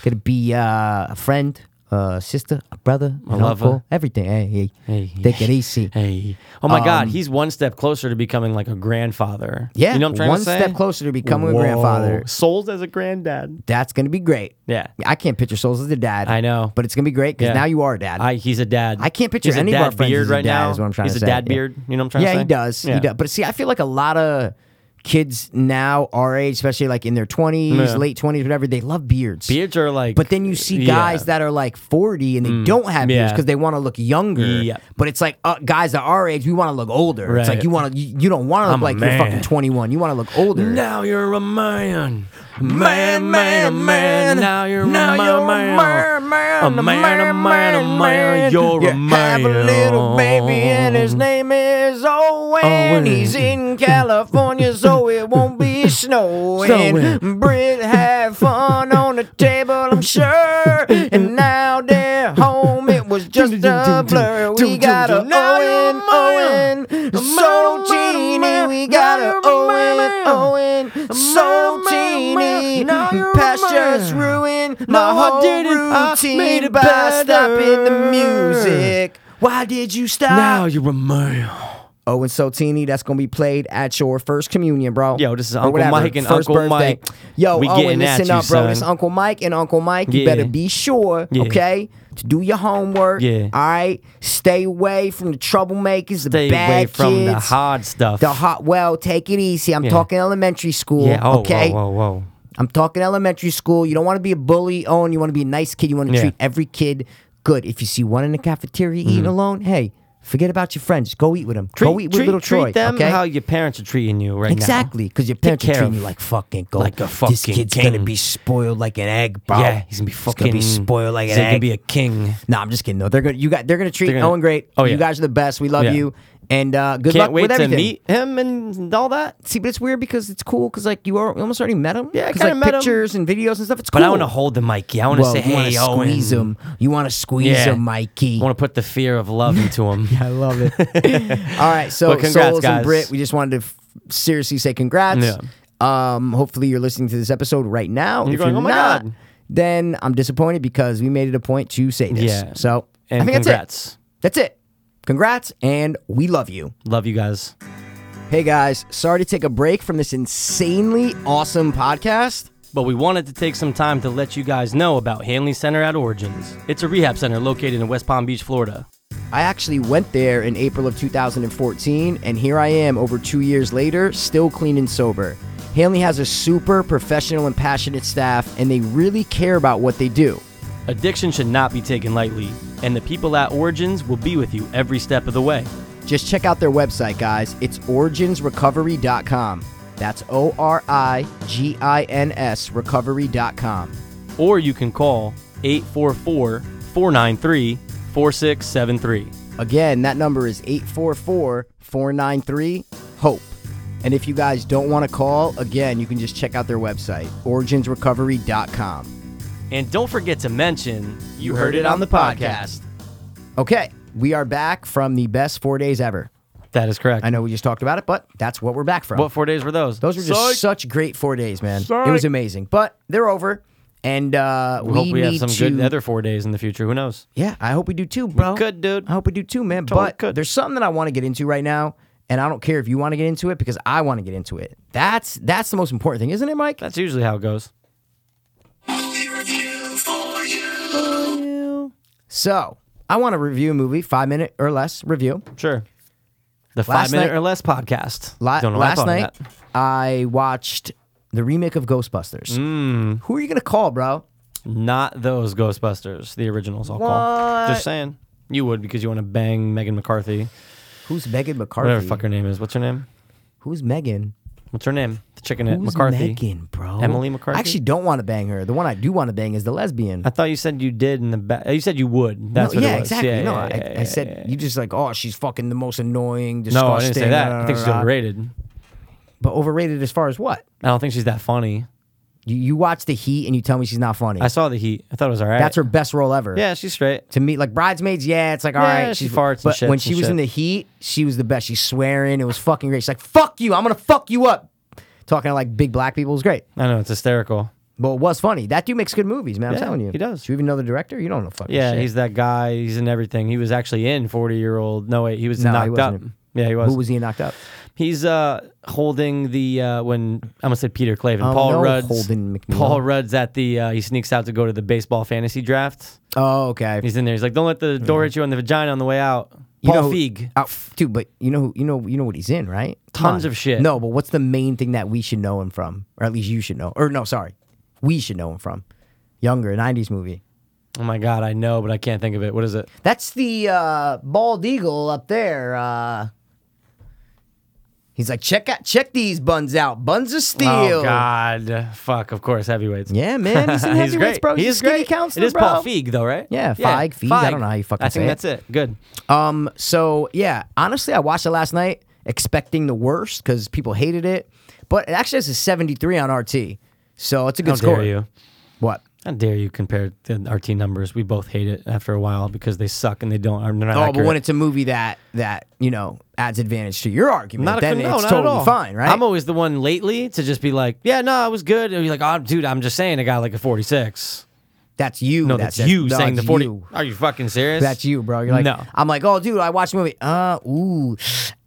Speaker 1: Gotta be uh, a friend, a sister, a brother, an
Speaker 2: lover.
Speaker 1: uncle, everything. Hey, hey,
Speaker 2: Hey.
Speaker 1: take it easy.
Speaker 2: Hey. Oh my God.
Speaker 1: Um,
Speaker 2: He's one step closer to becoming like a grandfather.
Speaker 1: Yeah,
Speaker 2: You know what I'm trying
Speaker 1: one
Speaker 2: to say?
Speaker 1: step closer to becoming a
Speaker 2: Whoa.
Speaker 1: grandfather.
Speaker 2: Sold as a granddad.
Speaker 1: That's gonna be great.
Speaker 2: Yeah.
Speaker 1: I can't picture Souls as a dad.
Speaker 2: I know.
Speaker 1: but it's gonna be great because
Speaker 2: Yeah.
Speaker 1: now you are a dad.
Speaker 2: I, he's a dad.
Speaker 1: I can't picture
Speaker 2: He's a
Speaker 1: any of
Speaker 2: dad
Speaker 1: our friends
Speaker 2: beard
Speaker 1: as a
Speaker 2: right
Speaker 1: dad
Speaker 2: now.
Speaker 1: is what I'm trying
Speaker 2: he's
Speaker 1: to
Speaker 2: a
Speaker 1: say,
Speaker 2: dad
Speaker 1: yeah.
Speaker 2: beard. You know what I'm trying to
Speaker 1: yeah,
Speaker 2: say?
Speaker 1: he does. He does. But see, I feel like a lot of kids now our age, especially like in their twenties,
Speaker 2: Yeah.
Speaker 1: late twenties, whatever, they love beards.
Speaker 2: Beards are like.
Speaker 1: But then you see
Speaker 2: yeah. Mm.
Speaker 1: guys that are like 40 and they don't have beards
Speaker 2: yeah.
Speaker 1: because they want to look younger.
Speaker 2: Yeah.
Speaker 1: But it's like uh, guys at our age, we want to look older. It's
Speaker 2: Right.
Speaker 1: like you want to, you, you don't want to
Speaker 2: I'm
Speaker 1: look
Speaker 2: a
Speaker 1: like you're fucking
Speaker 2: man.
Speaker 1: 21. You want to look older.
Speaker 2: Now you're a man. Man, man, a man. Now you're a man. A man, a man, a man. You're a man.
Speaker 1: Have a little baby, and his name is Owen.
Speaker 2: Owen.
Speaker 1: He's in California, so it won't be snowing.
Speaker 2: Snowing.
Speaker 1: Brit had fun on the table, I'm sure. And now they're home. It was just a blur. We got a Owen, Owen, so teeny. We got a Owen, Owen, so teeny. Past just ruined my whole
Speaker 2: did it. I
Speaker 1: routine
Speaker 2: uh, made it
Speaker 1: by stopping
Speaker 2: better.
Speaker 1: the music. Why did you Oh, stop?
Speaker 2: Now you're a man.
Speaker 1: Owen Sotini, that's gonna be played at your first communion, bro.
Speaker 2: Yo, this is
Speaker 1: Or
Speaker 2: Uncle
Speaker 1: whatever,
Speaker 2: Mike and
Speaker 1: first
Speaker 2: Uncle
Speaker 1: birthday.
Speaker 2: Mike.
Speaker 1: Yo,
Speaker 2: We
Speaker 1: Owen,
Speaker 2: getting at
Speaker 1: listen
Speaker 2: you,
Speaker 1: up, bro.
Speaker 2: son.
Speaker 1: It's Uncle Mike and Uncle Mike. You
Speaker 2: Yeah.
Speaker 1: better be sure,
Speaker 2: Yeah.
Speaker 1: okay, to do your homework.
Speaker 2: Yeah.
Speaker 1: All right. Stay away from the troublemakers, the
Speaker 2: Stay
Speaker 1: bad
Speaker 2: away from
Speaker 1: kids,
Speaker 2: the hard stuff.
Speaker 1: the hot. Well, take it easy. I'm talking elementary school.
Speaker 2: Yeah. Oh,
Speaker 1: okay.
Speaker 2: Whoa, whoa, whoa.
Speaker 1: I'm talking elementary school. You don't want to be a bully, Owen. You want to be a nice kid. You want to
Speaker 2: Yeah.
Speaker 1: treat every kid good. If you see one in the cafeteria eating alone, hey, forget about your friends. Go eat with them. Go eat with little Troy.
Speaker 2: Mm-hmm. treat them
Speaker 1: okay?
Speaker 2: how your parents are treating you right
Speaker 1: Exactly, because your parents
Speaker 2: care
Speaker 1: are
Speaker 2: of-
Speaker 1: treating you like fucking gold.
Speaker 2: like a
Speaker 1: This
Speaker 2: fucking
Speaker 1: kid's
Speaker 2: king.
Speaker 1: gonna be spoiled like an egg, bro.
Speaker 2: now. Yeah, he's gonna be fucking
Speaker 1: gonna be spoiled like
Speaker 2: he's
Speaker 1: an
Speaker 2: gonna
Speaker 1: egg.
Speaker 2: be a king.
Speaker 1: No, I'm just kidding. though. they're gonna you got they're gonna treat
Speaker 2: They're gonna-
Speaker 1: Owen great.
Speaker 2: Oh, yeah.
Speaker 1: you guys are the best. We love
Speaker 2: Yeah.
Speaker 1: you, and uh, good
Speaker 2: Can't
Speaker 1: luck
Speaker 2: wait
Speaker 1: with
Speaker 2: to
Speaker 1: everything.
Speaker 2: meet him and all that.
Speaker 1: See, but it's weird because it's cool because like you are you almost already met him.
Speaker 2: Yeah, I
Speaker 1: 'Cause,
Speaker 2: kinda
Speaker 1: like,
Speaker 2: met him.
Speaker 1: pictures and videos and stuff. It's cool.
Speaker 2: But I want to hold the mic. Yeah, I want to
Speaker 1: Well,
Speaker 2: say,
Speaker 1: you
Speaker 2: "Hey,
Speaker 1: want to
Speaker 2: Owen."
Speaker 1: squeeze him. You want to squeeze
Speaker 2: Yeah.
Speaker 1: him, Mikey.
Speaker 2: I want to put the fear of love into him.
Speaker 1: I love it. All right, so
Speaker 2: But congrats,
Speaker 1: Souls
Speaker 2: guys.
Speaker 1: and Brit, we just wanted to f- seriously say congrats.
Speaker 2: Yeah.
Speaker 1: Um, hopefully you're listening to this episode right now.
Speaker 2: You're
Speaker 1: if
Speaker 2: going,
Speaker 1: you're
Speaker 2: "Oh my
Speaker 1: not,
Speaker 2: God."
Speaker 1: then I'm disappointed because we made it a point to say this.
Speaker 2: Yeah.
Speaker 1: So
Speaker 2: And
Speaker 1: I think
Speaker 2: congrats.
Speaker 1: that's it. That's it. Congrats, and we love you.
Speaker 2: Love you guys.
Speaker 1: Hey guys, sorry to take a break from this insanely awesome podcast.
Speaker 2: But we wanted to take some time to let you guys know about Hanley Center at Origins. It's a rehab center located in West Palm Beach, Florida.
Speaker 1: I actually went there in April of 2014, and here I am over two years later, still clean and sober. Hanley has a super professional and passionate staff, and they really care about what they do.
Speaker 2: Addiction should not be taken lightly, and the people at Origins will be with you every step of the way.
Speaker 1: Just check out their website, guys. It's originsrecovery.com. That's O R I G I N S recovery.com.
Speaker 2: Or you can call 844 493 4673.
Speaker 1: Again, that number is 844 493 HOPE. E. And if you guys don't want to call, again, you can just check out their website, originsrecovery.com.
Speaker 2: And don't forget to mention you
Speaker 1: heard it on the podcast. Okay, we are back from the best four days ever.
Speaker 2: That is correct.
Speaker 1: I know we just talked about it, but that's what we're back from.
Speaker 2: What four days were those?
Speaker 1: Those were just
Speaker 2: Psych.
Speaker 1: such great four days, man. It was amazing, but they're over. And uh, we
Speaker 2: hope we have
Speaker 1: need
Speaker 2: some
Speaker 1: to,
Speaker 2: good other four days in the future. Who knows?
Speaker 1: Yeah, I hope we do too, bro.
Speaker 2: could, dude.
Speaker 1: I hope we do too, man.
Speaker 2: Totally
Speaker 1: but
Speaker 2: could.
Speaker 1: there's something that I want to get into right now, and I don't care if you want to get into it because I want to get into it. That's that's the most important thing, isn't it, Mike?
Speaker 2: That's usually how it goes.
Speaker 1: So I want to review a movie, five minute or less review.
Speaker 2: Sure. The
Speaker 1: Last
Speaker 2: five minute
Speaker 1: night-
Speaker 2: or less podcast.
Speaker 1: La-
Speaker 2: Don't know why I
Speaker 1: last
Speaker 2: thought of
Speaker 1: night
Speaker 2: that.
Speaker 1: I watched the remake of Ghostbusters.
Speaker 2: Hmm.
Speaker 1: Who are you gonna call, bro?
Speaker 2: Not those Ghostbusters, the originals. I'll call.
Speaker 1: What?
Speaker 2: Just saying, you would because you want to bang Megan McCarthy,
Speaker 1: Who's Megan McCarthy?
Speaker 2: whatever the fuck her name is. What's her name?
Speaker 1: Who's Megan?
Speaker 2: What's her name? The chicken at
Speaker 1: Who's
Speaker 2: McCarthy.
Speaker 1: Megan, bro?
Speaker 2: Emily McCarthy?
Speaker 1: I actually don't want to bang her. The one I do want to bang is the lesbian.
Speaker 2: I thought you said you did in the back. You said you would. That's
Speaker 1: no,
Speaker 2: what
Speaker 1: yeah,
Speaker 2: it was.
Speaker 1: exactly.
Speaker 2: Yeah,
Speaker 1: no,
Speaker 2: yeah,
Speaker 1: I,
Speaker 2: yeah,
Speaker 1: I
Speaker 2: yeah,
Speaker 1: said
Speaker 2: yeah.
Speaker 1: you just like, oh, she's fucking the most annoying, disgusting.
Speaker 2: No, I didn't say
Speaker 1: da,
Speaker 2: that.
Speaker 1: da,
Speaker 2: I think she's
Speaker 1: da, da."
Speaker 2: overrated.
Speaker 1: But overrated as far as what?
Speaker 2: I don't think she's that funny.
Speaker 1: You, you watch The Heat and you tell me she's not funny.
Speaker 2: I saw the heat. I thought it was all right.
Speaker 1: That's her best role ever.
Speaker 2: Yeah, she's straight.
Speaker 1: To me, like bridesmaids, yeah, it's like all
Speaker 2: Yeah,
Speaker 1: right.
Speaker 2: she
Speaker 1: she's-
Speaker 2: farts and
Speaker 1: but
Speaker 2: shits
Speaker 1: when she
Speaker 2: and
Speaker 1: was in the
Speaker 2: shit.
Speaker 1: heat, she was the best. She's swearing. It was fucking great. She's like, "Fuck you! I'm gonna fuck you up." Talking to like big black people was great,
Speaker 2: I know it's hysterical.
Speaker 1: but it was funny. That dude makes good movies, man. I'm
Speaker 2: Yeah,
Speaker 1: telling you,
Speaker 2: he does.
Speaker 1: Do you even know the director? You don't know fucking
Speaker 2: Yeah,
Speaker 1: shit.
Speaker 2: he's that guy. He's in everything. He was actually in Forty Year Old. No wait, he was
Speaker 1: No,
Speaker 2: knocked
Speaker 1: he
Speaker 2: up.
Speaker 1: wasn't.
Speaker 2: Yeah, he was.
Speaker 1: who was he knocked up?
Speaker 2: He's uh holding the uh when I almost said Peter Clavin.
Speaker 1: Oh,
Speaker 2: Paul
Speaker 1: no,
Speaker 2: Rudd's
Speaker 1: Holden McNeil.
Speaker 2: Paul Rudd's at the uh, he sneaks out to go to the baseball fantasy draft.
Speaker 1: Oh, okay.
Speaker 2: He's in there. He's like, don't let the door hit you on the vagina on the way out.
Speaker 1: You
Speaker 2: Paul
Speaker 1: know who-
Speaker 2: Feig.
Speaker 1: Oh, dude, but you know, who- you know, you know what he's in, right? Come
Speaker 2: Tons
Speaker 1: on.
Speaker 2: of shit.
Speaker 1: No, but what's the main thing that we should know him from, or at least you should know, or no, sorry, we should know him from, younger '90s movie.
Speaker 2: Oh my god, I know, but I can't think of it. What is it?
Speaker 1: That's the uh, bald eagle up there. Uh, he's like, check out, check these buns out, buns of steel.
Speaker 2: Oh god, fuck. Of course, heavyweights.
Speaker 1: Yeah, man, he's in
Speaker 2: he's
Speaker 1: heavyweights,
Speaker 2: great.
Speaker 1: bro. He's,
Speaker 2: He's
Speaker 1: a skinny
Speaker 2: great.
Speaker 1: counselor,
Speaker 2: it is
Speaker 1: bro.
Speaker 2: Paul Feig, though, right?
Speaker 1: Yeah, Feig, Feig, I don't know how you fucking
Speaker 2: I think
Speaker 1: say it.
Speaker 2: that's it. Good.
Speaker 1: Um, so yeah, honestly, I watched it last night expecting the worst because people hated it, but it actually has a 73 on RT, so it's a good
Speaker 2: How
Speaker 1: score.
Speaker 2: dare you?
Speaker 1: What? Oh,
Speaker 2: How dare you compare the RT numbers? We both hate it after a while because they suck and they don't. They're not
Speaker 1: Oh,
Speaker 2: accurate.
Speaker 1: but when it's a movie that that you know adds advantage to your argument,
Speaker 2: not
Speaker 1: then
Speaker 2: a, no,
Speaker 1: it's
Speaker 2: not at
Speaker 1: totally
Speaker 2: all.
Speaker 1: fine, right?
Speaker 2: I'm always the one lately to just be like, yeah, no, it was good. And you're like, oh, dude, I'm just saying, I got like a 46.
Speaker 1: that's you.
Speaker 2: No,
Speaker 1: that
Speaker 2: that's,
Speaker 1: said-
Speaker 2: you
Speaker 1: no,
Speaker 2: saying the
Speaker 1: that's
Speaker 2: 40.
Speaker 1: you.
Speaker 2: Are you fucking serious?
Speaker 1: That's you, bro. You're like,
Speaker 2: No.
Speaker 1: I'm like, oh, dude, I watched a movie. Uh, ooh,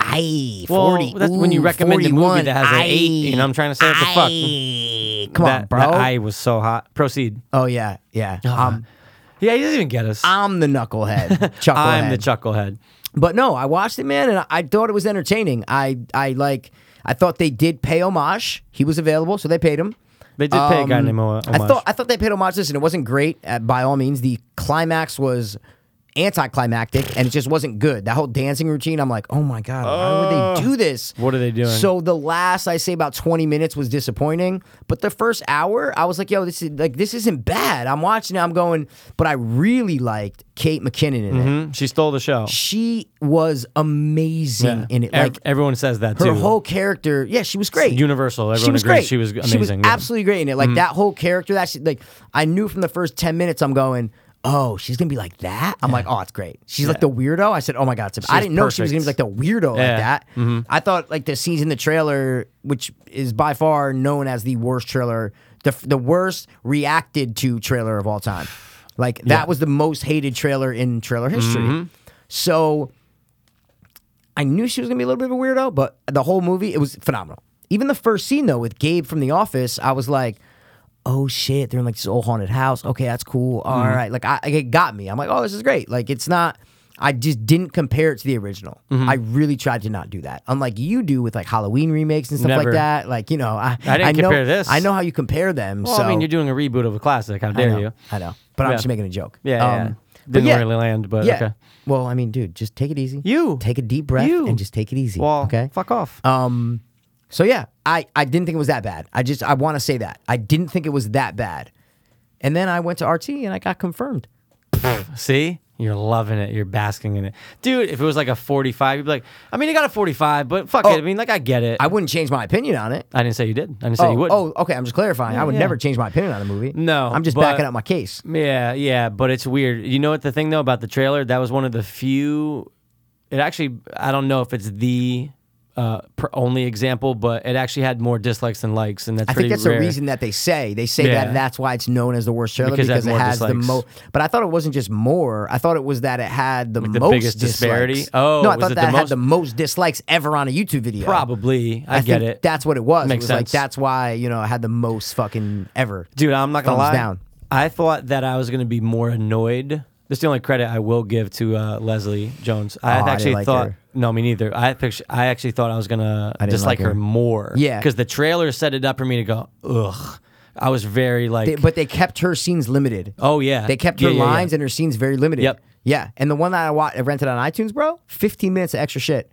Speaker 1: aye,
Speaker 2: Well,
Speaker 1: 40.
Speaker 2: that's when you
Speaker 1: ooh,
Speaker 2: recommend a movie
Speaker 1: 41,
Speaker 2: that has an
Speaker 1: aye,
Speaker 2: eight, you know what I'm trying to say? What the fuck?
Speaker 1: aye. Come
Speaker 2: that,
Speaker 1: on, bro.
Speaker 2: That eye was so hot. Proceed.
Speaker 1: oh, yeah, yeah.
Speaker 2: Uh-huh.
Speaker 1: Um,
Speaker 2: Yeah, he doesn't even get us.
Speaker 1: I'm the knucklehead. chucklehead.
Speaker 2: I'm the chucklehead.
Speaker 1: But no, I watched it, man, and I- I thought it was entertaining. I, I like, I thought they did pay homage. He was available, so they paid him.
Speaker 2: They did pay a guy
Speaker 1: Um,
Speaker 2: named Mo-
Speaker 1: I
Speaker 2: Omar.
Speaker 1: thought I thought they paid homage. Listen, it wasn't great uh, by all means. The climax was anticlimactic, and it just wasn't good. That whole dancing routine, I'm like, oh my god, why would they do this?
Speaker 2: Oh. What are they doing?
Speaker 1: So the last I say about 20 minutes was disappointing, but the first hour I was like, yo, this is like this isn't bad. I'm watching it, I'm going, but I really liked Kate McKinnon in it.
Speaker 2: Hmm? She stole the show.
Speaker 1: She was amazing
Speaker 2: Yeah.
Speaker 1: in it.
Speaker 2: Ev-
Speaker 1: Like
Speaker 2: everyone says that
Speaker 1: her
Speaker 2: too.
Speaker 1: whole character, yeah, she was great.
Speaker 2: universal.
Speaker 1: she
Speaker 2: Everyone
Speaker 1: was
Speaker 2: agrees
Speaker 1: great.
Speaker 2: she was
Speaker 1: She was
Speaker 2: amazing, yeah. Mm-hmm.
Speaker 1: absolutely great in it. Like that whole character, that she, like I knew from the first ten minutes, I'm going, oh, she's gonna be like that. I'm like, oh, it's great. She's like the weirdo. I said, oh my god, it's- I
Speaker 2: was
Speaker 1: didn't know she was gonna be like
Speaker 2: perfect.
Speaker 1: the weirdo
Speaker 2: Yeah. Mm-hmm.
Speaker 1: like that. I thought like the scenes in the trailer, which is by far known as the worst trailer, the f- the worst reacted to trailer of all time. Like that was the most hated trailer in trailer history.
Speaker 2: Mm-hmm.
Speaker 1: So I knew she was gonna be a little bit of a weirdo, but the whole movie it was phenomenal. Even the first scene though with Gabe from The Office, I was like, "Oh shit!" They're in like this old haunted house. Okay, that's cool. All
Speaker 2: Mm-hmm.
Speaker 1: right, like I, like, it got me. I'm like, "Oh, this is great." Like it's not. I just didn't compare it to the original.
Speaker 2: Mm-hmm.
Speaker 1: I really tried to not do that, unlike you do with like Halloween remakes and stuff
Speaker 2: Never.
Speaker 1: like that. Like you know, I
Speaker 2: I didn't
Speaker 1: know,
Speaker 2: compare this.
Speaker 1: I know how you compare them.
Speaker 2: Well,
Speaker 1: so
Speaker 2: I mean, you're doing a reboot of a classic. How
Speaker 1: I
Speaker 2: dare
Speaker 1: know,
Speaker 2: you?
Speaker 1: I know, but I'm
Speaker 2: Yeah.
Speaker 1: just making a joke. Um,
Speaker 2: Yeah, Um, yeah, yeah.
Speaker 1: but
Speaker 2: Didn't
Speaker 1: yeah.
Speaker 2: really land, but
Speaker 1: Yeah.
Speaker 2: okay.
Speaker 1: Well, I mean, dude, just take it easy.
Speaker 2: You.
Speaker 1: take a deep breath
Speaker 2: You.
Speaker 1: and just take it easy.
Speaker 2: Well,
Speaker 1: okay.
Speaker 2: fuck off.
Speaker 1: Um. So yeah, I I didn't think it was that bad. I just I want to say that I didn't think it was that bad. And then I went to RT and I got confirmed.
Speaker 2: See, you're loving it. You're basking in it, dude. If it was like a 45, you'd be like, I mean, you got a 45, but fuck
Speaker 1: Oh.
Speaker 2: it. I mean, like, I get it.
Speaker 1: I
Speaker 2: I,
Speaker 1: wouldn't change my opinion on it.
Speaker 2: didn't say you did. I didn't say
Speaker 1: Oh,
Speaker 2: you would.
Speaker 1: oh, okay. I'm just clarifying. I would
Speaker 2: yeah.
Speaker 1: never change my opinion on a movie.
Speaker 2: No,
Speaker 1: I'm just
Speaker 2: but-
Speaker 1: backing up my case.
Speaker 2: Yeah, yeah, but it's weird. You know what the thing though about the trailer? That was one of the few. It actually, I don't know if it's the uh, pr- only example, but it actually had more dislikes than likes, and that's
Speaker 1: I
Speaker 2: pretty
Speaker 1: think that's
Speaker 2: rare.
Speaker 1: the reason that they say they say
Speaker 2: Yeah.
Speaker 1: that that's why it's known as the worst trailer
Speaker 2: Because
Speaker 1: because,
Speaker 2: it had
Speaker 1: it
Speaker 2: more
Speaker 1: has
Speaker 2: dislikes.
Speaker 1: the most. But I thought it wasn't just more. I thought it was that it had the
Speaker 2: the
Speaker 1: most
Speaker 2: biggest disparity?
Speaker 1: dislikes.
Speaker 2: Oh,
Speaker 1: no, I
Speaker 2: was
Speaker 1: thought
Speaker 2: it the
Speaker 1: that had
Speaker 2: most-
Speaker 1: the most dislikes ever on a YouTube video.
Speaker 2: Probably, I,
Speaker 1: I,
Speaker 2: get
Speaker 1: think
Speaker 2: it.
Speaker 1: That's what it was.
Speaker 2: Makes
Speaker 1: it was like
Speaker 2: sense.
Speaker 1: that's why you know I had the most fucking ever.
Speaker 2: Dude, I'm not gonna
Speaker 1: Thumbs
Speaker 2: lie.
Speaker 1: down.
Speaker 2: I thought that I was gonna be more annoyed. That's the only credit I will give to uh, Leslie Jones. I
Speaker 1: Oh, I didn't
Speaker 2: actually
Speaker 1: like
Speaker 2: thought
Speaker 1: her.
Speaker 2: no, me neither. I actually, I actually thought I was gonna
Speaker 1: didn't like
Speaker 2: dislike her.
Speaker 1: her.
Speaker 2: more.
Speaker 1: Yeah.
Speaker 2: because the trailer set it up for me to go. Ugh, I was very like.
Speaker 1: They- but they kept her scenes limited.
Speaker 2: oh yeah,
Speaker 1: They kept
Speaker 2: Yeah,
Speaker 1: her
Speaker 2: yeah, yeah.
Speaker 1: lines and her scenes very limited.
Speaker 2: Yep.
Speaker 1: Yeah, and the one that I watched, rented on iTunes, bro, 15 minutes of extra shit.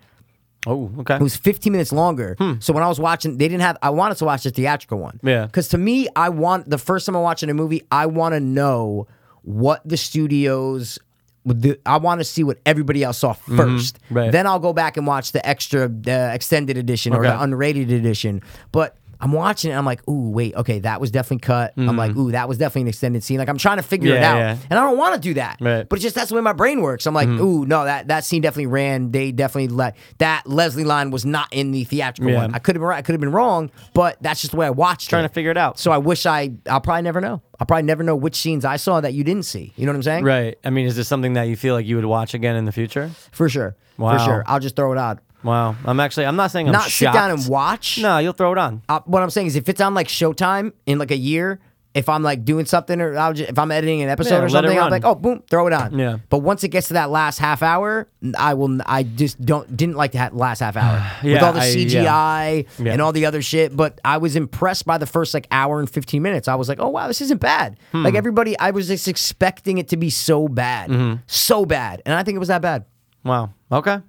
Speaker 2: Oh okay.
Speaker 1: It was 15 minutes longer. So when I was watching, they didn't have. I wanted to watch the theatrical one.
Speaker 2: Hmm. Yeah.
Speaker 1: Because to me, I want the first time I'm watching a movie, I want to know what the studios. with the- I want to see what everybody else saw 1st
Speaker 2: Mm-hmm. right.
Speaker 1: Then I'll go back and watch the extra, the extended edition or
Speaker 2: Okay.
Speaker 1: the unrated edition. But I'm watching it. I'm like, ooh, wait, okay, that was definitely cut. I'm like, ooh, that was definitely an extended scene. Like I'm trying to figure it
Speaker 2: Mm-hmm. Yeah,
Speaker 1: out,
Speaker 2: yeah.
Speaker 1: and I don't want to do that.
Speaker 2: Right.
Speaker 1: But it's just that's the way my brain works. I'm like,
Speaker 2: Mm-hmm.
Speaker 1: ooh, no, that, that scene definitely ran. They definitely let that Leslie line was not in the theatrical
Speaker 2: Yeah.
Speaker 1: one. I could have been right, I could have been wrong, but that's just the way I watched
Speaker 2: Trying
Speaker 1: it.
Speaker 2: to figure it out.
Speaker 1: So I wish I I'll probably never know. I'll probably never know which scenes I saw that you didn't see. You know what I'm saying?
Speaker 2: Right. I mean, is this something that you feel like you would watch again in the future?
Speaker 1: For sure.
Speaker 2: Wow.
Speaker 1: For sure. I'll just throw it on.
Speaker 2: Wow. I'm actually. I'm not saying I'm
Speaker 1: Not sit
Speaker 2: shocked.
Speaker 1: down and watch.
Speaker 2: No, you'll throw it on.
Speaker 1: I, what I'm saying is, if it's on like Showtime in like a year, if I'm like doing something or I'll just, if I'm editing an episode
Speaker 2: Yeah,
Speaker 1: or
Speaker 2: let it
Speaker 1: something, I'm
Speaker 2: run.
Speaker 1: like, oh, boom, throw it on.
Speaker 2: Yeah.
Speaker 1: But once it gets to that last half hour, I will. I just don't didn't like that last half hour with
Speaker 2: Yeah,
Speaker 1: all the
Speaker 2: I- yeah.
Speaker 1: CGI
Speaker 2: Yeah.
Speaker 1: and all the other shit. But I was impressed by the first like hour and 15 minutes. I was like, oh wow, this isn't bad.
Speaker 2: Hmm.
Speaker 1: Like everybody, I was just expecting it to be so bad,
Speaker 2: Mm-hmm.
Speaker 1: so bad, and I think it was that bad.
Speaker 2: Wow. Okay.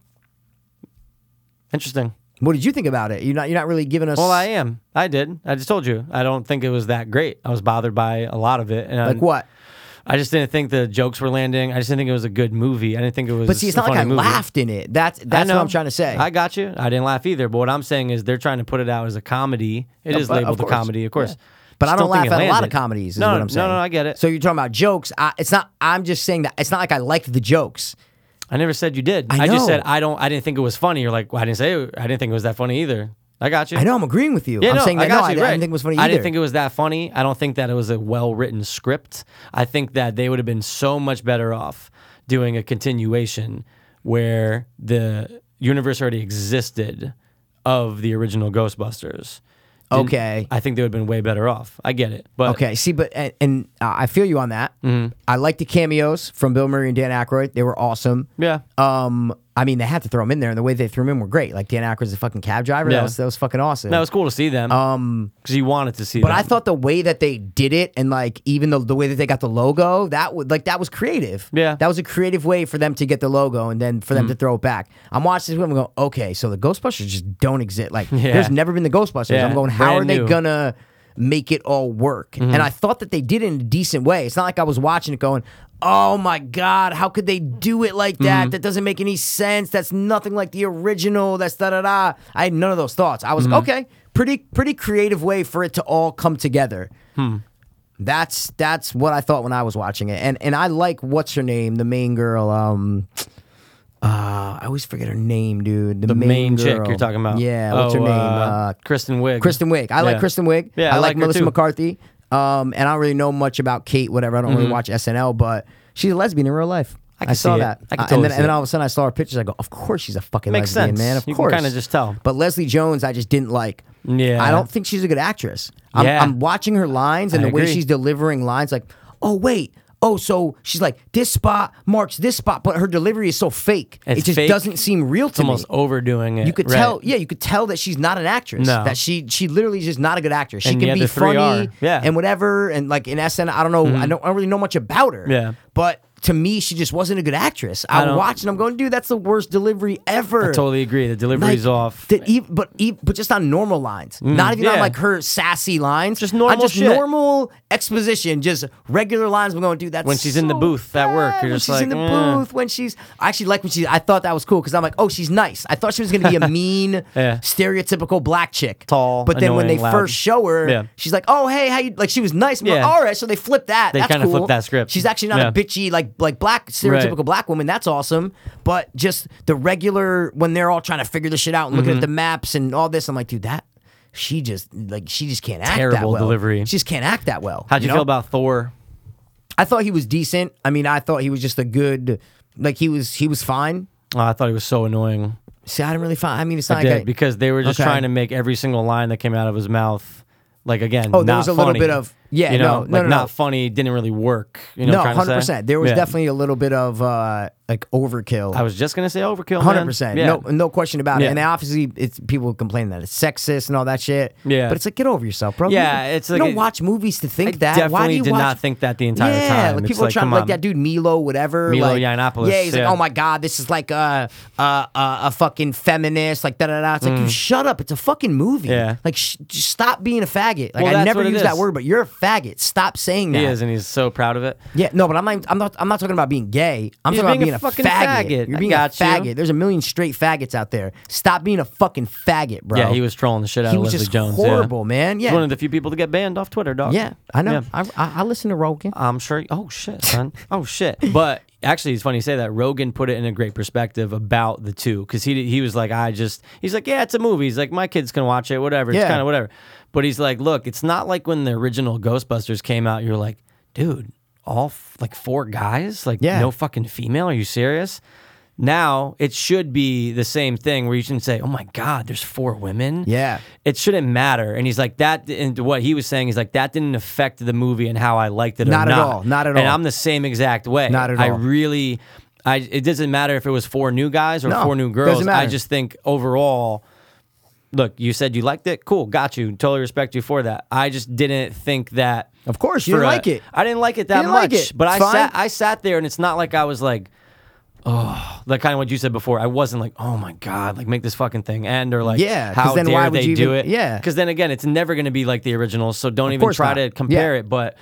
Speaker 2: Interesting.
Speaker 1: What did you think about it? You're not you're not really giving us.
Speaker 2: Well, I am. I did. I just told you. I don't think it was that great. I was bothered by a lot of it. And
Speaker 1: like what?
Speaker 2: I just didn't think the jokes were landing. I just didn't think it was a good movie. I didn't think it was.
Speaker 1: But see, it's
Speaker 2: a
Speaker 1: not like
Speaker 2: funny
Speaker 1: I
Speaker 2: movie.
Speaker 1: laughed in it. That's
Speaker 2: I
Speaker 1: that's what
Speaker 2: know.
Speaker 1: I'm trying to say.
Speaker 2: I got you. I didn't laugh either. But what I'm saying is they're trying to put it out as a comedy. It is
Speaker 1: but- of
Speaker 2: labeled a
Speaker 1: course.
Speaker 2: comedy, of course.
Speaker 1: But I
Speaker 2: Just
Speaker 1: don't, laugh
Speaker 2: think it
Speaker 1: at a lot of
Speaker 2: landed.
Speaker 1: comedies. Is
Speaker 2: no,
Speaker 1: what I'm saying.
Speaker 2: No, no, I get it.
Speaker 1: So you're talking about jokes. I, it's not. I'm just saying that it's not like I liked the jokes.
Speaker 2: I never said you did.
Speaker 1: I
Speaker 2: just
Speaker 1: know.
Speaker 2: said I don't. I didn't think it was funny. You're like, well, I didn't say. It, I didn't think it was that funny either. I got you.
Speaker 1: I know I'm agreeing with you.
Speaker 2: Yeah,
Speaker 1: I'm
Speaker 2: no,
Speaker 1: saying
Speaker 2: I
Speaker 1: that
Speaker 2: got
Speaker 1: no, I,
Speaker 2: you,
Speaker 1: didn't- I
Speaker 2: right.
Speaker 1: didn't think it was funny either.
Speaker 2: I didn't think it was that funny. I don't think that it was a well written script. I think that they would have been so much better off doing a continuation where the universe already existed of the original Ghostbusters. Didn't-
Speaker 1: Okay.
Speaker 2: I think they would have been way better off. I get it. But
Speaker 1: Okay, see, but and, and uh, I feel you on that.
Speaker 2: Mm-hmm.
Speaker 1: I like the cameos from Bill Murray and Dan Aykroyd. They were awesome.
Speaker 2: Yeah.
Speaker 1: Um, I mean, they had to throw them in there, and the way they threw them in were great. Like Dan Aykroyd's a fucking cab driver.
Speaker 2: Yeah.
Speaker 1: That was that was fucking awesome.
Speaker 2: that was cool to see them. Um, because you wanted to see
Speaker 1: But
Speaker 2: them.
Speaker 1: I thought the way that they did it, and like even the the way that they got the logo, that would like that was creative.
Speaker 2: Yeah. Mm.
Speaker 1: that was a creative way for them to get the logo, and then for them to throw it back. I'm watching this and going, okay, so the Ghostbusters just don't exist. Like,
Speaker 2: Yeah.
Speaker 1: there's never been the Ghostbusters.
Speaker 2: Yeah,
Speaker 1: I'm going, how
Speaker 2: brand
Speaker 1: are they
Speaker 2: new. Mm-hmm.
Speaker 1: gonna make it all work? And I thought that they did it in a decent way. It's not like I was watching it going. Oh my God! How could they do it like that?
Speaker 2: Mm-hmm.
Speaker 1: That doesn't make any sense. That's nothing like the original. That's da da da. I had none of those thoughts. I was like,
Speaker 2: Mm-hmm.
Speaker 1: okay, pretty pretty creative way for it to all come together.
Speaker 2: Hmm.
Speaker 1: That's that's what I thought when I was watching it, and and I like what's her name, the main girl. Um, uh, I always forget her name, dude. The,
Speaker 2: the main, chick
Speaker 1: girl.
Speaker 2: you're talking about.
Speaker 1: Yeah, what's her
Speaker 2: Oh,
Speaker 1: name?
Speaker 2: Uh,
Speaker 1: Uh,
Speaker 2: Kristen Wiig.
Speaker 1: Kristen Wiig. I like
Speaker 2: Yeah.
Speaker 1: Kristen Wiig. I,
Speaker 2: Yeah, I like
Speaker 1: like,
Speaker 2: her
Speaker 1: Melissa
Speaker 2: too.
Speaker 1: McCarthy. Um, and I don't really know much about Kate, whatever. I don't really watch SNL, but she's a lesbian in real life. I,
Speaker 2: can
Speaker 1: saw
Speaker 2: see it.
Speaker 1: that.
Speaker 2: Mm-hmm. I can
Speaker 1: Uh,
Speaker 2: totally
Speaker 1: and, then,
Speaker 2: see
Speaker 1: and then
Speaker 2: it.
Speaker 1: all of a sudden, I saw her pictures. I go, of course she's a fucking
Speaker 2: Makes
Speaker 1: lesbian,
Speaker 2: sense.
Speaker 1: man. Of
Speaker 2: You can
Speaker 1: course,
Speaker 2: kinda just tell.
Speaker 1: But Leslie Jones, I just didn't like.
Speaker 2: Yeah.
Speaker 1: I don't think she's a good actress. I'm,
Speaker 2: Yeah.
Speaker 1: I'm watching her lines and
Speaker 2: I
Speaker 1: the way
Speaker 2: agree.
Speaker 1: she's delivering lines, like, oh wait. Oh, so she's like this spot marks this spot, but her delivery is so fake.
Speaker 2: It's
Speaker 1: it just
Speaker 2: fake.
Speaker 1: doesn't seem real to me.
Speaker 2: Almost overdoing it.
Speaker 1: You could
Speaker 2: right?
Speaker 1: tell, yeah, you could tell that she's not an actress.
Speaker 2: No.
Speaker 1: That she she literally is just not a good actress. She
Speaker 2: And the
Speaker 1: can be
Speaker 2: other three
Speaker 1: funny
Speaker 2: are. Yeah. Mm-hmm.
Speaker 1: and whatever, and like in SN, I don't know, I don't, I don't really know much about her.
Speaker 2: Yeah.
Speaker 1: but to me, she just wasn't a good actress.
Speaker 2: I
Speaker 1: I,
Speaker 2: don't-
Speaker 1: watched and I'm going, dude, that's the worst delivery ever.
Speaker 2: I totally agree. The
Speaker 1: Like,
Speaker 2: delivery's off. Mm.
Speaker 1: the ev- but ev- but just on normal lines, not even on
Speaker 2: yeah.
Speaker 1: like her sassy lines,
Speaker 2: Just normal
Speaker 1: on just
Speaker 2: shit.
Speaker 1: normal exposition, just regular lines. I'm going, dude, that's
Speaker 2: When she's in the
Speaker 1: so
Speaker 2: booth at work,
Speaker 1: bad.
Speaker 2: you're
Speaker 1: when
Speaker 2: just
Speaker 1: she's in the
Speaker 2: like, eh.
Speaker 1: booth, when she's I actually like when she. I thought that was cool because I'm like, oh, she's nice. I thought she was gonna be a mean,
Speaker 2: Yeah.
Speaker 1: stereotypical black chick,
Speaker 2: Tall,
Speaker 1: But then when they
Speaker 2: annoying, loud.
Speaker 1: first show her,
Speaker 2: Yeah.
Speaker 1: she's like, oh, hey, how you? Like she was nice. I'm like,
Speaker 2: Yeah.
Speaker 1: all right, so they flipped that.
Speaker 2: They
Speaker 1: kind
Speaker 2: kinda
Speaker 1: of
Speaker 2: flipped that script.
Speaker 1: She's actually not
Speaker 2: Yeah.
Speaker 1: a bitchy like like like black stereotypical black woman, that's awesome. But just the regular when they're all trying to figure this shit out and looking
Speaker 2: Mm-hmm.
Speaker 1: at the maps and all this, I'm like, dude, that she just like she just can't act that
Speaker 2: Terrible
Speaker 1: well.
Speaker 2: delivery.
Speaker 1: She just can't act that well.
Speaker 2: How'd you
Speaker 1: know?
Speaker 2: feel about Thor?
Speaker 1: I thought he was decent. I mean, I thought he was just a good like he was he was fine.
Speaker 2: Oh, I thought he was so annoying.
Speaker 1: See, I didn't really find I mean it's not
Speaker 2: I
Speaker 1: like
Speaker 2: did
Speaker 1: I-
Speaker 2: because they were just
Speaker 1: Okay.
Speaker 2: trying to make every single line that came out of his mouth like again.
Speaker 1: Oh, there
Speaker 2: not
Speaker 1: was a little
Speaker 2: funny.
Speaker 1: bit of- yeah,
Speaker 2: You know,
Speaker 1: no, no,
Speaker 2: like
Speaker 1: no, no.
Speaker 2: not funny didn't really work. You know, what
Speaker 1: no,
Speaker 2: I'm trying to
Speaker 1: hundred
Speaker 2: say?
Speaker 1: percent. There was
Speaker 2: Yeah.
Speaker 1: definitely a little bit of uh like overkill.
Speaker 2: I was just gonna say overkill.
Speaker 1: Hundred
Speaker 2: man.
Speaker 1: percent.
Speaker 2: Yeah.
Speaker 1: No, no question about it.
Speaker 2: Yeah.
Speaker 1: And obviously, it's people complain that it's sexist and all that shit.
Speaker 2: Yeah.
Speaker 1: but it's like get over yourself, bro.
Speaker 2: Yeah,
Speaker 1: you,
Speaker 2: it's
Speaker 1: you
Speaker 2: like
Speaker 1: don't
Speaker 2: it-
Speaker 1: watch movies to think
Speaker 2: I
Speaker 1: that. Why do
Speaker 2: definitely
Speaker 1: you
Speaker 2: did
Speaker 1: watch-
Speaker 2: not think that the entire
Speaker 1: yeah,
Speaker 2: time.
Speaker 1: like
Speaker 2: It's
Speaker 1: people are
Speaker 2: like,
Speaker 1: trying
Speaker 2: come
Speaker 1: to like
Speaker 2: on.
Speaker 1: that dude Milo, whatever.
Speaker 2: Milo
Speaker 1: like,
Speaker 2: Yiannopoulos,
Speaker 1: Yeah, he's
Speaker 2: yeah.
Speaker 1: like, oh my god, this is like a uh, uh, a fucking feminist, like da da da. It's like you shut up. It's a fucking movie.
Speaker 2: Mm. Yeah.
Speaker 1: like sh- just stop being a faggot. Like
Speaker 2: Well,
Speaker 1: I
Speaker 2: that's
Speaker 1: never
Speaker 2: what it
Speaker 1: use that
Speaker 2: is.
Speaker 1: word, but you're a faggot. Stop saying that.
Speaker 2: He is, and he's so proud of it.
Speaker 1: Yeah, no, but I'm not. I'm not. I'm not talking about being gay. I'm
Speaker 2: You're
Speaker 1: talking
Speaker 2: being a
Speaker 1: about being
Speaker 2: fucking
Speaker 1: a faggot.
Speaker 2: faggot.
Speaker 1: You're
Speaker 2: I
Speaker 1: being
Speaker 2: got
Speaker 1: a
Speaker 2: you.
Speaker 1: faggot. There's a million straight faggots out there. Stop being a fucking faggot, bro.
Speaker 2: Yeah, he was trolling the shit out
Speaker 1: He
Speaker 2: of
Speaker 1: was
Speaker 2: Leslie
Speaker 1: just
Speaker 2: Jones.
Speaker 1: horrible,
Speaker 2: yeah.
Speaker 1: man.
Speaker 2: He's
Speaker 1: Yeah.
Speaker 2: one of the few people to get banned off Twitter, dog.
Speaker 1: Yeah, I know.
Speaker 2: Yeah.
Speaker 1: I, I I listen to Rogan.
Speaker 2: I'm sure. Oh shit, son. Oh shit. But actually, it's funny you say that. Rogan put it in a great perspective about the two because he he was like, I just he's like, yeah, it's a movie. He's like, my kids can watch it, whatever.
Speaker 1: Yeah.
Speaker 2: It's kind of whatever. But he's like, look, it's not like when the original Ghostbusters came out. You're like, dude, all f- like four guys, like
Speaker 1: Yeah.
Speaker 2: no fucking female. Are you serious? Now it should be the same thing where you shouldn't say, "Oh my God, there's four women."
Speaker 1: Yeah.
Speaker 2: it shouldn't matter. And he's like that. And what he was saying is like that didn't affect the movie and how I liked it. or
Speaker 1: Not at
Speaker 2: not.
Speaker 1: all, not at
Speaker 2: And
Speaker 1: all.
Speaker 2: I'm the same exact way.
Speaker 1: Not at
Speaker 2: I
Speaker 1: all.
Speaker 2: really, I it doesn't matter if it was four new guys or
Speaker 1: No,
Speaker 2: four new girls.
Speaker 1: doesn't matter.
Speaker 2: I just think overall, look, you said you liked it. Cool, got you. Totally respect you for that. I just didn't think that.
Speaker 1: Of course, you
Speaker 2: for uh,
Speaker 1: didn't
Speaker 2: a-
Speaker 1: like it.
Speaker 2: I didn't like it that
Speaker 1: didn't like
Speaker 2: much.
Speaker 1: it.
Speaker 2: But
Speaker 1: It's
Speaker 2: I
Speaker 1: fine.
Speaker 2: sat, I sat there, and it's not like I was like. Oh, like kind of what you said before. I wasn't like, oh my god, like make this fucking thing end, or like,
Speaker 1: Yeah, 'cause
Speaker 2: how
Speaker 1: then
Speaker 2: dare
Speaker 1: why would
Speaker 2: they
Speaker 1: you
Speaker 2: do
Speaker 1: even-
Speaker 2: it?
Speaker 1: yeah.
Speaker 2: because then again, it's never going to be like the original, so don't even
Speaker 1: course
Speaker 2: try
Speaker 1: not.
Speaker 2: to compare
Speaker 1: Yeah.
Speaker 2: it. But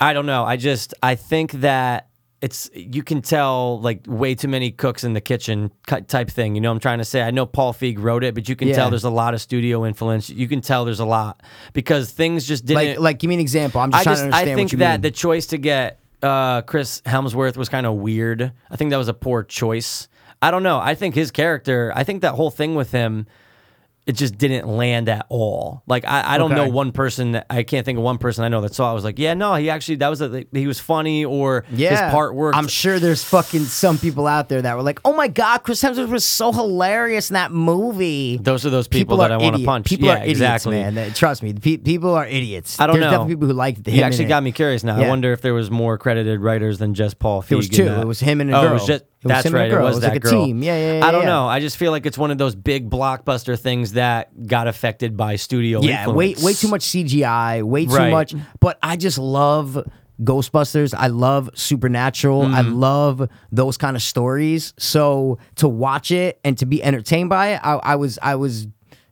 Speaker 2: I don't know. I just I think that it's you can tell like way too many cooks in the kitchen cut- type thing. You know, what I'm trying to say. I know Paul Feig wrote it, but you can
Speaker 1: Yeah.
Speaker 2: tell there's a lot of studio influence. You can tell there's a lot because things just didn't
Speaker 1: Like, like, give me an example. I'm just
Speaker 2: I
Speaker 1: trying
Speaker 2: just
Speaker 1: to
Speaker 2: I
Speaker 1: understand
Speaker 2: think
Speaker 1: what you
Speaker 2: that
Speaker 1: mean.
Speaker 2: the choice to get uh, Chris Helmsworth was kind of weird. I think that was a poor choice. I don't know. I think his character. I think that whole thing with him, it just didn't land at all. Like I, I don't
Speaker 1: Okay.
Speaker 2: know one person. that- I can't think of one person I know that saw. it. I was like, yeah, no, he actually that was a, he was funny or
Speaker 1: yeah,
Speaker 2: his part worked.
Speaker 1: I'm sure there's fucking some people out there that were like, "Oh my god, Chris Hemsworth was so hilarious in that movie."
Speaker 2: Those are those people, that I
Speaker 1: want
Speaker 2: to punch.
Speaker 1: People
Speaker 2: yeah,
Speaker 1: are idiots,
Speaker 2: exactly.
Speaker 1: man. That- Trust me, pe- people are idiots.
Speaker 2: I don't
Speaker 1: There's
Speaker 2: know.
Speaker 1: definitely people who liked him.
Speaker 2: You actually
Speaker 1: in
Speaker 2: got
Speaker 1: it.
Speaker 2: me curious now.
Speaker 1: Yeah.
Speaker 2: I wonder if there was more credited writers than just Paul Feig.
Speaker 1: There was
Speaker 2: in
Speaker 1: two.
Speaker 2: that.
Speaker 1: It was him and a
Speaker 2: oh, It
Speaker 1: girl.
Speaker 2: was just,
Speaker 1: It was
Speaker 2: that's
Speaker 1: him and a
Speaker 2: right.
Speaker 1: girl.
Speaker 2: It
Speaker 1: It
Speaker 2: was,
Speaker 1: was
Speaker 2: that
Speaker 1: like a
Speaker 2: girl.
Speaker 1: team. Yeah, yeah, yeah,
Speaker 2: I don't
Speaker 1: yeah.
Speaker 2: know. I just feel like it's one of those big blockbuster things that got affected by studio
Speaker 1: Yeah, way
Speaker 2: influence.
Speaker 1: way too much CGI, way too
Speaker 2: Right.
Speaker 1: much. But I just love Ghostbusters. I love Supernatural. I
Speaker 2: Mm.
Speaker 1: love those kind of stories. So to watch it and to be entertained by it, I, I was I was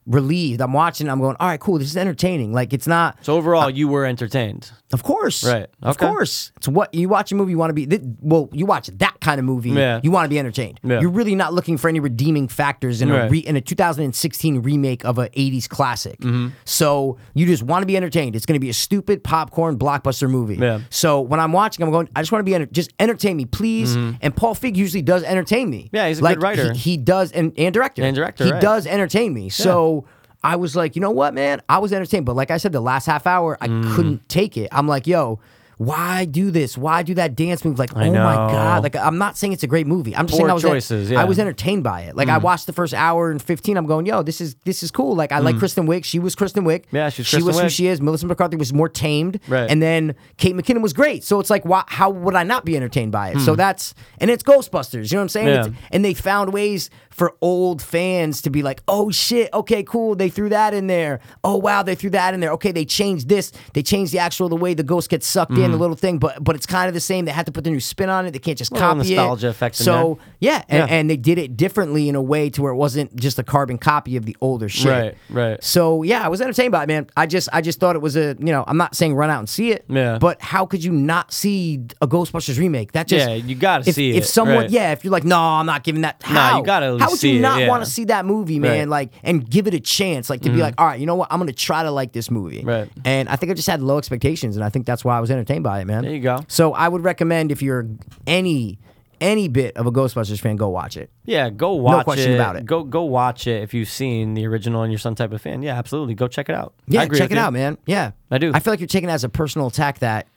Speaker 1: relieved. I'm watching. I'm going, all right, cool. This is entertaining. Like it's not.
Speaker 2: So overall, you were entertained.
Speaker 1: Of course.
Speaker 2: Right.
Speaker 1: Of
Speaker 2: Okay.
Speaker 1: course. It's what you watch a movie, you want to be, th- well, you watch that kind of movie,
Speaker 2: Yeah.
Speaker 1: you want to be entertained.
Speaker 2: Yeah.
Speaker 1: You're really not looking for any redeeming factors in, a,
Speaker 2: Right.
Speaker 1: re, in a 2016 remake of an 80s classic.
Speaker 2: Mm-hmm.
Speaker 1: So you just want to be entertained. It's going to be a stupid popcorn blockbuster movie.
Speaker 2: Yeah.
Speaker 1: So when I'm watching, I'm going, I just want to be, enter- just entertain me, please. And Paul Feig usually does entertain me.
Speaker 2: Mm-hmm. Yeah, he's a good
Speaker 1: like,
Speaker 2: writer.
Speaker 1: He, he does, and, and director.
Speaker 2: And director,
Speaker 1: He
Speaker 2: right.
Speaker 1: does entertain me. So I was like, you know what, man? I was entertained. But like I said, the last half hour, I
Speaker 2: Mm.
Speaker 1: couldn't take it. I'm like, yo, why do this? Why do that dance move? Like, oh my
Speaker 2: know.
Speaker 1: God. Like, I'm not saying it's a great movie. I'm just saying
Speaker 2: Poor
Speaker 1: I was,
Speaker 2: choices, yeah. Mm.
Speaker 1: I was entertained by it. Like I watched the first hour and 15. I'm going, yo, this is this is cool. Like I like Kristen Wiig. She was Kristen Wiig.
Speaker 2: Mm. Yeah, she's
Speaker 1: She
Speaker 2: Kristen
Speaker 1: was who
Speaker 2: Wiig.
Speaker 1: she is. Melissa McCarthy was more tamed.
Speaker 2: Right.
Speaker 1: And then Kate McKinnon was great. So it's like, why, how would I not be entertained by it? So
Speaker 2: Hmm.
Speaker 1: that's, and it's Ghostbusters. You know what I'm saying?
Speaker 2: Yeah.
Speaker 1: It's- and they found ways for old fans to be like, oh shit, okay, cool. They threw that in there. Oh wow, they threw that in there. Okay, they changed this. They changed the actual the way the ghost gets sucked in, the
Speaker 2: Mm-hmm.
Speaker 1: little thing. But but it's kind of the same. They had to put their new spin on it. They can't just
Speaker 2: Little
Speaker 1: copy
Speaker 2: nostalgia
Speaker 1: it.
Speaker 2: effect in
Speaker 1: So yeah, and,
Speaker 2: Yeah.
Speaker 1: and they did it differently in a way to where it wasn't just a carbon copy of the older shit.
Speaker 2: Right, right.
Speaker 1: So yeah, I was entertained by it, man. I just I just thought it was a you know I'm not saying run out and see it.
Speaker 2: Yeah.
Speaker 1: But how could you not see a Ghostbusters remake? That just
Speaker 2: Yeah, you gotta
Speaker 1: if,
Speaker 2: see
Speaker 1: If
Speaker 2: it,
Speaker 1: someone
Speaker 2: right.
Speaker 1: yeah, if you're like no, I'm not giving that. How
Speaker 2: you gotta
Speaker 1: how would you
Speaker 2: see it,
Speaker 1: not
Speaker 2: yeah.
Speaker 1: want to see that movie, man?
Speaker 2: Right. Mm-hmm.
Speaker 1: Like and give it a chance, like to be like all right, you know what, I'm gonna try to like this movie.
Speaker 2: Right.
Speaker 1: And I think I just had low expectations, and I think that's why I was entertained entertained by it, man.
Speaker 2: There you go.
Speaker 1: So I would recommend if you're any any bit of a Ghostbusters fan, go watch it.
Speaker 2: Yeah, go watch it.
Speaker 1: question about it.
Speaker 2: Go go watch it if you've seen the original and you're some type of fan. Yeah, absolutely. Go check it out. I
Speaker 1: Yeah,
Speaker 2: agree
Speaker 1: check
Speaker 2: with
Speaker 1: it
Speaker 2: you.
Speaker 1: out, man. Yeah,
Speaker 2: I do.
Speaker 1: I feel like you're taking it as a personal attack that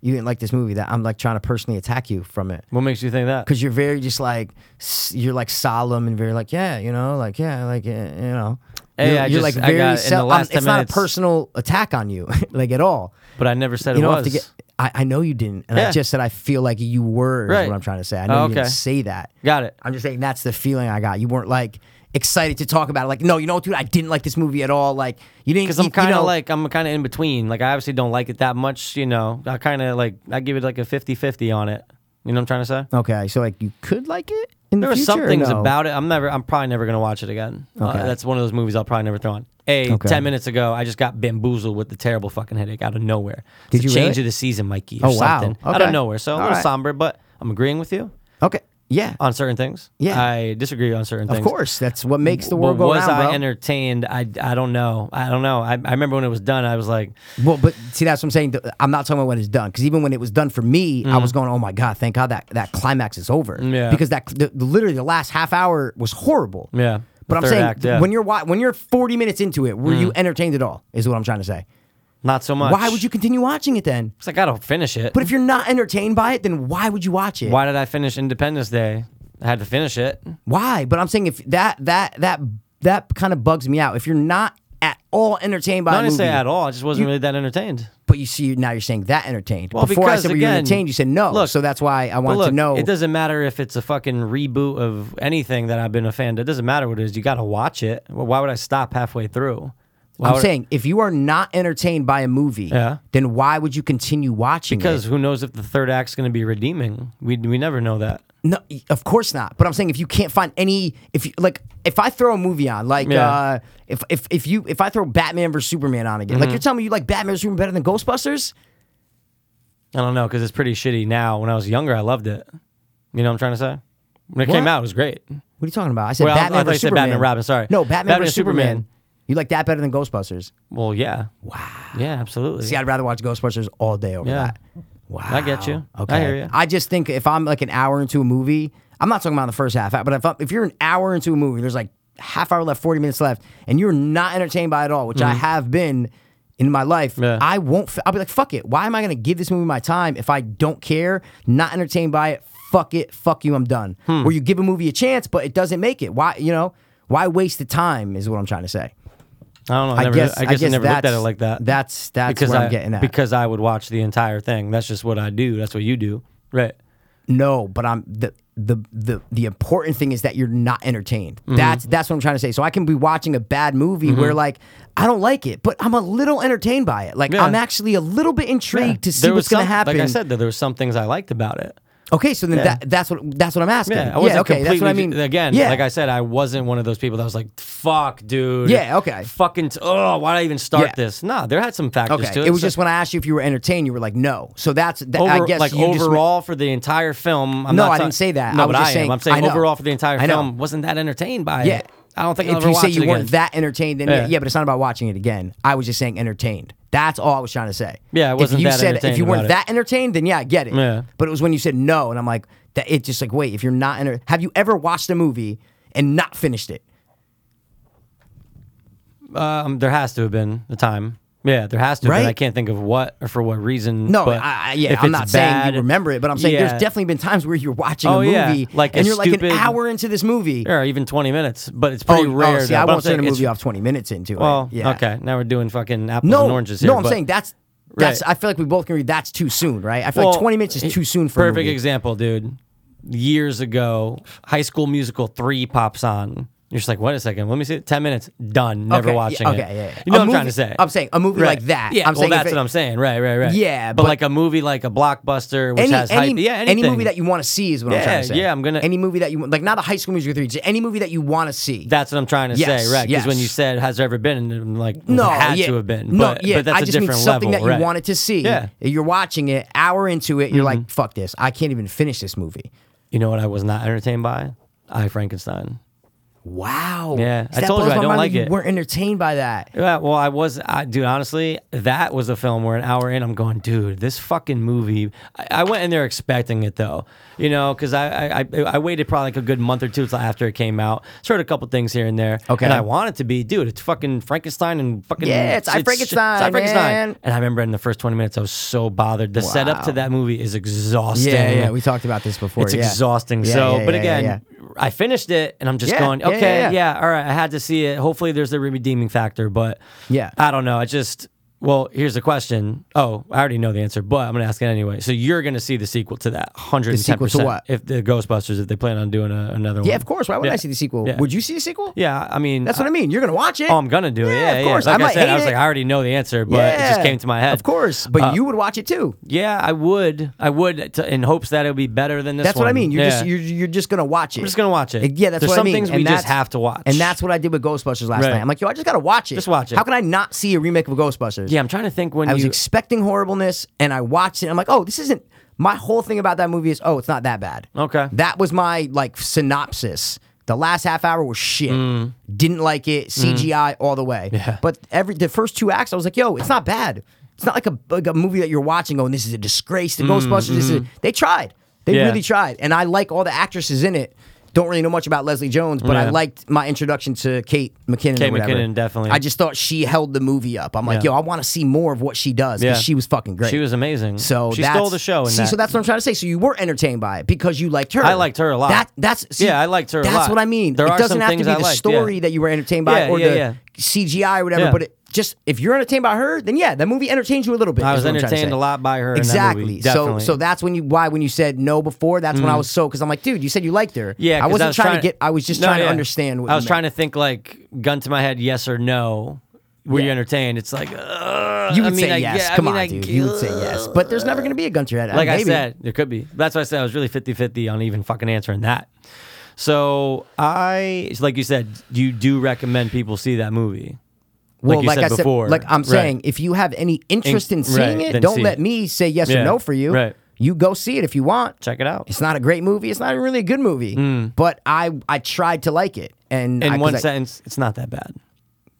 Speaker 1: you didn't like this movie. That I'm like trying to personally attack you from it.
Speaker 2: What makes you think that?
Speaker 1: because you're very just like s- you're like solemn and very like yeah you know like yeah like yeah, you know
Speaker 2: Hey,
Speaker 1: you're,
Speaker 2: I
Speaker 1: you're,
Speaker 2: just-
Speaker 1: like
Speaker 2: I
Speaker 1: very
Speaker 2: got- in the
Speaker 1: self-
Speaker 2: last
Speaker 1: it's
Speaker 2: 10
Speaker 1: not a
Speaker 2: minutes-
Speaker 1: personal attack on you like at all
Speaker 2: But I never said
Speaker 1: you
Speaker 2: it
Speaker 1: don't
Speaker 2: was.
Speaker 1: have to get I, I know you didn't and I
Speaker 2: Yeah.
Speaker 1: just said I feel like you were is
Speaker 2: Right.
Speaker 1: what I'm trying to say I know
Speaker 2: Oh,
Speaker 1: you didn't
Speaker 2: okay.
Speaker 1: say that
Speaker 2: Got it.
Speaker 1: I'm just saying that's the feeling I got you weren't like excited to talk about it like no you know what, dude I didn't like this movie at all like you didn't
Speaker 2: Because
Speaker 1: you-
Speaker 2: I'm kind
Speaker 1: you
Speaker 2: of
Speaker 1: know,
Speaker 2: like I'm kind of in between. Like I obviously don't like it that much. You know, I kind of like I give it like a 50-50 on it. You know what I'm trying to say?
Speaker 1: okay so like you could like it in
Speaker 2: There
Speaker 1: the
Speaker 2: were
Speaker 1: future
Speaker 2: some
Speaker 1: or
Speaker 2: things
Speaker 1: no?
Speaker 2: about it. I'm never. I'm probably never gonna watch it again. Uh,
Speaker 1: Okay.
Speaker 2: that's one of those movies I'll probably never throw on. A
Speaker 1: Okay.
Speaker 2: ten minutes ago, I just got bamboozled with the terrible fucking headache out of nowhere.
Speaker 1: Did
Speaker 2: It's
Speaker 1: you
Speaker 2: a change
Speaker 1: really?
Speaker 2: of the season, Mikey? Or
Speaker 1: Oh, wow.
Speaker 2: Something. Out of
Speaker 1: Okay.
Speaker 2: nowhere. So a
Speaker 1: All
Speaker 2: little
Speaker 1: right.
Speaker 2: somber, but I'm agreeing with you
Speaker 1: okay yeah
Speaker 2: on certain things.
Speaker 1: Yeah.
Speaker 2: I disagree on certain
Speaker 1: of
Speaker 2: things.
Speaker 1: course that's what makes the
Speaker 2: But
Speaker 1: world go
Speaker 2: was
Speaker 1: round
Speaker 2: I
Speaker 1: bro.
Speaker 2: entertained? I, I don't know. I don't know. I, I remember when it was done, I was like,
Speaker 1: Well, but see, that's what I'm saying. Th- I'm not talking about when it's done, because even when it was done for me, I was going, "Oh my god, thank God that that climax is over."
Speaker 2: Mm. Yeah.
Speaker 1: Because that the, literally the last half hour was horrible.
Speaker 2: Yeah.
Speaker 1: But
Speaker 2: The
Speaker 1: I'm
Speaker 2: third
Speaker 1: saying
Speaker 2: act, yeah. Mm.
Speaker 1: when you're wa- when you're 40 minutes into it, were you entertained at all? Is what I'm trying to say.
Speaker 2: not so much.
Speaker 1: Why would you continue watching it then?
Speaker 2: 'Cause I gotta finish it.
Speaker 1: But if you're not entertained by it, then why would you watch it?
Speaker 2: Why did I finish Independence Day? I had to finish it.
Speaker 1: Why? But I'm saying if that that that that kind of bugs me out. If you're not at all entertained by
Speaker 2: Not
Speaker 1: a
Speaker 2: to
Speaker 1: movie,
Speaker 2: say at all. I just wasn't really that entertained.
Speaker 1: But you see, now you're saying that entertained.
Speaker 2: Well,
Speaker 1: Before I
Speaker 2: because,
Speaker 1: said were you
Speaker 2: again,
Speaker 1: entertained, you said no.
Speaker 2: look,
Speaker 1: so that's why I wanted
Speaker 2: But look,
Speaker 1: to know.
Speaker 2: It doesn't matter if it's a fucking reboot of anything that I've been a fan. It doesn't matter what it is. You got to watch it. Well, why would I stop halfway through? Why
Speaker 1: I'm
Speaker 2: would-
Speaker 1: saying if you are not entertained by a movie,
Speaker 2: Yeah.
Speaker 1: then why would you continue watching?
Speaker 2: because
Speaker 1: it?
Speaker 2: who knows if the third act's going to be redeeming? We we never know that.
Speaker 1: no, of course not. But I'm saying if you can't find any, if you, like if I throw a movie on, like
Speaker 2: Yeah.
Speaker 1: uh, if if if you if I throw Batman versus Superman on
Speaker 2: Mm-hmm.
Speaker 1: again, like you're telling me you like Batman versus Superman better than Ghostbusters?
Speaker 2: I don't know because it's pretty shitty now. When I was younger, I loved it. You know what I'm trying to say? When it
Speaker 1: What?
Speaker 2: came out, it was great.
Speaker 1: What are you talking about? I said
Speaker 2: Well, I- I
Speaker 1: Batman
Speaker 2: thought you
Speaker 1: versus
Speaker 2: said
Speaker 1: Superman.
Speaker 2: Batman and Robin, sorry.
Speaker 1: no, Batman,
Speaker 2: Batman
Speaker 1: versus
Speaker 2: and
Speaker 1: Superman.
Speaker 2: Superman.
Speaker 1: You like that better than Ghostbusters?
Speaker 2: Well, yeah. Wow. Yeah, absolutely.
Speaker 1: See, I'd rather watch Ghostbusters all day over
Speaker 2: Yeah.
Speaker 1: that. Wow.
Speaker 2: I get you. I
Speaker 1: Okay.
Speaker 2: hear you.
Speaker 1: I just think if I'm like an hour into a movie, I'm not talking about the first half, hour, but if, I'm, if you're an hour into a movie, there's like half hour left, 40 minutes left, and you're not entertained by it all, which I have been in my life,
Speaker 2: Mm-hmm. Yeah.
Speaker 1: I won't, f- I'll be like, fuck it. Why am I going to give this movie my time if I don't care, not entertained by it? Fuck it. Fuck you. I'm done.
Speaker 2: Hmm.
Speaker 1: Or you give a movie a chance, but it doesn't make it. Why, you know, why waste the time is what I'm trying to say.
Speaker 2: I don't know. I,
Speaker 1: I
Speaker 2: never,
Speaker 1: guess-
Speaker 2: I
Speaker 1: I
Speaker 2: guess I
Speaker 1: guess
Speaker 2: never looked at it
Speaker 1: that's-
Speaker 2: like that.
Speaker 1: that's- that's what I'm
Speaker 2: I-
Speaker 1: getting at.
Speaker 2: Because I would watch the entire thing. That's just what I do. That's what you do. Right.
Speaker 1: No, but I'm the the the the important thing is that you're not entertained.
Speaker 2: Mm-hmm.
Speaker 1: That's that's what I'm trying to say. So I can be watching a bad movie where like I don't like it, but I'm a little entertained by it. Like
Speaker 2: Yeah.
Speaker 1: I'm actually a little bit intrigued to see
Speaker 2: There was
Speaker 1: what's going to
Speaker 2: some-
Speaker 1: happen.
Speaker 2: Like I said, though, there were some things I liked about it.
Speaker 1: okay, so then that, that's what that's what I'm asking.
Speaker 2: Yeah, I wasn't
Speaker 1: okay,
Speaker 2: completely.
Speaker 1: that's what I mean.
Speaker 2: Again,
Speaker 1: yeah.
Speaker 2: like I said, I wasn't one of those people that was like, "Fuck, dude."
Speaker 1: Yeah, okay.
Speaker 2: Fucking. T- oh, why did I even start
Speaker 1: Yeah.
Speaker 2: this? Nah, there had some factors
Speaker 1: okay,
Speaker 2: to it.
Speaker 1: it was
Speaker 2: So
Speaker 1: just when I asked you if you were entertained, you were like no. So that's that,
Speaker 2: over,
Speaker 1: I guess
Speaker 2: like
Speaker 1: you
Speaker 2: overall for the entire film. I'm
Speaker 1: No,
Speaker 2: not
Speaker 1: I
Speaker 2: ta-
Speaker 1: didn't say that.
Speaker 2: No,
Speaker 1: I was
Speaker 2: but
Speaker 1: just
Speaker 2: I am.
Speaker 1: saying-
Speaker 2: I'm saying
Speaker 1: I know.
Speaker 2: overall for the entire
Speaker 1: I know.
Speaker 2: film wasn't that entertained by
Speaker 1: Just, yeah.
Speaker 2: it. I don't think
Speaker 1: if
Speaker 2: I'll ever
Speaker 1: you
Speaker 2: watch
Speaker 1: say
Speaker 2: it
Speaker 1: you weren't
Speaker 2: again.
Speaker 1: that entertained, then yeah.
Speaker 2: Yeah.
Speaker 1: yeah, but it's not about watching it again. I was just saying entertained. That's all I was trying to say.
Speaker 2: Yeah, I wasn't
Speaker 1: if you
Speaker 2: that
Speaker 1: said if
Speaker 2: entertained
Speaker 1: you weren't
Speaker 2: about it.
Speaker 1: that entertained, then yeah, I get it.
Speaker 2: Yeah.
Speaker 1: But it was when you said no, and I'm like, that it's just like, wait, if you're not enter- have you ever watched a movie and not finished it?
Speaker 2: Um, there has to have been a time. Yeah, there has to. Have
Speaker 1: Right?
Speaker 2: been. I can't think of what or for what reason.
Speaker 1: No,
Speaker 2: but
Speaker 1: I, I, yeah,
Speaker 2: if
Speaker 1: I'm
Speaker 2: it's
Speaker 1: not saying
Speaker 2: bad-
Speaker 1: you remember it, but I'm saying
Speaker 2: Yeah.
Speaker 1: there's definitely been times where you're watching
Speaker 2: Oh,
Speaker 1: a
Speaker 2: yeah,
Speaker 1: movie
Speaker 2: like a
Speaker 1: and you're like
Speaker 2: stupid-
Speaker 1: an hour into this movie.
Speaker 2: or even 20 minutes, but it's pretty
Speaker 1: oh,
Speaker 2: rare.
Speaker 1: oh, see,
Speaker 2: though.
Speaker 1: I
Speaker 2: But I'm
Speaker 1: won't turn a
Speaker 2: saying it's-
Speaker 1: movie off 20 minutes into it.
Speaker 2: Well,
Speaker 1: yeah.
Speaker 2: okay. Now we're doing fucking apples
Speaker 1: No,
Speaker 2: and oranges here.
Speaker 1: no, I'm
Speaker 2: but-
Speaker 1: saying that's that's.
Speaker 2: Right.
Speaker 1: I feel like we both can read that's too soon, right? I feel like
Speaker 2: Well,
Speaker 1: 20 minutes is too soon for
Speaker 2: Perfect
Speaker 1: a movie.
Speaker 2: example, dude. Years ago, High School Musical 3 pops on. You're just like, wait a second, let me see it. 10 minutes, done, never
Speaker 1: Okay, yeah,
Speaker 2: watching it.
Speaker 1: okay, yeah, yeah.
Speaker 2: You know
Speaker 1: A
Speaker 2: what I'm trying
Speaker 1: movie-
Speaker 2: to say?
Speaker 1: I'm saying a movie like that.
Speaker 2: Yeah,
Speaker 1: I'm
Speaker 2: well,
Speaker 1: saying if
Speaker 2: that's
Speaker 1: it-
Speaker 2: what I'm saying. Right, right, right.
Speaker 1: Yeah,
Speaker 2: but,
Speaker 1: but-
Speaker 2: like a movie like a blockbuster, which
Speaker 1: Any,
Speaker 2: has hype.
Speaker 1: any,
Speaker 2: yeah,
Speaker 1: any
Speaker 2: anything.
Speaker 1: movie that you want to see is what I'm
Speaker 2: Yeah,
Speaker 1: trying to say.
Speaker 2: yeah, I'm gonna-
Speaker 1: any movie that you want- like, not a High School Musical three, just any movie that you want to see.
Speaker 2: That's what I'm trying to
Speaker 1: Yes,
Speaker 2: say, right? Because when
Speaker 1: yes.
Speaker 2: you said has there ever been, I'm like,
Speaker 1: no,
Speaker 2: no, had
Speaker 1: yeah.
Speaker 2: to have been.
Speaker 1: no,
Speaker 2: but,
Speaker 1: yeah,
Speaker 2: but that's
Speaker 1: I
Speaker 2: a
Speaker 1: just mean
Speaker 2: different
Speaker 1: something
Speaker 2: level,
Speaker 1: that
Speaker 2: right.
Speaker 1: you wanted to see.
Speaker 2: Yeah. Mm-hmm.
Speaker 1: you're watching it, hour into it, you're like, "Fuck this! I can't even finish this movie."
Speaker 2: You know what I was not entertained by? I Frankenstein.
Speaker 1: Wow.
Speaker 2: Yeah,
Speaker 1: See,
Speaker 2: I
Speaker 1: that
Speaker 2: told you
Speaker 1: blows
Speaker 2: I
Speaker 1: my
Speaker 2: don't
Speaker 1: mind that
Speaker 2: like
Speaker 1: you
Speaker 2: it.
Speaker 1: Weren't entertained by that.
Speaker 2: Yeah, well, I was, I, dude. Honestly, that was a film where an hour in, I'm going, dude, this fucking movie. I, I went in there expecting it though, you know, because I, I I- I waited probably like a good month or two till after it came out. Started a couple things here and there.
Speaker 1: Okay.
Speaker 2: and I want it to be, dude. It's fucking Frankenstein and fucking
Speaker 1: Yeah, it's I Frankenstein,
Speaker 2: I Frankenstein.
Speaker 1: man.
Speaker 2: And I remember in the first 20 minutes, I was so bothered. The setup to
Speaker 1: Wow.
Speaker 2: that movie is exhausting.
Speaker 1: Yeah, yeah, we talked about this before.
Speaker 2: It's
Speaker 1: yeah.
Speaker 2: exhausting.
Speaker 1: Yeah,
Speaker 2: so,
Speaker 1: yeah,
Speaker 2: but
Speaker 1: yeah,
Speaker 2: again,
Speaker 1: yeah,
Speaker 2: I finished it and I'm just
Speaker 1: Yeah,
Speaker 2: going,
Speaker 1: yeah, yeah,
Speaker 2: okay,
Speaker 1: yeah.
Speaker 2: yeah, all right, I had to see it. Hopefully, there's a redeeming factor, but
Speaker 1: Yeah.
Speaker 2: I don't know. I just, well, here's the question. Oh, I already know the answer, but I'm gonna ask it anyway. So you're gonna see the sequel to that 110.
Speaker 1: sequel to what?
Speaker 2: If the Ghostbusters, if they plan on doing a, another one,
Speaker 1: yeah. Of course. Why wouldn't
Speaker 2: Yeah.
Speaker 1: I see the sequel?
Speaker 2: Yeah.
Speaker 1: Would you see a sequel?
Speaker 2: Yeah, I mean,
Speaker 1: That's what I mean. You're gonna watch it.
Speaker 2: Oh, I'm gonna do it. Yeah,
Speaker 1: of course.
Speaker 2: Yeah. Like
Speaker 1: I
Speaker 2: I,
Speaker 1: might
Speaker 2: said,
Speaker 1: hate
Speaker 2: I was
Speaker 1: it.
Speaker 2: like, I already know the answer, but it just
Speaker 1: Yeah.
Speaker 2: came to my head.
Speaker 1: Of course, but
Speaker 2: Uh,
Speaker 1: you would watch it too.
Speaker 2: Yeah, I would. I would, to, in hopes that it would be better than this.
Speaker 1: That's what I
Speaker 2: one.
Speaker 1: mean. You're
Speaker 2: Yeah.
Speaker 1: just you're, you're just gonna watch it.
Speaker 2: just gonna watch it.
Speaker 1: Yeah, that's
Speaker 2: There's
Speaker 1: what I
Speaker 2: some
Speaker 1: mean.
Speaker 2: things
Speaker 1: and
Speaker 2: we just
Speaker 1: that's-
Speaker 2: have to watch.
Speaker 1: and that's what I did with Ghostbusters last
Speaker 2: Right.
Speaker 1: night. I'm like, yo, I just gotta watch it.
Speaker 2: Just watch it.
Speaker 1: How can I not see a remake of Ghostbusters?
Speaker 2: Yeah, I'm trying to think when
Speaker 1: I was
Speaker 2: you.
Speaker 1: expecting horribleness, and I watched it. I'm like, oh, this isn't. My whole thing about that movie is, oh, it's not that bad.
Speaker 2: Okay.
Speaker 1: That was my like synopsis. The last half hour was shit. Didn't like it. CGI all the way.
Speaker 2: Mm. Yeah.
Speaker 1: But every the first two acts, I was like, yo, it's not bad. It's not like a, like a movie that you're watching going, this is a disgrace. The Ghostbusters, this is. They tried. They
Speaker 2: Mm, Yeah.
Speaker 1: really tried, and I like all the actresses in it. Don't really know much about Leslie Jones, but I
Speaker 2: Yeah.
Speaker 1: liked my introduction to Kate McKinnon.
Speaker 2: Kate
Speaker 1: or whatever.
Speaker 2: McKinnon, definitely.
Speaker 1: I just thought she held the movie up. I'm like,
Speaker 2: Yeah.
Speaker 1: yo, I want to see more of what she does
Speaker 2: Yeah.
Speaker 1: because she was fucking great.
Speaker 2: She was amazing.
Speaker 1: So
Speaker 2: she
Speaker 1: that's-
Speaker 2: stole the show. In
Speaker 1: see,
Speaker 2: that.
Speaker 1: so that's what I'm trying to say. So you were entertained by it because you liked her.
Speaker 2: I liked her a lot.
Speaker 1: That that's see,
Speaker 2: Yeah, I liked her a
Speaker 1: That's
Speaker 2: lot.
Speaker 1: what I mean.
Speaker 2: There
Speaker 1: it
Speaker 2: are
Speaker 1: doesn't
Speaker 2: some
Speaker 1: have to be
Speaker 2: things I
Speaker 1: the
Speaker 2: liked,
Speaker 1: story
Speaker 2: yeah.
Speaker 1: that you were entertained by
Speaker 2: Yeah,
Speaker 1: or
Speaker 2: yeah,
Speaker 1: the
Speaker 2: yeah.
Speaker 1: CGI or whatever.
Speaker 2: Yeah.
Speaker 1: But it just if you're entertained by her, then yeah, the movie entertained you a little bit.
Speaker 2: I
Speaker 1: is
Speaker 2: was
Speaker 1: what I'm trying to
Speaker 2: entertained
Speaker 1: say.
Speaker 2: a lot by her. in that
Speaker 1: Exactly.
Speaker 2: movie,
Speaker 1: so
Speaker 2: definitely. Mm.
Speaker 1: so that's when you why when you said no before that's when I was so because I'm like dude you said you liked her
Speaker 2: yeah, 'cause
Speaker 1: I wasn't
Speaker 2: was
Speaker 1: trying to get I was just
Speaker 2: No,
Speaker 1: trying to
Speaker 2: yeah.
Speaker 1: understand what
Speaker 2: I
Speaker 1: you
Speaker 2: was
Speaker 1: meant.
Speaker 2: trying to think like gun to my head, yes or no. Were you
Speaker 1: Yeah.
Speaker 2: entertained? It's like uh,
Speaker 1: You would
Speaker 2: I mean,
Speaker 1: say
Speaker 2: I,
Speaker 1: yes.
Speaker 2: Yeah, I
Speaker 1: Come
Speaker 2: mean,
Speaker 1: on,
Speaker 2: I
Speaker 1: dude. You would say
Speaker 2: guess.
Speaker 1: yes. But there's never going to be a gun to your head.
Speaker 2: Like
Speaker 1: Maybe.
Speaker 2: I said, there could be. That's why I said I was really 50-50 on even fucking answering that. So I, it's like you said, you do recommend people see that movie.
Speaker 1: well,
Speaker 2: like you said
Speaker 1: I
Speaker 2: before.
Speaker 1: said, like I'm
Speaker 2: Right.
Speaker 1: saying, if you have any interest in
Speaker 2: In-
Speaker 1: seeing
Speaker 2: right,
Speaker 1: it,
Speaker 2: then
Speaker 1: don't
Speaker 2: see
Speaker 1: let
Speaker 2: it.
Speaker 1: me say yes or
Speaker 2: Yeah,
Speaker 1: no for you.
Speaker 2: right.
Speaker 1: You go see it if you want.
Speaker 2: Check it out.
Speaker 1: It's not a great movie. It's not really a good movie. But I, I tried to like it, and
Speaker 2: In
Speaker 1: I,
Speaker 2: Hmm. one sentence, it's not that bad.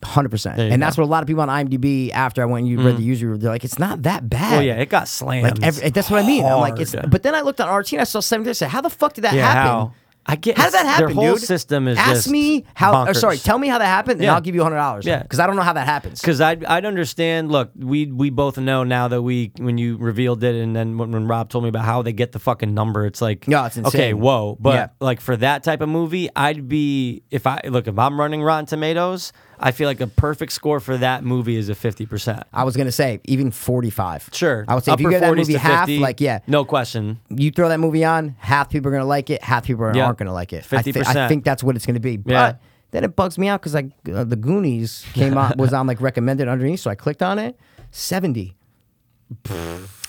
Speaker 1: hundred percent.
Speaker 2: you
Speaker 1: And that's
Speaker 2: go. Hmm.
Speaker 1: what a lot of people on IMDb after I went and you read the user, review, they're like, it's not that bad.
Speaker 2: Well, Oh, yeah, it got slammed.
Speaker 1: Like every, that's what I mean. I'm like, it's.
Speaker 2: hard.
Speaker 1: But then I looked on RT and I saw seventy percent. How the fuck did that
Speaker 2: Yeah,
Speaker 1: happen?
Speaker 2: how? I get-
Speaker 1: How did that happen?
Speaker 2: their whole
Speaker 1: dude?
Speaker 2: system is
Speaker 1: Ask
Speaker 2: just
Speaker 1: me how. Or
Speaker 2: bonkers.
Speaker 1: sorry, tell me how that happened, and
Speaker 2: Yeah.
Speaker 1: I'll give you hundred dollars.
Speaker 2: Yeah.
Speaker 1: because I don't know how that happens.
Speaker 2: because I'd, I'd understand. Look, we we both know now that we when you revealed it, and then when, when Rob told me about how they get the fucking number, it's like,
Speaker 1: Yeah, it's
Speaker 2: okay,
Speaker 1: insane.
Speaker 2: whoa. But
Speaker 1: Yeah.
Speaker 2: like for that type of movie, I'd be if I look if I'm running Rotten Tomatoes, I feel like a perfect score for that movie is a fifty percent.
Speaker 1: I was gonna say even forty-five.
Speaker 2: Sure,
Speaker 1: I would say if you
Speaker 2: Upper
Speaker 1: get that
Speaker 2: 40s
Speaker 1: movie
Speaker 2: to
Speaker 1: half,
Speaker 2: 50,
Speaker 1: like yeah,
Speaker 2: no question.
Speaker 1: you throw that movie on, half people are gonna like it, half people
Speaker 2: Yeah.
Speaker 1: aren't gonna like it. I thi- I,
Speaker 2: 50%.
Speaker 1: think that's what it's gonna be.
Speaker 2: Yeah.
Speaker 1: But then it bugs me out because like uh, the Goonies came on was on like recommended underneath, so I clicked on it, seventy.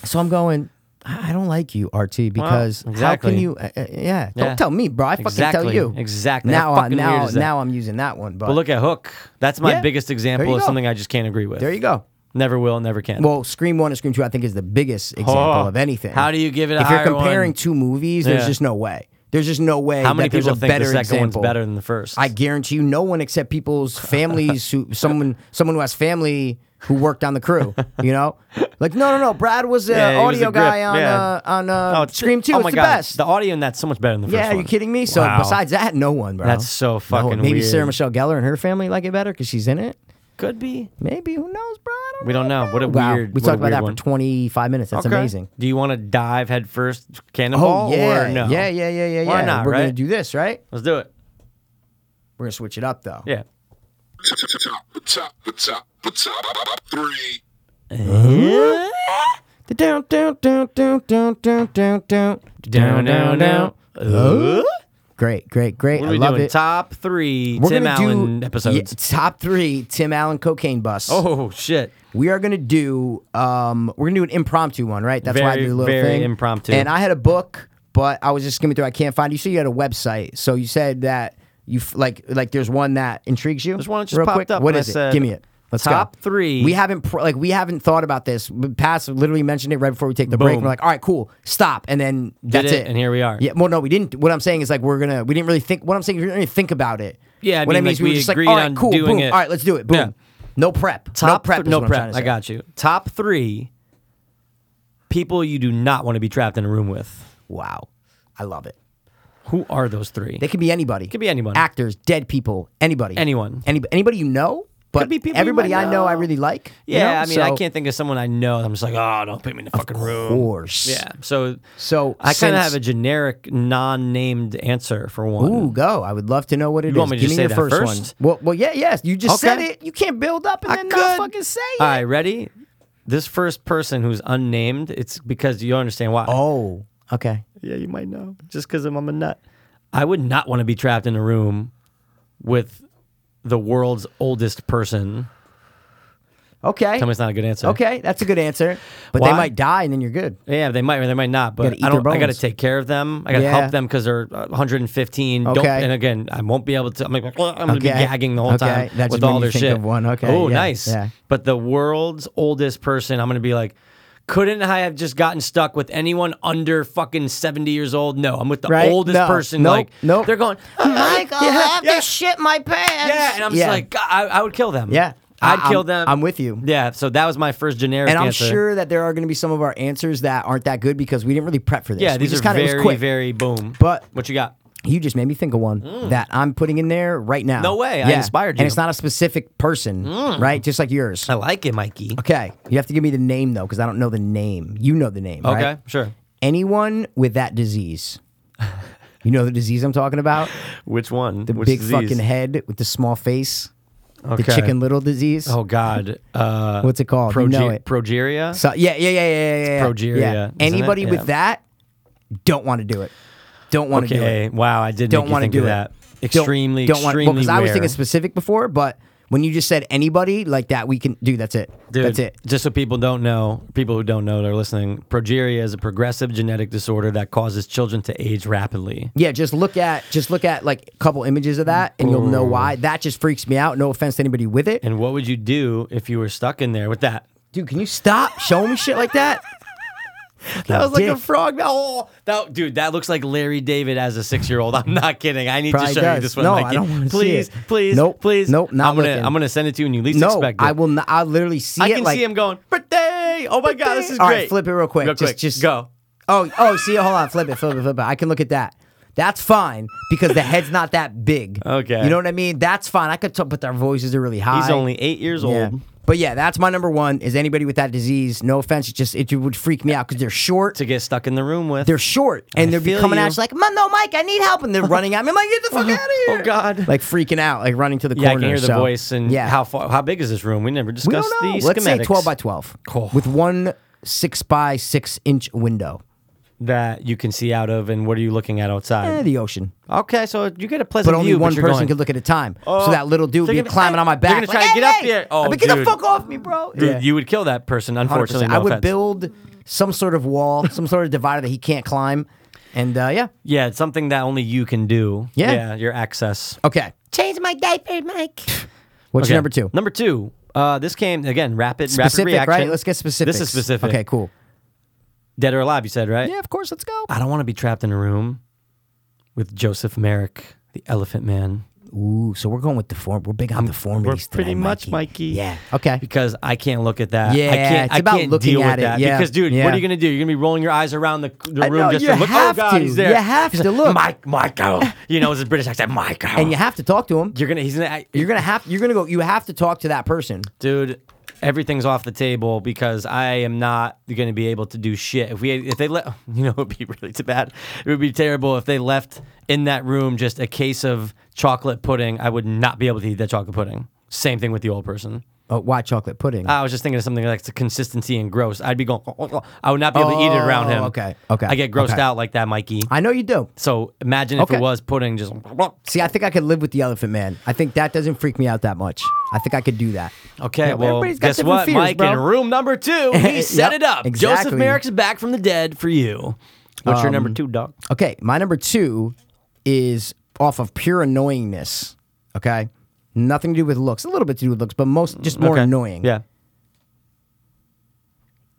Speaker 1: so I'm going. I I don't like you, RT, because how can
Speaker 2: exactly.
Speaker 1: you? Uh, uh, yeah, don't
Speaker 2: Yeah.
Speaker 1: tell me, bro. I fucking tell
Speaker 2: Exactly.
Speaker 1: you.
Speaker 2: Exactly. How
Speaker 1: Now, I,
Speaker 2: fucking
Speaker 1: now,
Speaker 2: weird is that?
Speaker 1: now I'm using that one, but,
Speaker 2: But look at Hook. That's my
Speaker 1: Yeah.
Speaker 2: biggest
Speaker 1: There
Speaker 2: example
Speaker 1: you
Speaker 2: of
Speaker 1: go.
Speaker 2: something I just can't agree with.
Speaker 1: there you go.
Speaker 2: Never will, never can.
Speaker 1: Well, Scream One and Scream Two, I think, is the biggest example
Speaker 2: Oh.
Speaker 1: of anything.
Speaker 2: How do you give it a
Speaker 1: If you're
Speaker 2: higher one?
Speaker 1: comparing two movies, there's
Speaker 2: Yeah.
Speaker 1: just no way. There's just no way.
Speaker 2: how many
Speaker 1: that there's
Speaker 2: people
Speaker 1: a
Speaker 2: think
Speaker 1: better
Speaker 2: the second
Speaker 1: example.
Speaker 2: one's better than the first?
Speaker 1: I guarantee you, no one except people's families who someone someone who has family who worked on the crew. You know, like no, no, no. Brad was the
Speaker 2: Yeah, he was
Speaker 1: audio
Speaker 2: a grip,
Speaker 1: guy on
Speaker 2: yeah.
Speaker 1: uh, on uh,
Speaker 2: Oh, it's-
Speaker 1: Scream Two.
Speaker 2: oh
Speaker 1: it's
Speaker 2: my
Speaker 1: the
Speaker 2: God.
Speaker 1: best.
Speaker 2: The audio in that's so much better than the first
Speaker 1: yeah,
Speaker 2: one.
Speaker 1: are you kidding me? So
Speaker 2: Wow.
Speaker 1: besides that, no one, bro.
Speaker 2: That's so fucking
Speaker 1: one. Maybe
Speaker 2: weird.
Speaker 1: Sarah Michelle Gellar and her family like it better because she's in it.
Speaker 2: could be.
Speaker 1: Maybe who knows, bro? I
Speaker 2: We don't know. What a
Speaker 1: Wow,
Speaker 2: weird.
Speaker 1: we
Speaker 2: what
Speaker 1: talked
Speaker 2: a
Speaker 1: about
Speaker 2: weird
Speaker 1: that
Speaker 2: one.
Speaker 1: for 25 minutes. That's
Speaker 2: Okay.
Speaker 1: amazing.
Speaker 2: Do you want to dive head first cannonball
Speaker 1: Oh, yeah,
Speaker 2: or no?
Speaker 1: yeah, yeah, yeah, yeah.
Speaker 2: Why
Speaker 1: yeah.
Speaker 2: not,
Speaker 1: We're gonna
Speaker 2: right?
Speaker 1: do this, right?
Speaker 2: Let's do it.
Speaker 1: We're gonna switch it up though.
Speaker 2: Yeah.
Speaker 4: top, the top, the top, the top three.
Speaker 1: The down, down, down, down, down, down, down, down,
Speaker 2: Down, down, down.
Speaker 1: Uh, Great, great, great.
Speaker 2: What
Speaker 1: I
Speaker 2: are we
Speaker 1: love
Speaker 2: doing?
Speaker 1: it.
Speaker 2: Top three
Speaker 1: We're
Speaker 2: Tim
Speaker 1: gonna
Speaker 2: Allen
Speaker 1: do
Speaker 2: episodes.
Speaker 1: yeah, top three Tim Allen cocaine bus.
Speaker 2: Oh shit!
Speaker 1: we are gonna do um we're gonna do an impromptu one, right? That's why I
Speaker 2: Very,
Speaker 1: do a little
Speaker 2: very
Speaker 1: thing.
Speaker 2: impromptu.
Speaker 1: And I had a book, but I was just skimming through. I can't find. You said you had a website, so you said that you f- like like there's one that intrigues you. There's
Speaker 2: one that just
Speaker 1: Real
Speaker 2: popped
Speaker 1: quick.
Speaker 2: up
Speaker 1: What
Speaker 2: and I
Speaker 1: is it?
Speaker 2: said-
Speaker 1: Give me it. Let's
Speaker 2: Top
Speaker 1: go.
Speaker 2: three.
Speaker 1: We haven't pr- like we haven't thought about this. Pass literally mentioned it right before we take the break.
Speaker 2: Boom.
Speaker 1: We're like, all right, cool, stop, and then that's
Speaker 2: it,
Speaker 1: it,
Speaker 2: and here we are.
Speaker 1: Yeah. Well, no, we didn't. What I'm saying is like we're gonna we didn't really think. What I'm saying is we didn't really think about it.
Speaker 2: Yeah, I
Speaker 1: what
Speaker 2: mean, like,
Speaker 1: is we
Speaker 2: we
Speaker 1: were just like,
Speaker 2: agreed
Speaker 1: all right,
Speaker 2: on
Speaker 1: cool,
Speaker 2: doing
Speaker 1: boom,
Speaker 2: it.
Speaker 1: all right, let's do it, boom.
Speaker 2: Yeah.
Speaker 1: No prep, no
Speaker 2: top
Speaker 1: prep, is
Speaker 2: no
Speaker 1: what I'm trying
Speaker 2: prep.
Speaker 1: to
Speaker 2: I
Speaker 1: say.
Speaker 2: got you. Top three people you do not want to be trapped in a room with.
Speaker 1: Wow, I love it.
Speaker 2: Who are those three?
Speaker 1: They could be anybody.
Speaker 2: Could be anyone.
Speaker 1: Actors, dead people, anybody.
Speaker 2: Anyone.
Speaker 1: Any, anybody you know, but
Speaker 2: Could be people you
Speaker 1: everybody
Speaker 2: might
Speaker 1: I know I
Speaker 2: know.
Speaker 1: really like. you
Speaker 2: yeah,
Speaker 1: know?
Speaker 2: I mean, I
Speaker 1: So,
Speaker 2: can't think of someone I know. that I'm just like, oh, don't put me in the fucking
Speaker 1: Of
Speaker 2: room.
Speaker 1: course.
Speaker 2: Yeah. So
Speaker 1: So
Speaker 2: I kind of
Speaker 1: since-
Speaker 2: have a generic, non-named answer for one.
Speaker 1: Ooh, go. I would love to know what it is.
Speaker 2: want me to
Speaker 1: Give
Speaker 2: just
Speaker 1: me
Speaker 2: say
Speaker 1: your
Speaker 2: that
Speaker 1: first,
Speaker 2: first?
Speaker 1: one. Well, well, yeah, yes. You just
Speaker 2: Okay.
Speaker 1: said it. You can't build up and
Speaker 2: I
Speaker 1: then
Speaker 2: could.
Speaker 1: not fucking say it.
Speaker 2: All right, ready? This first person who's unnamed, it's because you don't understand why.
Speaker 1: Oh, okay.
Speaker 2: yeah, you might know. Just because I'm, I'm a nut. I would not want to be trapped in a room with the world's oldest person.
Speaker 1: Okay.
Speaker 2: Tell me it's not a good answer.
Speaker 1: Okay, that's a good answer. But
Speaker 2: Why?
Speaker 1: they might die and then you're good.
Speaker 2: Yeah, they might or they might not,
Speaker 1: gotta
Speaker 2: but
Speaker 1: eat
Speaker 2: I don't.
Speaker 1: their
Speaker 2: I got to
Speaker 1: bones.
Speaker 2: take care of them. I got to help
Speaker 1: Yeah.
Speaker 2: them because they're uh, 115. Don't,
Speaker 1: Okay.
Speaker 2: and again, I won't be able to. I'm like, "Ugh," I'm gonna be
Speaker 1: Okay.
Speaker 2: gagging the whole
Speaker 1: Okay.
Speaker 2: time
Speaker 1: That just
Speaker 2: with
Speaker 1: made
Speaker 2: all
Speaker 1: me
Speaker 2: their
Speaker 1: think
Speaker 2: shit.
Speaker 1: of one. Okay,
Speaker 2: Oh,
Speaker 1: yeah,
Speaker 2: nice.
Speaker 1: yeah.
Speaker 2: But the world's oldest person, I'm gonna be like, couldn't I have just gotten stuck with anyone under fucking 70 years old? No, I'm with the
Speaker 1: Right?
Speaker 2: oldest
Speaker 1: No.
Speaker 2: person.
Speaker 1: Nope.
Speaker 2: Like,
Speaker 1: Nope.
Speaker 2: they're going.
Speaker 1: Michael,
Speaker 2: yeah,
Speaker 1: have
Speaker 2: yeah,
Speaker 1: to shit my pants.
Speaker 2: yeah, and I'm just like, "God, I, I would kill them.
Speaker 1: Yeah.
Speaker 2: I'd
Speaker 1: I-
Speaker 2: kill
Speaker 1: I'm-
Speaker 2: them.
Speaker 1: I'm with you.
Speaker 2: Yeah, so that was my first generic
Speaker 1: And I'm
Speaker 2: answer.
Speaker 1: sure that there are going to be some of our answers that aren't that good because we didn't really prep for this.
Speaker 2: Yeah,
Speaker 1: We
Speaker 2: these
Speaker 1: just
Speaker 2: are
Speaker 1: kinda- it was
Speaker 2: very,
Speaker 1: quick.
Speaker 2: very boom.
Speaker 1: But-
Speaker 2: what you got?
Speaker 1: You just made me think of one that I'm putting in there right now.
Speaker 2: No way, I inspired you. Mm. Oh.
Speaker 1: And it's not a specific person, right? Just like yours.
Speaker 2: I like it, Mikey.
Speaker 1: Okay. You have to give me the name though, because I don't know the name. You know the name.
Speaker 2: Okay,
Speaker 1: right?
Speaker 2: sure.
Speaker 1: Anyone with that disease. You know the disease I'm talking about?
Speaker 2: Which one?
Speaker 1: The big fucking head with the small face. The
Speaker 2: Okay.
Speaker 1: chicken little disease.
Speaker 2: Oh God. Uh,
Speaker 1: What's it called? You
Speaker 2: Proge-
Speaker 1: know it.
Speaker 2: Progeria.
Speaker 1: So yeah, yeah, yeah, yeah, yeah, yeah.
Speaker 2: progeria,
Speaker 1: yeah.
Speaker 2: isn't it?
Speaker 1: Anybody
Speaker 2: Yeah.
Speaker 1: with that, don't want to do it. Don't want to do it.
Speaker 2: okay. Wow, I did.
Speaker 1: Don't
Speaker 2: want to
Speaker 1: do it.
Speaker 2: that.
Speaker 1: Don't-
Speaker 2: Extremely,
Speaker 1: don't want-
Speaker 2: extremely.
Speaker 1: well, 'cause I was
Speaker 2: rare.
Speaker 1: thinking specific before, but when you just said anybody like that, we can do. That's it.
Speaker 2: Dude,
Speaker 1: that's it.
Speaker 2: Just so people don't know, people who don't know that are listening, progeria is a progressive genetic disorder that causes children to age rapidly.
Speaker 1: Yeah, just look at just look at like a couple images of that, and you'll know why. That just freaks me out. No offense to anybody with it,
Speaker 2: And what would you do if you were stuck in there with that?
Speaker 1: dude. Can you stop showing me shit like that?
Speaker 2: That was like a
Speaker 1: dick.
Speaker 2: frog. Oh, that dude, that looks like Larry David as a six-year-old. I'm not kidding. I need
Speaker 1: Probably
Speaker 2: to show you
Speaker 1: does.
Speaker 2: this one.
Speaker 1: No, I
Speaker 2: Mikey.
Speaker 1: don't wanna see
Speaker 2: please,
Speaker 1: it.
Speaker 2: please,
Speaker 1: Nope,
Speaker 2: please.
Speaker 1: nope, not
Speaker 2: I'm gonna,
Speaker 1: looking.
Speaker 2: I'm gonna send it to you, and you least
Speaker 1: No,
Speaker 2: expect it.
Speaker 1: I will not. I literally see
Speaker 2: I
Speaker 1: it.
Speaker 2: can
Speaker 1: like,
Speaker 2: see him going birthday. Oh my god, this is
Speaker 1: All
Speaker 2: great.
Speaker 1: right, flip it real quick. Just- just-
Speaker 2: go.
Speaker 1: Oh, oh, see, hold on, flip it, flip it, flip it. I can look at that. That's fine because the head's not that big.
Speaker 2: Okay.
Speaker 1: you know what I mean. That's fine. I could tell, but their voices are really high.
Speaker 2: He's only eight years
Speaker 1: Yeah.
Speaker 2: old.
Speaker 1: But yeah, that's my number one. Is anybody with that disease? No offense, it just it would freak me out because they're short.
Speaker 2: To get stuck in the room with.
Speaker 1: They're short and they're be
Speaker 2: feel
Speaker 1: coming
Speaker 2: you.
Speaker 1: at you like, "Mom, no, Mike, I need help," and they're running at me. I'm like, "Get the fuck out of here!"
Speaker 2: Oh God.
Speaker 1: Like freaking out, like running to the
Speaker 2: yeah, I
Speaker 1: corner.
Speaker 2: can hear the
Speaker 1: so-
Speaker 2: voice and
Speaker 1: yeah,
Speaker 2: how far, how big is this room? We never
Speaker 1: we
Speaker 2: discussed
Speaker 1: don't know.
Speaker 2: the
Speaker 1: Let's say
Speaker 2: schematics.
Speaker 1: twelve by twelve
Speaker 2: Cool.
Speaker 1: with one six by six inch window.
Speaker 2: that you can see out of, and what are you looking at
Speaker 1: Eh,
Speaker 2: outside?
Speaker 1: the ocean.
Speaker 2: okay, so you get a pleasant
Speaker 1: but only
Speaker 2: view,
Speaker 1: one
Speaker 2: you're
Speaker 1: person
Speaker 2: going,
Speaker 1: could look at a time.
Speaker 2: Oh,
Speaker 1: so that little dude
Speaker 2: they're
Speaker 1: would be
Speaker 2: gonna-
Speaker 1: climbing on my
Speaker 2: they're
Speaker 1: back.
Speaker 2: gonna try
Speaker 1: like,
Speaker 2: to get up
Speaker 1: "Hey,
Speaker 2: there."
Speaker 1: hey!"
Speaker 2: Oh,
Speaker 1: I'm like, get the
Speaker 2: dude.
Speaker 1: fuck off me, bro.
Speaker 2: Dude,
Speaker 1: Yeah.
Speaker 2: you would kill that person.
Speaker 1: 100%.
Speaker 2: Unfortunately, no
Speaker 1: I would
Speaker 2: offense.
Speaker 1: build some sort of wall, some sort of divider that he can't climb. And uh, yeah,
Speaker 2: Yeah, it's something that only you can do.
Speaker 1: Yeah.
Speaker 2: your access.
Speaker 1: okay.
Speaker 5: Change my diaper, Mike.
Speaker 1: What's
Speaker 2: Okay.
Speaker 1: your number two?
Speaker 2: Number two. Uh, this came again. Rapid,
Speaker 1: specific,
Speaker 2: rapid reaction.
Speaker 1: right? Let's get specific.
Speaker 2: This is specific.
Speaker 1: Okay, cool.
Speaker 2: Dead or alive? You said right.
Speaker 1: Yeah, of course. Let's go.
Speaker 2: I don't want to be trapped in a room with Joseph Merrick, the Elephant Man,
Speaker 1: Ooh, so we're going with the form. We're big on the form.
Speaker 2: we're pretty much, Mikey.
Speaker 1: Yeah. Okay.
Speaker 2: Mm. because I can't look at that.
Speaker 1: Yeah,
Speaker 2: I can't.
Speaker 1: it's
Speaker 2: I
Speaker 1: about
Speaker 2: can't
Speaker 1: looking
Speaker 2: deal
Speaker 1: at
Speaker 2: with
Speaker 1: it,
Speaker 2: that
Speaker 1: yeah,
Speaker 2: because, dude, what
Speaker 1: yeah.
Speaker 2: are you gonna do? You're gonna be rolling your eyes around the, the
Speaker 1: I
Speaker 2: room
Speaker 1: know,
Speaker 2: just
Speaker 1: you
Speaker 2: to look.
Speaker 1: have
Speaker 2: oh God,
Speaker 1: to.
Speaker 2: he's there.
Speaker 1: You have
Speaker 2: He's
Speaker 1: to
Speaker 2: like,
Speaker 1: look.
Speaker 2: Mike, Michael. you know, it's a British accent, Michael.
Speaker 1: And you have to talk to him.
Speaker 2: you're gonna. He's gonna.
Speaker 1: You're gonna have. You're gonna go. You have to talk to that person.
Speaker 2: dude everything's off the table because i am not going to be able to do shit if we if they let you know it would be really too bad it would be terrible if they left in that room just a case of chocolate pudding i would not be able to eat that chocolate pudding same thing with the old person
Speaker 1: Oh, white chocolate pudding.
Speaker 2: i was just thinking of something like the consistency and gross i'd be going i would not be able to eat it around him
Speaker 1: Oh, okay, okay,
Speaker 2: i get grossed
Speaker 1: okay.
Speaker 2: out like that mikey
Speaker 1: I know you do.
Speaker 2: so imagine if
Speaker 1: Okay.
Speaker 2: it was pudding just
Speaker 1: See, I think I could live with the elephant man. I think that doesn't freak me out that much. I think I could do that.
Speaker 2: Okay,
Speaker 1: Yeah,
Speaker 2: well,
Speaker 1: everybody's got
Speaker 2: guess
Speaker 1: different
Speaker 2: what,
Speaker 1: fears,
Speaker 2: Mike?
Speaker 1: bro.
Speaker 2: In room number two, he set
Speaker 1: Yep,
Speaker 2: it up. Joseph
Speaker 1: exactly.
Speaker 2: Merrick's back from the dead for you. Um, What's your number two, dog?
Speaker 1: Okay, my number two is off of pure annoyingness. Okay, Nothing to do with looks. A little bit to do with looks, but most just more
Speaker 2: Okay.
Speaker 1: annoying.
Speaker 2: Yeah.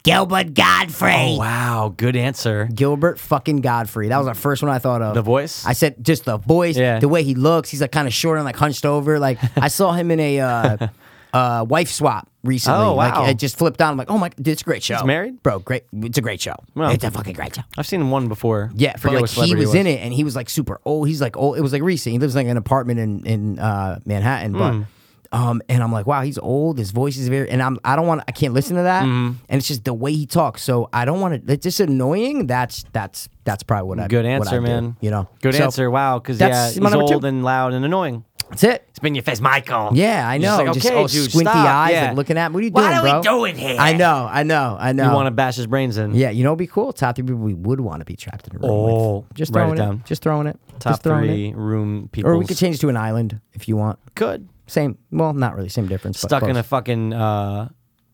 Speaker 1: Gilbert Godfrey.
Speaker 2: Oh, wow, good answer.
Speaker 1: Gilbert fucking Godfrey. That was the first one I thought of.
Speaker 2: The voice?
Speaker 1: I said just the voice.
Speaker 2: Yeah.
Speaker 1: The way he looks. He's like kind of short and like hunched over. Like I saw him in a uh, uh, wife swap recently.
Speaker 2: Oh,
Speaker 1: Like
Speaker 2: wow.
Speaker 1: I just flipped on. I'm like, oh my, dude, it's a great show. He's
Speaker 2: married?
Speaker 1: bro. Great. It's a great show.
Speaker 2: Wow.
Speaker 1: It's a fucking great show.
Speaker 2: I've seen one before.
Speaker 1: Yeah,
Speaker 2: forget
Speaker 1: but
Speaker 2: what
Speaker 1: like he
Speaker 2: celebrity
Speaker 1: was,
Speaker 2: it
Speaker 1: in it, and he was like super old. He's like old. It was like recent. He lives like in an apartment in in uh, Manhattan,
Speaker 2: Hmm.
Speaker 1: but um, and I'm like, wow, he's old. His voice is very, and I'm I don't want I can't listen to that,
Speaker 2: Mm-hmm.
Speaker 1: and it's just the way he talks. So I don't want to. It's just annoying. That's that's that's probably what I
Speaker 2: Good
Speaker 1: what I
Speaker 2: answer,
Speaker 1: do,
Speaker 2: man.
Speaker 1: you know,
Speaker 2: Good
Speaker 1: So,
Speaker 2: answer. Wow, because yeah,
Speaker 1: that's
Speaker 2: he's
Speaker 1: my number two.
Speaker 2: old and loud and annoying.
Speaker 1: That's it.
Speaker 2: Spin your face, Michael.
Speaker 1: Yeah, I
Speaker 2: He's
Speaker 1: know.
Speaker 2: just like,
Speaker 1: just
Speaker 2: okay,
Speaker 1: all
Speaker 2: dude,
Speaker 1: squinty
Speaker 2: stop.
Speaker 1: eyes,
Speaker 2: yeah.
Speaker 1: like looking at. What are you doing,
Speaker 2: What are
Speaker 1: bro?
Speaker 2: we doing here?
Speaker 1: I know, I know, I know.
Speaker 2: You want to bash his brains in?
Speaker 1: Yeah, you know, it'd be cool. Top three people we would want to be trapped in a room.
Speaker 2: Oh,
Speaker 1: with. just
Speaker 2: write it
Speaker 1: throwing
Speaker 2: down.
Speaker 1: Just throwing it.
Speaker 2: Top
Speaker 1: just throwing It.
Speaker 2: three room people.
Speaker 1: Or we could change it to an island if you want.
Speaker 2: Could
Speaker 1: Same, well, not really same difference. but
Speaker 2: stuck in a
Speaker 1: close.
Speaker 2: fucking uh,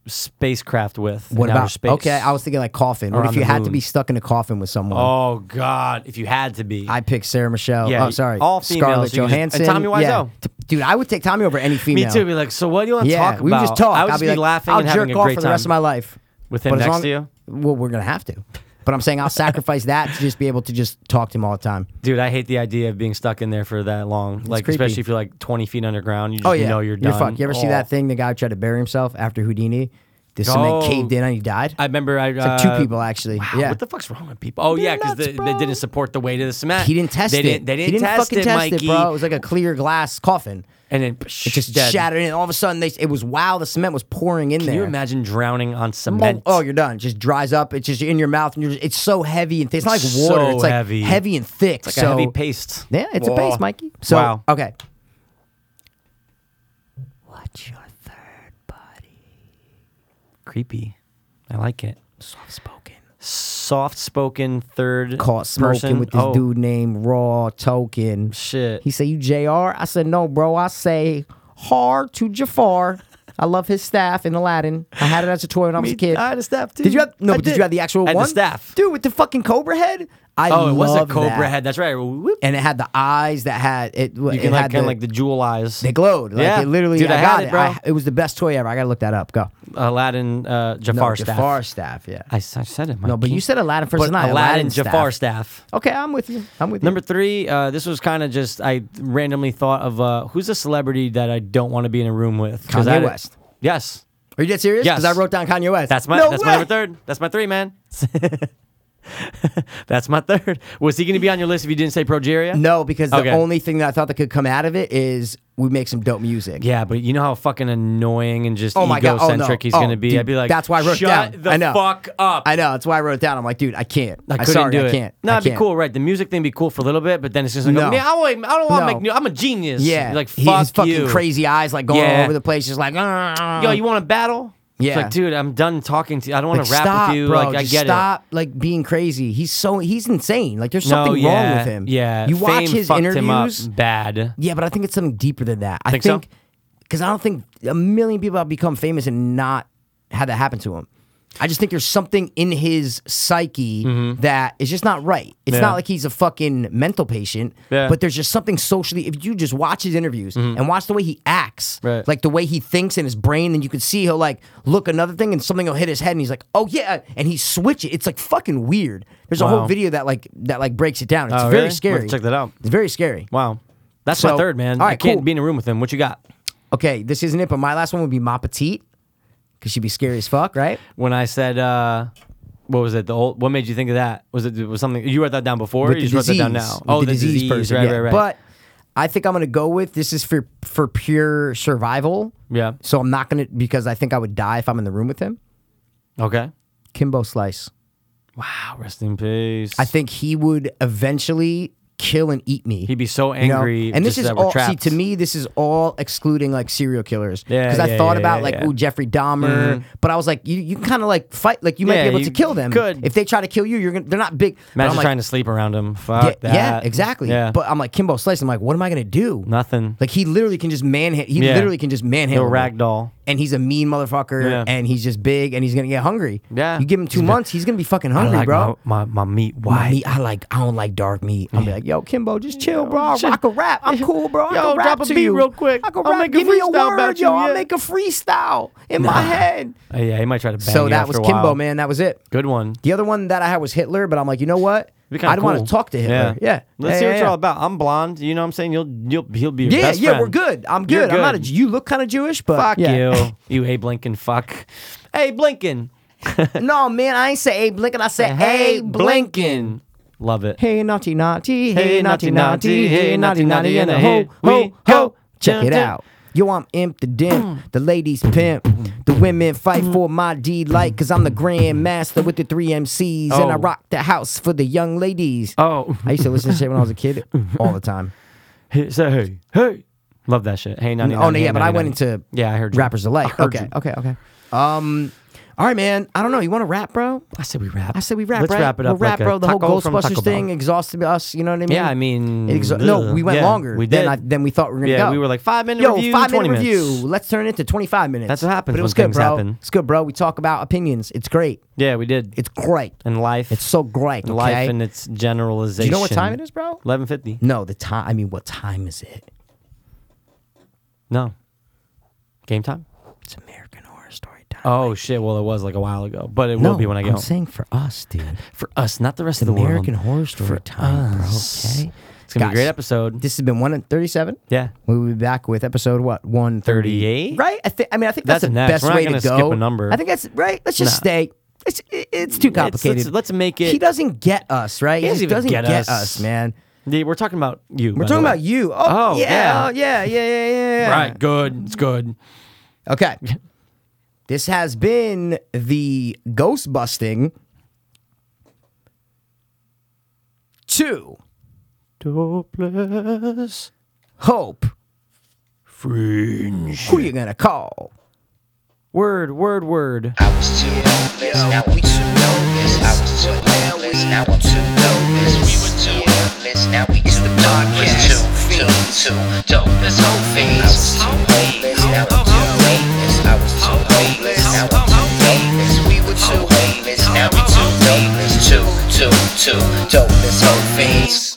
Speaker 2: spacecraft with
Speaker 1: What
Speaker 2: in outer
Speaker 1: about
Speaker 2: space.
Speaker 1: okay? I was thinking like coffin. What
Speaker 2: Or
Speaker 1: if
Speaker 2: on
Speaker 1: you
Speaker 2: the
Speaker 1: had to
Speaker 2: moon.
Speaker 1: be stuck in a coffin with someone?
Speaker 2: Oh God! If you had to be,
Speaker 1: I picked Sarah Michelle.
Speaker 2: Yeah,
Speaker 1: oh, sorry,
Speaker 2: all female,
Speaker 1: Scarlett
Speaker 2: so you just- and
Speaker 1: Johansson,
Speaker 2: Tommy Wiseau.
Speaker 1: Yeah. T- Dude, I would take Tommy over any
Speaker 2: me
Speaker 1: female.
Speaker 2: too. Be like, so what do you want to
Speaker 1: yeah,
Speaker 2: talk
Speaker 1: we would
Speaker 2: about?
Speaker 1: just talk.
Speaker 2: I would
Speaker 1: I'll
Speaker 2: just
Speaker 1: be
Speaker 2: be
Speaker 1: like,
Speaker 2: laughing
Speaker 1: I'll
Speaker 2: and
Speaker 1: jerk
Speaker 2: having a
Speaker 1: off
Speaker 2: great
Speaker 1: for
Speaker 2: time
Speaker 1: the rest of my life
Speaker 2: With him
Speaker 1: But as
Speaker 2: next
Speaker 1: long-
Speaker 2: to you?
Speaker 1: Well, we're gonna have to. But I'm saying I'll sacrifice that to just be able to just talk to him all the time.
Speaker 2: Dude, I hate the idea of being stuck in there for that long. like,
Speaker 1: creepy.
Speaker 2: especially if you're like 20 feet underground, you just
Speaker 1: Oh yeah,
Speaker 2: know you're done.
Speaker 1: fucked. You ever see
Speaker 2: Oh.
Speaker 1: that thing? The guy tried to bury himself after Houdini. The cement
Speaker 2: Oh.
Speaker 1: caved in and he died.
Speaker 2: I remember I
Speaker 1: It's like
Speaker 2: uh,
Speaker 1: two people actually.
Speaker 2: Wow,
Speaker 1: yeah.
Speaker 2: What the fuck's wrong with people? Oh yeah, because
Speaker 1: nuts,
Speaker 2: they, they
Speaker 1: bro.
Speaker 2: didn't support the weight of the cement.
Speaker 1: He didn't test
Speaker 2: they
Speaker 1: it.
Speaker 2: Didn't, they didn't,
Speaker 1: he didn't
Speaker 2: test
Speaker 1: fucking
Speaker 2: it,
Speaker 1: test
Speaker 2: Mikey.
Speaker 1: it, bro. It was like a clear glass coffin.
Speaker 2: And then
Speaker 1: It just
Speaker 2: dead.
Speaker 1: shattered, and all of a sudden, they, it was wow. The cement was pouring in
Speaker 2: Can
Speaker 1: there.
Speaker 2: you imagine drowning on
Speaker 1: Oh,
Speaker 2: cement?
Speaker 1: oh, you're done. It just dries up. It's just in your mouth, and you're just, it's so heavy and thick. It's not like
Speaker 2: So
Speaker 1: water. it's like
Speaker 2: heavy.
Speaker 1: heavy and thick.
Speaker 2: like
Speaker 1: so
Speaker 2: a heavy paste.
Speaker 1: yeah, it's a
Speaker 2: Whoa.
Speaker 1: base, Mikey. So
Speaker 2: wow.
Speaker 1: okay.
Speaker 2: Creepy. I like it.
Speaker 1: Soft spoken.
Speaker 2: Soft spoken third
Speaker 1: Caught smoking
Speaker 2: person.
Speaker 1: with this
Speaker 2: oh,
Speaker 1: dude named Raw Token.
Speaker 2: Shit.
Speaker 1: He said, "You Jr." I said, "No, bro. I say hard to Jafar." I love his staff in Aladdin. I had it as a toy when I was a
Speaker 2: Me-
Speaker 1: kid.
Speaker 2: I had a staff, too.
Speaker 1: Did you have no?
Speaker 2: I
Speaker 1: but did.
Speaker 2: did.
Speaker 1: you have the actual
Speaker 2: I had the
Speaker 1: one?
Speaker 2: staff.
Speaker 1: dude, with the fucking cobra head. I
Speaker 2: oh, it was a
Speaker 1: love
Speaker 2: cobra
Speaker 1: that.
Speaker 2: head. That's right. Whoop.
Speaker 1: and it had the eyes that had it.
Speaker 2: You
Speaker 1: it
Speaker 2: can
Speaker 1: had
Speaker 2: like
Speaker 1: the,
Speaker 2: kind of like the jewel eyes.
Speaker 1: they glowed. Like
Speaker 2: Yeah.
Speaker 1: it literally.
Speaker 2: Dude,
Speaker 1: I,
Speaker 2: I had
Speaker 1: got
Speaker 2: it, bro.
Speaker 1: I- it was the best toy ever. I gotta look that up. Go.
Speaker 2: Aladdin uh, Jafar
Speaker 1: no,
Speaker 2: staff.
Speaker 1: Jafar staff. Yeah.
Speaker 2: I, s- I said it.
Speaker 1: no, but you said Aladdin first.
Speaker 2: but
Speaker 1: night.
Speaker 2: Aladdin, Jafar staff.
Speaker 1: Okay, I'm with you. I'm with
Speaker 2: Number
Speaker 1: you.
Speaker 2: three, uh, this was kind of just I randomly thought of uh, who's a celebrity that I don't want to be in a room with. 'Cause
Speaker 1: Kanye
Speaker 2: I-
Speaker 1: West.
Speaker 2: Yes,
Speaker 1: Are you dead serious?
Speaker 2: Yes.
Speaker 1: Because I wrote down Kanye West.
Speaker 2: that's my
Speaker 1: No
Speaker 2: that's
Speaker 1: way!
Speaker 2: my number third. That's my three, man. that's my third. Was he going to be on your list if you didn't say Progeria?
Speaker 1: No, because the
Speaker 2: Okay.
Speaker 1: only thing that I thought that could come out of it is we make some dope music.
Speaker 2: Yeah, but you know how fucking annoying and just
Speaker 1: Oh my God. Oh, no.
Speaker 2: egocentric he's
Speaker 1: Oh,
Speaker 2: going to be.
Speaker 1: dude,
Speaker 2: I'd be like,
Speaker 1: that's why I wrote it
Speaker 2: shut
Speaker 1: down.
Speaker 2: the
Speaker 1: I know.
Speaker 2: fuck up.
Speaker 1: I know. That's why I wrote it down. I'm like, dude, I can't.
Speaker 2: I
Speaker 1: am
Speaker 2: couldn't
Speaker 1: sorry,
Speaker 2: do
Speaker 1: I
Speaker 2: it.
Speaker 1: can't.
Speaker 2: No,
Speaker 1: I
Speaker 2: it'd be
Speaker 1: can't.
Speaker 2: cool, right? The music thing be cool for a little bit, but then it's just like,
Speaker 1: No.
Speaker 2: man, I, won't- I don't want to
Speaker 1: No.
Speaker 2: make new. I'm a genius.
Speaker 1: Yeah,
Speaker 2: You're like
Speaker 1: He-
Speaker 2: fuck
Speaker 1: his fucking
Speaker 2: you.
Speaker 1: crazy eyes, like going all
Speaker 2: Yeah.
Speaker 1: over the place, just like, "Ah."
Speaker 2: Yo, you want to battle? It's
Speaker 1: Yeah.
Speaker 2: like, dude, I'm done talking to you. I don't want
Speaker 1: Like,
Speaker 2: to rap
Speaker 1: stop,
Speaker 2: with you.
Speaker 1: bro.
Speaker 2: like, I
Speaker 1: Just
Speaker 2: get it.
Speaker 1: stop, like being crazy. He's so he's insane. Like, there's something
Speaker 2: no, yeah,
Speaker 1: wrong with him.
Speaker 2: Yeah.
Speaker 1: you watch
Speaker 2: Fame
Speaker 1: his
Speaker 2: fucked
Speaker 1: interviews.
Speaker 2: Him up bad.
Speaker 1: Yeah, but I think it's something deeper than that. I
Speaker 2: Think so?
Speaker 1: think because I don't think a million people have become famous and not had that happen to him. I just think there's something in his psyche that is just not right. It's
Speaker 2: Mm-hmm. Yeah.
Speaker 1: not like he's a fucking mental patient,
Speaker 2: Yeah. Mm-hmm.
Speaker 1: but there's just something socially. If you just watch his interviews and watch the way he acts,
Speaker 2: Right.
Speaker 1: like the way he thinks in his brain, then you can see he'll like look another thing and something will hit his head and he's like, oh yeah, and he switch it. It's like fucking weird. There's a whole
Speaker 2: Wow.
Speaker 1: video that like that like breaks it down. It's
Speaker 2: Oh,
Speaker 1: very
Speaker 2: really? Let's
Speaker 1: scary.
Speaker 2: check that out.
Speaker 1: It's very scary.
Speaker 2: Wow. That's
Speaker 1: So-
Speaker 2: my third, man.
Speaker 1: all
Speaker 2: I
Speaker 1: right,
Speaker 2: can't
Speaker 1: cool.
Speaker 2: be in a room with him. What you got?
Speaker 1: Okay, this isn't it, but my last one would be Ma Petite, because she'd be scary as fuck, right?
Speaker 2: When I said, uh, what was it? The old. What made you think of that? Was it was something you wrote that down before? or
Speaker 1: With
Speaker 2: you
Speaker 1: the
Speaker 2: just wrote that down
Speaker 1: disease,
Speaker 2: now.
Speaker 1: with
Speaker 2: oh, the, disease,
Speaker 1: person,
Speaker 2: Right,
Speaker 1: yeah.
Speaker 2: right, right.
Speaker 1: But I think I'm gonna go with this is for for pure survival.
Speaker 2: Yeah.
Speaker 1: So I'm not gonna because I think I would die if I'm in the room with him.
Speaker 2: okay.
Speaker 1: Kimbo Slice.
Speaker 2: Wow. Rest in peace.
Speaker 1: I think he would eventually kill and eat me.
Speaker 2: He'd be so
Speaker 1: You know?
Speaker 2: angry.
Speaker 1: And this
Speaker 2: just
Speaker 1: is
Speaker 2: that we're
Speaker 1: all see
Speaker 2: trapped.
Speaker 1: to me. This is all excluding like serial killers.
Speaker 2: Yeah,
Speaker 1: Because I
Speaker 2: yeah,
Speaker 1: thought
Speaker 2: yeah,
Speaker 1: about
Speaker 2: yeah,
Speaker 1: like
Speaker 2: yeah. Mm-hmm.
Speaker 1: ooh Jeffrey Dahmer, but I was like you you kind of like fight like you might
Speaker 2: Yeah,
Speaker 1: be able
Speaker 2: you
Speaker 1: to kill them.
Speaker 2: could.
Speaker 1: if they try to kill you, you're gonna they're not big. But I'm
Speaker 2: Imagine
Speaker 1: like,
Speaker 2: trying to sleep around him.
Speaker 1: Yeah,
Speaker 2: Fuck that.
Speaker 1: yeah, exactly.
Speaker 2: Yeah.
Speaker 1: But I'm like Kimbo Slice. I'm like, what am I gonna do?
Speaker 2: nothing.
Speaker 1: Like he literally can just manhandle. He
Speaker 2: Yeah.
Speaker 1: literally can just manhandle.
Speaker 2: He'll
Speaker 1: me.
Speaker 2: ragdoll.
Speaker 1: and he's a mean motherfucker,
Speaker 2: Yeah.
Speaker 1: and he's just big, and he's gonna get hungry.
Speaker 2: Yeah.
Speaker 1: you give him two months, he's gonna be fucking
Speaker 2: I
Speaker 1: hungry,
Speaker 2: like
Speaker 1: bro.
Speaker 2: My, my, my meat
Speaker 1: My
Speaker 2: white.
Speaker 1: meat, I like. I don't like dark meat. I'll be like, yo, Kimbo, just chill, bro. I'll
Speaker 2: chill.
Speaker 1: rock a rap. I'm cool, bro. I
Speaker 2: Yo,
Speaker 1: can rap
Speaker 2: drop a
Speaker 1: to
Speaker 2: beat
Speaker 1: you.
Speaker 2: real quick.
Speaker 1: I can
Speaker 2: I'll
Speaker 1: rap.
Speaker 2: make a
Speaker 1: Give me a
Speaker 2: freestyle
Speaker 1: word,
Speaker 2: about
Speaker 1: yo.
Speaker 2: you,
Speaker 1: I'll
Speaker 2: yeah.
Speaker 1: make a freestyle in my head.
Speaker 2: Uh, yeah, he might try to bang
Speaker 1: So
Speaker 2: you
Speaker 1: that
Speaker 2: after
Speaker 1: was
Speaker 2: a while.
Speaker 1: Kimbo, man. That was it.
Speaker 2: Good one.
Speaker 1: The other one that I had was Hitler, but I'm like, you know what?
Speaker 2: Be kinda
Speaker 1: I don't
Speaker 2: cool.
Speaker 1: want to talk to Hitler. Yeah. Yeah, yeah,
Speaker 2: Let's see what
Speaker 1: yeah.
Speaker 2: you're all about. I'm blonde. You know what I'm saying? You'll you'll he'll be your
Speaker 1: Yeah,
Speaker 2: best
Speaker 1: yeah,
Speaker 2: friend.
Speaker 1: we're good. I'm
Speaker 2: You're
Speaker 1: good. I'm not a.
Speaker 2: good.
Speaker 1: You look kind of Jewish, but
Speaker 2: Fuck
Speaker 1: yeah.
Speaker 2: you. you hey Blinken fuck. Hey Blinken.
Speaker 1: no, man, I ain't say Abe Lincoln. I said Hey Blinken.
Speaker 2: Love it.
Speaker 1: Hey naughty naughty,
Speaker 2: Hey,
Speaker 1: hey naughty naughty, hey naughty naughty, and a
Speaker 2: hit
Speaker 1: ho
Speaker 2: we
Speaker 1: ho ho. Check
Speaker 2: jump
Speaker 1: it
Speaker 2: in.
Speaker 1: out. Yo, I'm imp the
Speaker 2: Mm.
Speaker 1: dimp, the ladies pimp. The women fight for my delight, cause I'm the grand master with the three MCs, and I
Speaker 2: Oh.
Speaker 1: rock the house for the young ladies.
Speaker 2: Oh.
Speaker 1: I used to listen to shit when I was a kid all the time.
Speaker 2: Hey, say hey. Hey. Love that shit. Hey, 99.
Speaker 1: Oh no,
Speaker 2: hey,
Speaker 1: yeah, but I went
Speaker 2: 99.
Speaker 1: into
Speaker 2: Yeah, I heard you.
Speaker 1: rappers
Speaker 2: I
Speaker 1: alike.
Speaker 2: heard
Speaker 1: Okay,
Speaker 2: you.
Speaker 1: okay, okay. Um, all right, man. I don't know. You want to rap, bro?
Speaker 2: I said we rap.
Speaker 1: I said we rap.
Speaker 2: Let's
Speaker 1: right?
Speaker 2: wrap it
Speaker 1: We'll
Speaker 2: up.
Speaker 1: rap,
Speaker 2: like a
Speaker 1: bro. The whole
Speaker 2: taco from Taco
Speaker 1: Ghostbusters
Speaker 2: Bell.
Speaker 1: thing exhausted us. You know what I mean?
Speaker 2: Yeah, I mean,
Speaker 1: It exha- no,
Speaker 2: ugh.
Speaker 1: we went
Speaker 2: Mm, Yeah,
Speaker 1: longer
Speaker 2: we
Speaker 1: than
Speaker 2: did.
Speaker 1: I, than we thought we were gonna
Speaker 2: Yeah,
Speaker 1: go.
Speaker 2: we were like, "Five-minute
Speaker 1: Yo,
Speaker 2: review,
Speaker 1: five minute
Speaker 2: 20 minutes."
Speaker 1: review. Let's turn it to twenty five minutes.
Speaker 2: That's what happens
Speaker 1: But it was
Speaker 2: when
Speaker 1: good,
Speaker 2: things
Speaker 1: bro.
Speaker 2: happen.
Speaker 1: It's good, bro. We talk about opinions. It's great.
Speaker 2: Yeah, we did.
Speaker 1: It's great.
Speaker 2: and life.
Speaker 1: It's so great. Okay?
Speaker 2: and life and its generalization.
Speaker 1: Do you know what time it is, bro?
Speaker 2: 11:50.
Speaker 1: No, the time. I mean, what time is it?
Speaker 2: No. Game time?
Speaker 1: It's American Horror Story time.
Speaker 2: Oh shit, well it was like a while ago, but it
Speaker 1: no,
Speaker 2: will be when I get
Speaker 1: I'm
Speaker 2: home.
Speaker 1: saying for us, dude.
Speaker 2: for us, not the rest of the
Speaker 1: American
Speaker 2: world.
Speaker 1: Horror Story time, bro.
Speaker 2: us.
Speaker 1: Okay.
Speaker 2: It's going to be a great
Speaker 1: Guys,
Speaker 2: episode.
Speaker 1: This has been one thirty-seven.
Speaker 2: yeah.
Speaker 1: We'll be back with episode what one
Speaker 2: 38?
Speaker 1: right? I think. I mean, I think that's,
Speaker 2: That's
Speaker 1: the
Speaker 2: next.
Speaker 1: best
Speaker 2: We're not
Speaker 1: way to
Speaker 2: gonna
Speaker 1: go.
Speaker 2: skip a number.
Speaker 1: I think that's right. Let's just
Speaker 2: Nah.
Speaker 1: stay. It's it- it's too complicated.
Speaker 2: let's- let's make it-
Speaker 1: He doesn't get us right. He,
Speaker 2: doesn't
Speaker 1: just
Speaker 2: even
Speaker 1: doesn't
Speaker 2: get
Speaker 1: get,
Speaker 2: us.
Speaker 1: us. man.
Speaker 2: Yeah, We're talking about you.
Speaker 1: We're talking about you. Oh,
Speaker 2: Oh, yeah.
Speaker 1: yeah, oh, yeah, yeah, yeah, yeah, yeah.
Speaker 2: Right, good. It's good.
Speaker 1: Okay. This has been the ghost busting to
Speaker 2: Dopeless
Speaker 1: hope.
Speaker 2: fringe.
Speaker 1: Who you gonna call?
Speaker 2: Word, word, word.
Speaker 3: I was too hopeless, now we too hopeless. I was too hopeless, now I'm too hopeless. We were too hopeless, now we too darkest. Too fiends, too dopeless, whole fiends. I was too hopeless, now I'm too hopeless. I was too hopeless, now I'm too hopeless. We were too hopeless, now we too hopeless. Too, too, too dopeless, whole fiends.